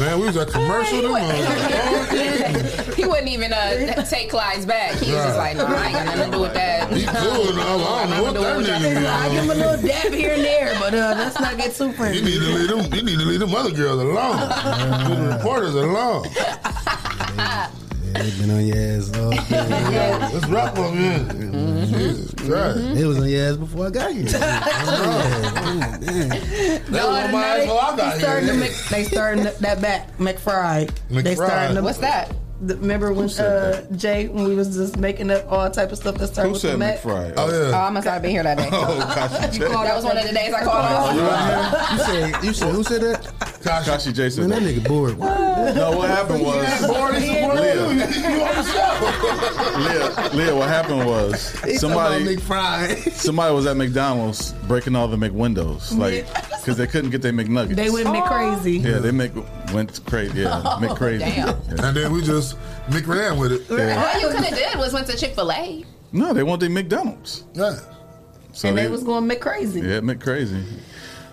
Man, we was at commercial. them
he wouldn't even uh, take Clyde's back. He was just like, no, I ain't got nothing to do with that.
He cool and all. I don't know what that nigga
I
be
I
on.
give him a little dab here and there, but uh, let's not get too
You
friendly.
need to leave them. You need to leave them other girls alone. Leave the reporters alone.
Yeah, they been on your ass all day.
Let's wrap up, man. Jesus Christ.
It was on your ass before I got here.
That was on my ass before I got
they starting
here.
to make, they starting to, that back McFry. They
McFry.
starting to,
What's
that?
Remember when uh, Jay when we was just making up all type of stuff that started
Who
with
said
the Mac?
McFry?
Oh,
Oh, I must not have been here that day.
Oh, gosh.
You called- that was one of the days I called off.
You said, you said, who said that?
Kashi J said
Man, that nigga bored.
No, what happened was Leah, Leah, Leah, what happened was somebody somebody was at McDonald's breaking all the McWindows, like because they couldn't get their McNuggets.
They went McCrazy.
Yeah, they make went crazy. Yeah,
Oh,
McCrazy.
damn.
Yeah.
And then we just McRan with it.
Yeah.
All you could have did was went to Chick Fil A.
No, they want their McDonald's.
Yeah.
So
and they, was going McCrazy.
yeah McCrazy.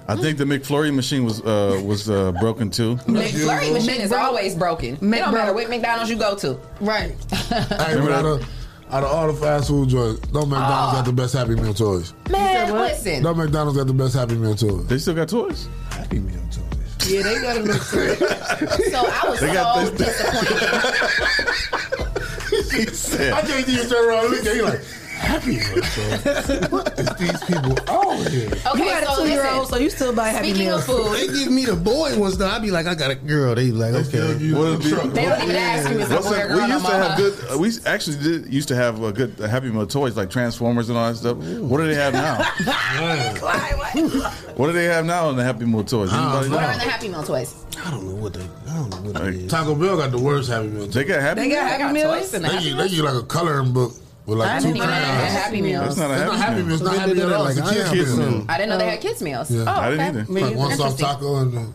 I think the McFlurry machine was uh, was uh, broken too.
McFlurry machine is always broken. It don't matter what McDonald's you go to.
Right.
Hey, but out of, out of all the fast food joints, no
Ah.
McDonald's got the best Happy Meal toys.
Man, listen.
No McDonald's got the best Happy Meal toys.
They still got toys.
Yeah, they got a little.
So I was
They got
so disappointed.
Oh, I can't even turn around and look at you like Happy Meal toys. What is these people out here?
Okay,
you got
so
a two year
listen.
old, so you still buy Happy
Speaking
Meals.
of food,
They give me the boy ones though. I be like, I got a girl. They be like, okay.
What is it?
They don't even ask you. Is
What's
a boy
that-
or girl
we
no
used to
more, huh?
have good. uh, We actually did used to have a good uh, Happy Meal toys like Transformers and all that stuff. What do they have now? what do they have now in the Happy Meal toys? Anybody
What
know?
are the Happy Meal toys?
I don't know what they. I don't know what they.
Like,
Taco Bell got the worst Happy Meal.
they got Happy.
They
Meal?
got Happy Meals.
They give they give you like a coloring book with
I
like two
didn't even know they
crayons.
had Happy Meals.
That's not a
It's
Happy,
not Happy
Meal.
Meals. Not Happy Meal. It's a kid's
Kids
meal.
meal.
I didn't know they had kids meals.
Yeah.
Oh,
I
okay.
didn't either.
Like one soft taco and uh, then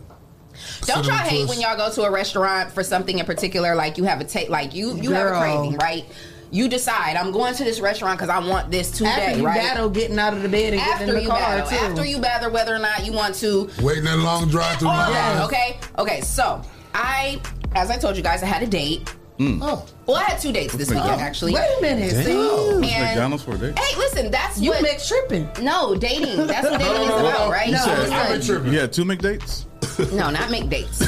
Don't y'all
cinnamon
hate
twist.
when y'all go to a restaurant for something in particular? Like you have a take, like you you have a
Girl.
craving, right? You decide. I'm going to this restaurant because I want this today.
After you
right?
battle getting out of the bed and
after
getting in the
you
car
battle,
too.
after you battle whether or not you want to
Waiting that long drive through
All
my
that,
house.
Oh, okay okay so i as i told you guys i had a date
Oh.
well i had two dates this weekend actually
Wait a minute.
Damn.
See?
It's
And-
McDonald's for a day.
hey listen that's
You
what
make tripping.
no dating that's what dating is about right
You
no,
said-
listen.
You had two McDates?
no not make dates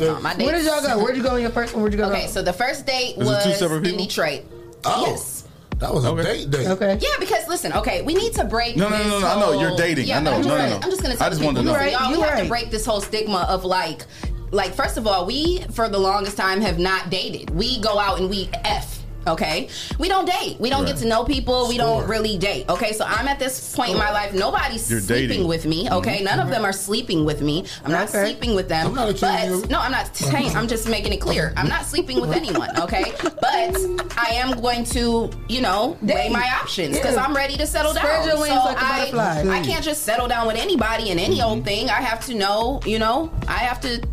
No, my dates.
Where did y'all go? Where'd you go on your first one? Where'd you go?
okay so the first date
Is it two
was
separate
in
people?
detroit
Oh.
yes
That was a date date.
Okay.
yeah, because listen, okay, we need to break.
No, no, no,
this
no, I know,
whole-
you're dating.
Yeah,
I know,
I'm just,
no, no,
gonna-
no.
I'm just gonna.
I
Tell
just
people,
wanted to know.
listen,
You're right,
y'all, we
you're
have to
right.
break this whole stigma of like, like first of all, we for the longest time have not dated. We go out and we f. Okay, we don't date. We don't
Right.
get to know people. We don't
Score.
really date. Okay, so I'm at this point in my life. Nobody's
You're
sleeping
dating.
with me. Okay,
Mhm.
none of them are sleeping with me. I'm not sleeping with them. but no, I'm not. saying- I'm just making it clear. I'm not sleeping with anyone. Okay, but I am going to, you know, weigh
Date.
my options because
Yeah.
I'm ready to settle
Spread
down.
your wings
so
like a
I,
butterfly. Mm-hmm.
I can't just settle down with anybody in any old thing. I have to know, you know, I have to,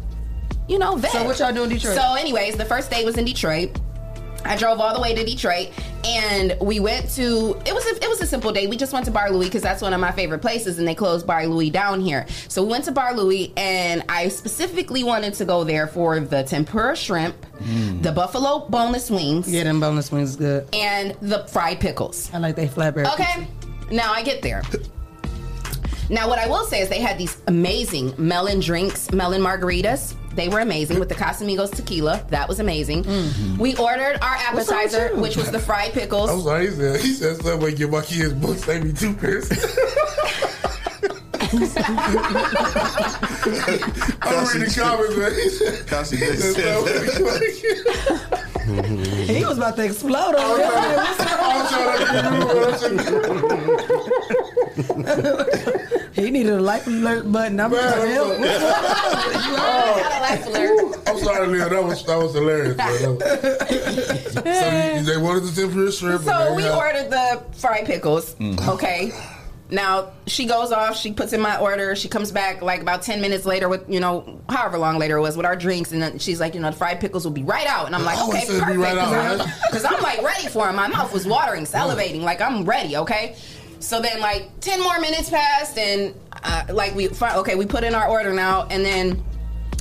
you know, vet.
So what y'all do in Detroit?
So, anyways, the first day was in Detroit. I drove all the way to Detroit, and we went to. It was a, it was a simple day. We just went to Bar Louie because that's one of my favorite places, and they closed Bar Louie down here. So we went to Bar Louie, and I specifically wanted to go there for the tempura shrimp,
Hmm.
the buffalo boneless wings,
Yeah, them boneless wings is good.
and the fried pickles.
I like they flatbread.
Okay. Now I get there. Now what I will say is they had these amazing melon drinks, melon margaritas. They were amazing with the Casamigos tequila. That was amazing.
Mm-hmm.
We ordered our
What's wrong with
appetizer,
you?
which was the fried
I'm
pickles.
sorry, he said, he said Subway get my kids books, they be too pissed. I'm reading the comments, man. He said, he said, Subway get my
He was about to explode over there. He needed a life alert button. I'm telling him.
Oh, I'm sorry, Leah. That was that was hilarious. Man. That was- so you, they wanted the temperature shrimp.
So
and
we
they got-
ordered the fried pickles.
Mm.
Okay. Now she goes off. She puts in my order. She comes back like about ten minutes later with you know however long later it was with our drinks, and then she's like, you know, the fried pickles will be right out, and I'm like,
I always
okay,
said it'd Oh, be
perfect,
right out, right? Mm.
because I'm like ready for him. My mouth was watering, salivating, like I'm ready. Okay. So then like ten more minutes passed, and uh, like we fi- okay, we put in our order now, and then.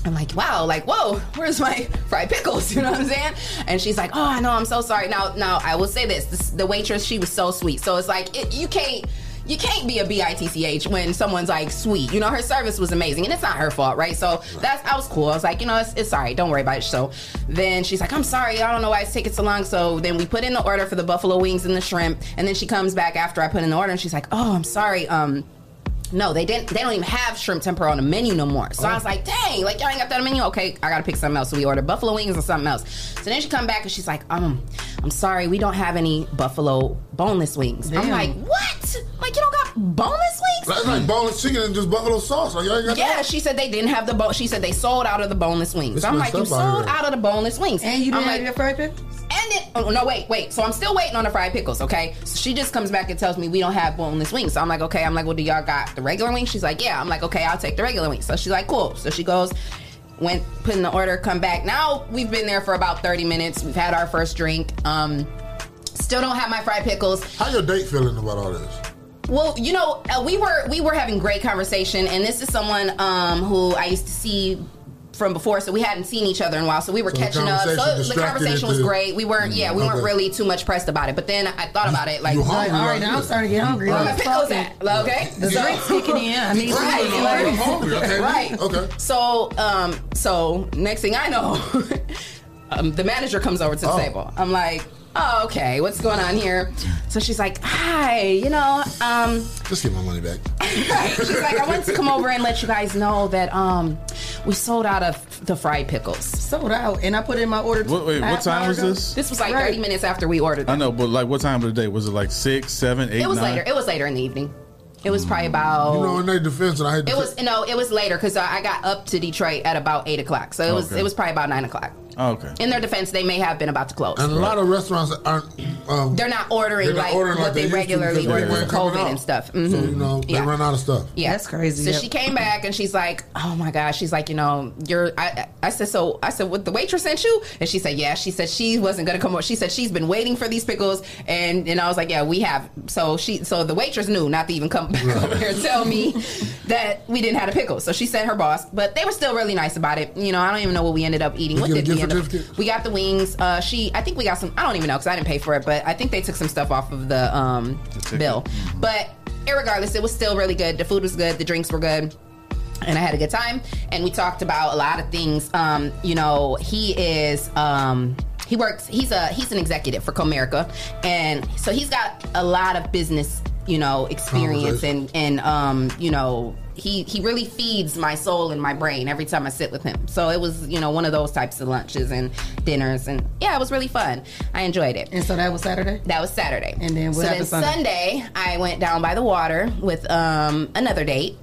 I'm like, wow, like, whoa, where's my fried pickles? You know what I'm saying? And she's like, oh, I know, I'm so sorry. Now, now, I will say this: this the waitress, she was so sweet. So it's like, it, you can't, you can't be a bitch when someone's like sweet. You know, her service was amazing, and it's not her fault, right? So that's, I was cool. I was like, you know, it's, it's all right, don't worry about it. So then she's like, I'm sorry, I don't know why it's taking so long. So then we put in the order for the buffalo wings and the shrimp, and then she comes back after I put in the order, and she's like, oh, I'm sorry, um. No, they didn't. They don't even have shrimp tempura on the menu no more. So I was like, dang, like y'all ain't got that on the menu. Okay, I gotta pick something else. So we ordered buffalo wings or something else. So then she come back and she's like, um, I'm sorry, we don't have any buffalo boneless wings. I'm
Damn.
like, what? Like you don't got boneless wings?
That's like boneless chicken and just buffalo sauce. Like, y'all ain't got
Yeah, she said they didn't have the bone. She said they sold out of the boneless wings.
It's
I'm like,
messed
you
up out
sold
here.
out of the boneless wings,
And you didn't
I'm
have
like,
your fried pickles.
And it, oh, no, wait, wait. So I'm still waiting on the fried pickles. Okay, so she just comes back and tells me we don't have boneless wings. So I'm like, okay. I'm like, well, do y'all got the regular wings? She's like, yeah. I'm like, okay, I'll take the regular wings. So she's like, cool. So she goes. Went, put in the order, come back. Now we've been there for about 30 minutes. We've had our first drink. Um, still don't have my fried pickles.
How your date feeling about all this?
Well, you know, uh, we were we were having great conversation, and this is someone um, who I used to see from before, so we hadn't seen each other in a while, so we were
So the
catching up.
conversation
So the
distracted
conversation
into-
was great. We weren't, yeah, we weren't
Mm-hmm. Okay.
really too much pressed about it. But then I thought about it, like,
You hungry, Like, all right, now I'm right? starting to get hungry.
Where
I'm
my pickles at? Like, Okay,
The drink's kicking in. I need some
Right,
food.
like-
I'm hungry, okay?
right.
Okay.
So, um, so next thing I know, um, the manager comes over to the table. I'm like, oh, okay, what's going on here? So she's like, hi, you know, um,
Just get my money back.
She's like, I wanted to come over and let you guys know that um we sold out of the fried pickles.
Sold out, and I put in my order.
What- wait, what
half
time
hour
was
ago.
this?
This was like
Right.
30 minutes after we ordered.
I know, but like what time of the day? Was it like six, seven, eight,
it was
nine?
later. It was later in the evening. It was probably about.
Mm. You know, in their defense, and I hate to
it was no, it was later because I I got up to Detroit at about eight o'clock, so it was
Okay.
it was probably about nine o'clock.
Oh, Okay.
In their defense, they may have been about to close.
And a lot of restaurants aren't. Um,
They're not ordering
they're not
like
ordering
what
like
they,
they used to
regularly
because
order
they
with
went
COVID
COVID
and
out.
stuff.
So,
Mhm.
you know, they
Yeah.
run out of stuff.
Yeah,
that's crazy.
So
Yep.
she came back and she's like, "Oh my gosh!" She's like, "You know, you're." I, I I said, "So I said, what the waitress sent you?" And she said, "Yeah." She said she wasn't gonna come over. She said she's been waiting for these pickles, and and I was like, "Yeah, we have." So she so the waitress knew not to even come back over here and tell me that we didn't have a pickle. So she sent her boss, but they were still really nice about it. You know, I don't even know what we ended up eating.
Did
what
you
did
get a
we
gift
end up?
certificate?
We got the wings. Uh, she I think we got some. I don't even know because I didn't pay for it, but I think they took some stuff off of the um bill, but. Irregardless, it was still really good. The food was good. The drinks were good and I had a good time. And we talked about a lot of things. Um, you know, he is um, he works. He's a he's an executive for Comerica, and so he's got a lot of business, you know, experience and and um, you know. He, he really feeds my soul and my brain every time I sit with him. So it was, you know, one of those types of lunches and dinners. And yeah, it was really fun. I enjoyed it.
And so that was Saturday?
That was Saturday.
And then
so
what
then
happened Sunday?
Sunday, I went down by the water with um, another date.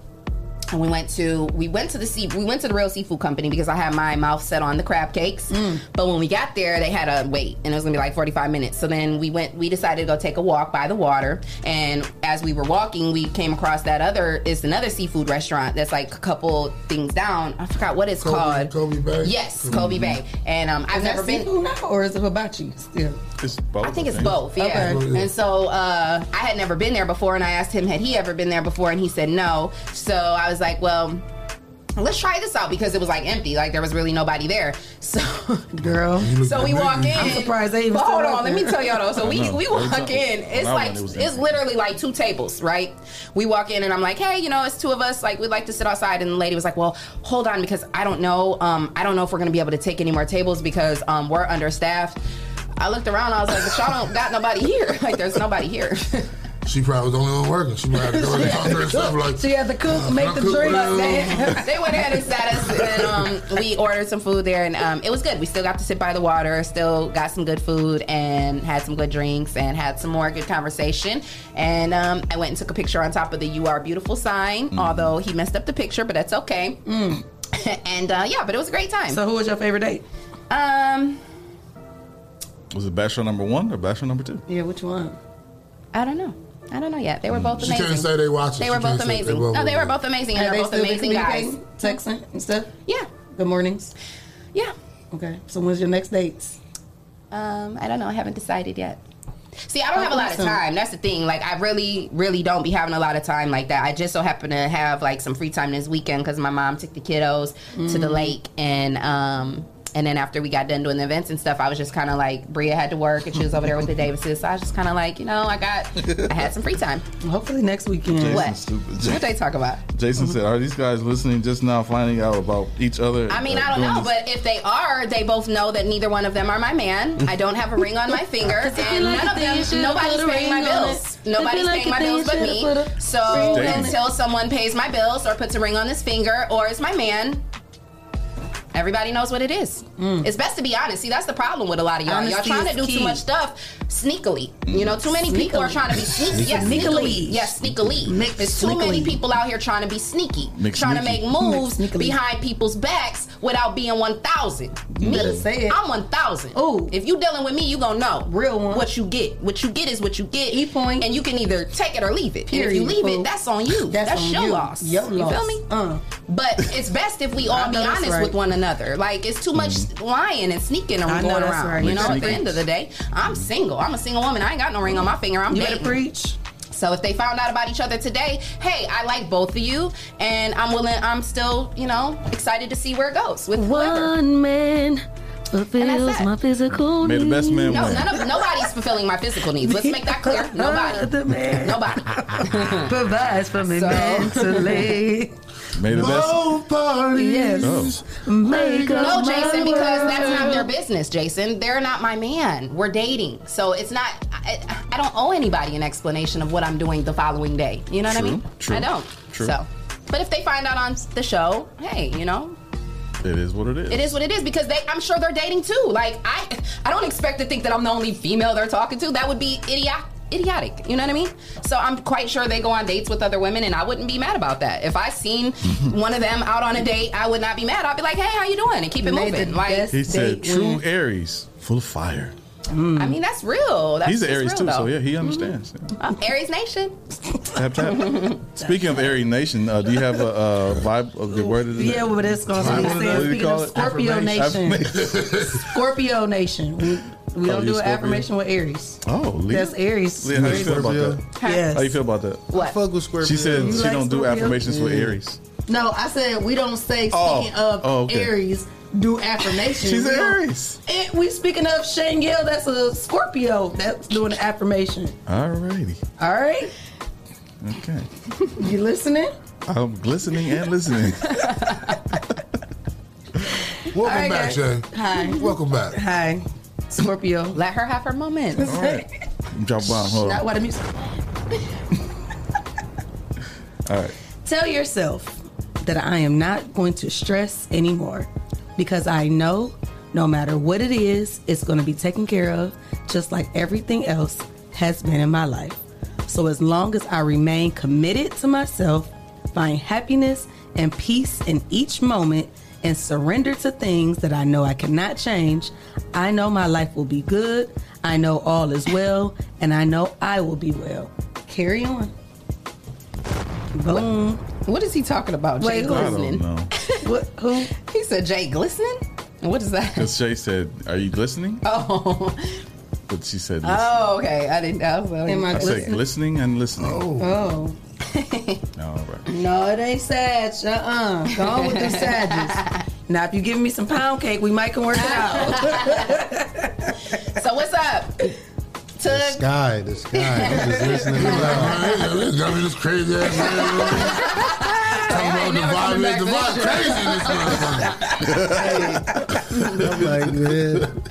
And we went to we went to the sea we went to the real seafood company because I had my mouth set on the crab cakes.
Mm.
But when we got there, they had a wait, and it was gonna be like forty five minutes. So then we went we decided to go take a walk by the water. And as we were walking, we came across that other it's another seafood restaurant that's like a couple things down. I forgot what it's called.
Kobe Bay. Mm-hmm.
Yes, Kobe
Mhm.
Bay. And um, I've
Is that
never been.
seafood now, or is it hibachi still?
It's both.
I think it's both, yeah.
Okay.
And so uh, I had never been there before, and I asked him, had he ever been there before? And he said no. So I was like, well, let's try this out because it was like empty, like there was really nobody there. So,
girl.
so we walk in.
I'm surprised they even.
But
still
hold on,
open.
let me tell y'all though. So
I
we
know.
we
Every
walk
time-
in. It's
when I
like
went, it was
it's
empty.
literally like two tables, right? We walk in and I'm like, hey, you know, it's two of us. Like we'd like to sit outside. And the lady was like, well, hold on because I don't know. Um, I don't know if we're gonna be able to take any more tables because um, we're understaffed. I looked around. I was like, but y'all don't got nobody here. Like there's nobody here.
She probably was the only one working. She might have to go in and talk to herself like,
she had to cook, make the
cook
drink.
well.
they went ahead and sat us, and um, we ordered some food there, and um, it was good. We still got to sit by the water, still got some good food, and had some good drinks, and had some more good conversation. And um, I went and took a picture on top of the "You Are Beautiful" sign,
Mm.
although he messed up the picture, but that's okay. and uh, yeah, but it was a great time.
So who was your favorite date?
Um,
Was it Bachelor number one or Bachelor number two?
Yeah, which one? Mm.
I don't know. I don't know yet. They were both
She
amazing.
can't say they watch it.
They
She
were both
can't say they
amazing.
both
no, they
were
were both amazing,
Are
and
they
they're both
still be
amazing guys.
communicating, Texting and stuff.
Yeah.
Good mornings.
Yeah.
Okay. So when's your next dates?
Um, I don't know. I haven't decided yet. See, I don't have a lot of
Awesome.
time. That's the thing. Like, I really, really don't be having a lot of time like that. I just so happen to have like some free time this weekend because my mom took the kiddos to the
Mm.
lake, and um, and then after we got done doing the events and stuff, I was just kind of like, Bria had to work, and she was over there with the Davises. So I was just kind of like, you know, I got, I had some free time.
Hopefully next weekend.
Jason's
What?
stupid.
What they talk about?
Jason said, "Are these guys listening just now, finding out about each other?"
I mean,
uh,
I don't
doing
know,
this?
but if they are, they both know that neither one of them are my man. I don't have a ring on my finger, and
like
none
a
of
thing, you
them,
should've
nobody's
put a
paying my
ring on
bills.
it. If you
Nobody's
like
paying
a
my
thing,
bills
you
but
should've
me.
put a
So
ring on it.
until someone pays my bills or puts a ring on his finger or is my man. Everybody knows what it is. It's best to be honest. See, that's the problem with a lot of y'all. y'all
Hmm. Honesty
trying to
is
do too
key.
much stuff sneakily. You know, too many people are
Sneakily.
trying to be sneaky. Yes,
Sneakily.
sneakily. Yes, sneakily. There's too many
sneakily.
people out here trying to be sneaky,
Mixed
trying to
sneaky.
make moves
Mixed sneakily.
behind people's backs without being one thousand.
You
Me,
better say it.
I'm one thousand. Oh, if you dealing with me, you gonna know real one. What you get, what you get is what you get. E point, and you can either take it or leave it. And if you
Period,
leave
fool.
it, that's on you. That's,
That's on
your
you.
loss.
Your
you feel
loss. Uh.
me? But it's best if we
I
all be
know that's
honest
right. Mm.
with one another. Like it's too much lying and sneaking
I
around
know
going
that's
around.
right.
You know, at the
Preach.
end of the day, I'm single. I'm a single woman. I ain't got no ring on my finger. I'm
You better
dating. preach. So if they found out about each other today, hey, I like both of you, and I'm willing. I'm still, you know, excited to see where it goes with whoever.
One man
And
fulfills
that's it.
my physical
May the best man
No,
win.
none of, nobody's fulfilling my physical needs. Let's make that clear. Nobody. Nobody.
provides for me
mentally.
May the best. Oh.
Yes.
Make
no,
up my
Jason, because that's
world.
not their business, Jason. They're not my man. We're dating. So it's not, I, I don't owe anybody an explanation of what I'm doing the following day. You know what
True,
I mean?
true,
I don't.
true.
So, but if they find out on the show, hey, you know,
It is what it is.
it is what it is because they, I'm sure they're dating too. Like, I, I don't expect to think that I'm the only female they're talking to. That would be idiotic. idiotic. You know what I mean? So I'm quite sure they go on dates with other women, and I wouldn't be mad about that. If I seen one of them out on a date, I would not be mad. I'd be like, "Hey, how you doing?" and keep it
Made the
moving. Like,
he said, "True Aries, full of fire."
I mean, that's real. That's
He's an
just
Aries
real,
too, so
though.
yeah, he understands.
Uh, Aries Nation.
Tap, tap. Speaking of Aries Nation, uh, do you have a uh, vibe of the word of the
Yeah, well, that's going to
Vibe
be
of the-
said.
what do you
Speaking
call
of
it?
Scorpio
Affirmation.
Nation, Scorpio Nation. We, we don't
Oh, you
do an
Scorpio?
affirmation with Aries.
Oh, Leah.
that's Aries.
Leah, how you feel about that?
Yes.
How you feel about that?
What?
Fuck with Scorpio. She said
You
she
like
don't do
Scorpio?
affirmations with
Yeah.
Aries.
No, I said we don't say.
Oh.
Speaking of
Oh, okay.
Aries, do affirmations.
She's
We don't-
Aries.
And we speaking of Shane Gill, that's a Scorpio that's doing an affirmation.
Alrighty.
All right,
Okay.
you listening?
I'm glistening and listening.
Welcome
right, guys.
back, Jay.
Hi.
Welcome back.
Hi, Scorpio.
Let her have her moment.
All right. Drop bomb. Hold
Not
on.
why the music.
All right.
Tell yourself that I am not going to stress anymore because I know no matter what it is, it's going to be taken care of just like everything else has been in my life. So as long as I remain committed to myself, find happiness and peace in each moment, and surrender to things that I know I cannot change, I know my life will be good. I know all is well, and I know I will be well. Carry on. Boom.
What is he talking about? Jay
Wait, who?
I don't know.
What? Who?
He said Jay glistening. What is that?
Because Shay said, Are you glistening?
Oh,
But she said,
oh, okay. I didn't. I was like,
Am
I said glistening and listening.
Oh.
All right.
No, it ain't Sag. Uh uh Go on with the Sages. now, if you giving me some pound cake, we might can work it out.
so what's up? Tug.
Sky, the sky. I'm just listening to this gotta be this crazy ass man. Talking about the vibe, the vibe crazy in this motherfucker.
I'm like, man.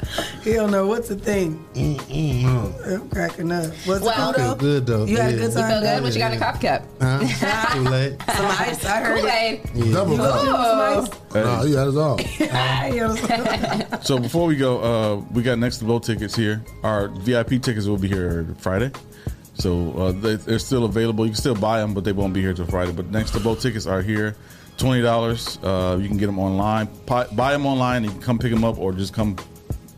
he don't know what to think.
Mm-mm.
I'm cracking up. What's
Well-
well,
I feel
good, though.
You had a
Yeah.
good
You
time.
feel good? What you got in the coffee cup?
Huh? Too late.
Some ice. I heard
Kool-Aid.
Yeah. Double
Oh.
cup.
Nah, he had us all.
So before we go, uh, we got next to blow tickets here. Our VIP tickets will be here Friday. So uh, they, they're still available. You can still buy them, but they won't be here till Friday. But next to blow tickets are here. Twenty dollars. Uh, you can get them online. Pi- buy them online. You can come pick them up, or just come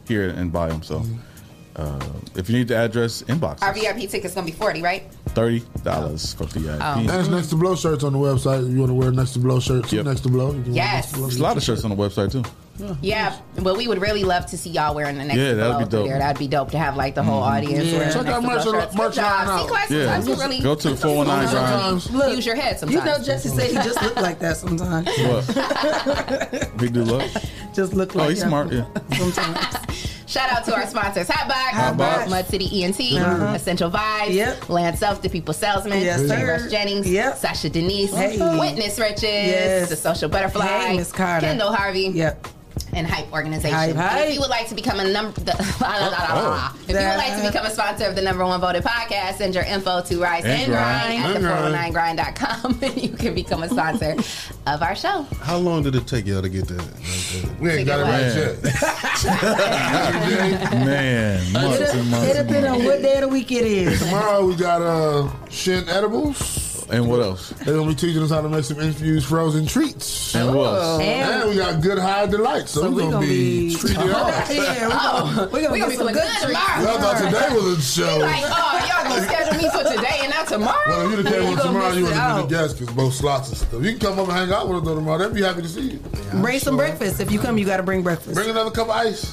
here and buy them. So
Mm-hmm.
uh, if you need the address, inbox
Our VIP ticket's gonna be forty, right?
thirty dollars for VIP.
And it's next to blow shirts on the website. If you want to wear next to blow shirts, next to blow. You can wear
Yes.
Next to Blow.
There's a lot of shirts on the website too.
Yeah, but we would really love to see y'all wearing the next.
Yeah, that'd
blow
be dope. Mm-hmm.
through There. That'd be dope to have like the whole audience.
Yeah.
wearing
Check
the
out
next
merch
blow
on-
shirts. Good
merch
job.
on out.
See, class,
Yeah.
sometimes you really
Go to 419 grind.
use your head sometimes.
You know, Jesse said he just looked like that sometimes.
What? Big do look.
Just look
Oh,
like
he's
that.
smart. Yeah.
Shout out to our sponsors: Hotbox,
Hotbox.
Mud City ENT,
Uh-huh.
Essential Vibes, Land Self, The People Salesman,
Yes,
Jane
sir.
Rush Jennings, Sasha Denise,
Hey.
Witness Riches,
Yes.
The Social Butterfly,
Hey, Miss Carter.
Kendall Harvey,
Yep.
and Hype Organization.
Hype,
If you would like to become a number, the, la, la, la, la, la.
Oh.
if you would like to become a sponsor of the number one voted podcast, send your info to Rise and
And
Grind,
Grind.
at the409grind.com, and you can become a sponsor of our show.
How long did it take y'all to get that? Like, uh,
We ain't got it right yet.
Man, months and months.
It
and
depends on what day of the week it is.
Tomorrow we got uh, Shin Edibles.
And what else?
They're gonna be teaching us how to make some infused frozen treats.
And what
Oh.
else?
And, we got good high delights, so, we're gonna, be, treated up.
Yeah, we're gonna,
Oh, We
we
gonna be
gonna get some
doing
good
good
treats.
tomorrow.
Y'all thought today was a show.
Like, oh, y'all gonna schedule me for today and not tomorrow?
Well, if you the
You
came on
gonna
tomorrow,
miss it
you would have
out.
been the guest because both slots and stuff. You can come up and hang out with us though tomorrow. They'd be happy to see you.
Bring some breakfast. If you come, you gotta bring breakfast.
Bring another cup of ice.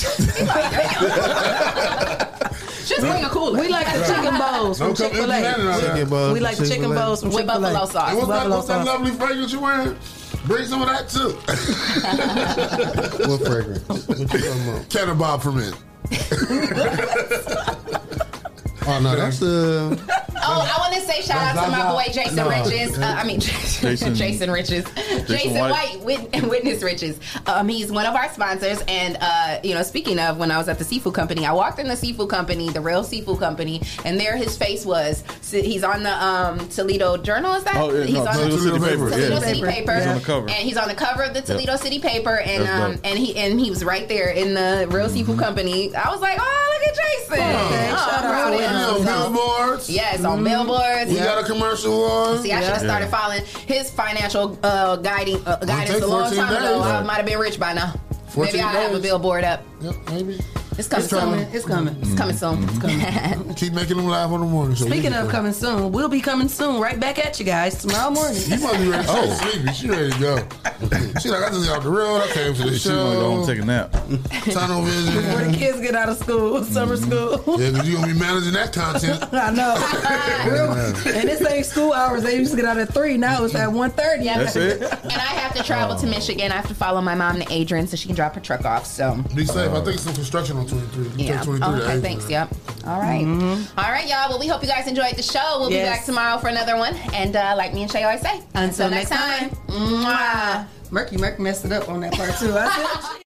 Just bring a cooler.
We like the chicken bowls from
Don't come
Chick Fil
empty-handed out there. Chicken
A.
bowls
We like
from
the chicken
Chick-fil-A.
bowls from
With
Chick Fil A.
buffalo sauce.
And what's that, what's that lovely fragrance you're wearing? Bring some of that too.
what fragrance? What you talking about?
Cannonball for men.
Oh no, that's the
Oh, I want to say shout out to my boy Jason
No.
Riches. Uh, I mean, Jason,
Jason-
Riches. Jason, White,
White.
Wit- Witness Riches. Um, he's one of our sponsors. And, uh, you know, speaking of when I was at the seafood company, I walked in the seafood company, the real seafood company, and there his face was. So he's on the um, Toledo Journal, is that?
Oh, yeah,
he's
no,
on
Toledo
the
City Paper,
Toledo
yeah.
City Paper.
He's on the cover.
And he's on the cover of the
Yep.
Toledo City Paper. And
That's
um,
dope. Mm-hmm.
and he and he was right there in the real seafood company. I was like, oh, look at Jason. Oh,
Shout
I'm proud
out.
of him.
Yeah, on
So-
billboards.
Yes, on
Mhm.
Mm-hmm.
billboards.
We got a commercial one.
See, I should have
Yeah.
started following his financial uh, guiding uh, guidance
take
a long
14
time ago.
days.
I might have been rich by now.
14
Maybe I have a
days.
billboard up.
Yep, maybe.
It's coming
It's
soon.
coming. Mm-hmm.
It's coming. It's coming soon. It's coming.
Keep making them live on the morning. show.
Speaking
We
of
can-
coming soon, we'll be coming soon, right back at you guys tomorrow morning.
You must be ready. She's
Oh.
sleepy. She ready to go. She like, I just got off the road. I came to the
She
show.
wanna go home and take a nap.
Tunnel vision.
Before the kids get out of school, summer school.
Mm-hmm. Yeah, 'cause you gonna be managing that content.
I know. Real- and this ain't school hours. They used to get out at three. Now it's at 1.30.
That's it? And I have to travel
Oh.
to Michigan. I have to follow my mom to Adrian so she can drop her truck off. So
Be safe. I think it's some construction on 23.
Yeah.
Take Mm-hmm. 23 to
Okay,
Avery.
thanks. Yep. All right. All right, y'all. Well, we hope you guys enjoyed the show. We'll be
Yes.
back tomorrow for another one. And uh, like me and Shay always say,
Until next time. Mwah. Murky Murk messed it up on that part too. I said,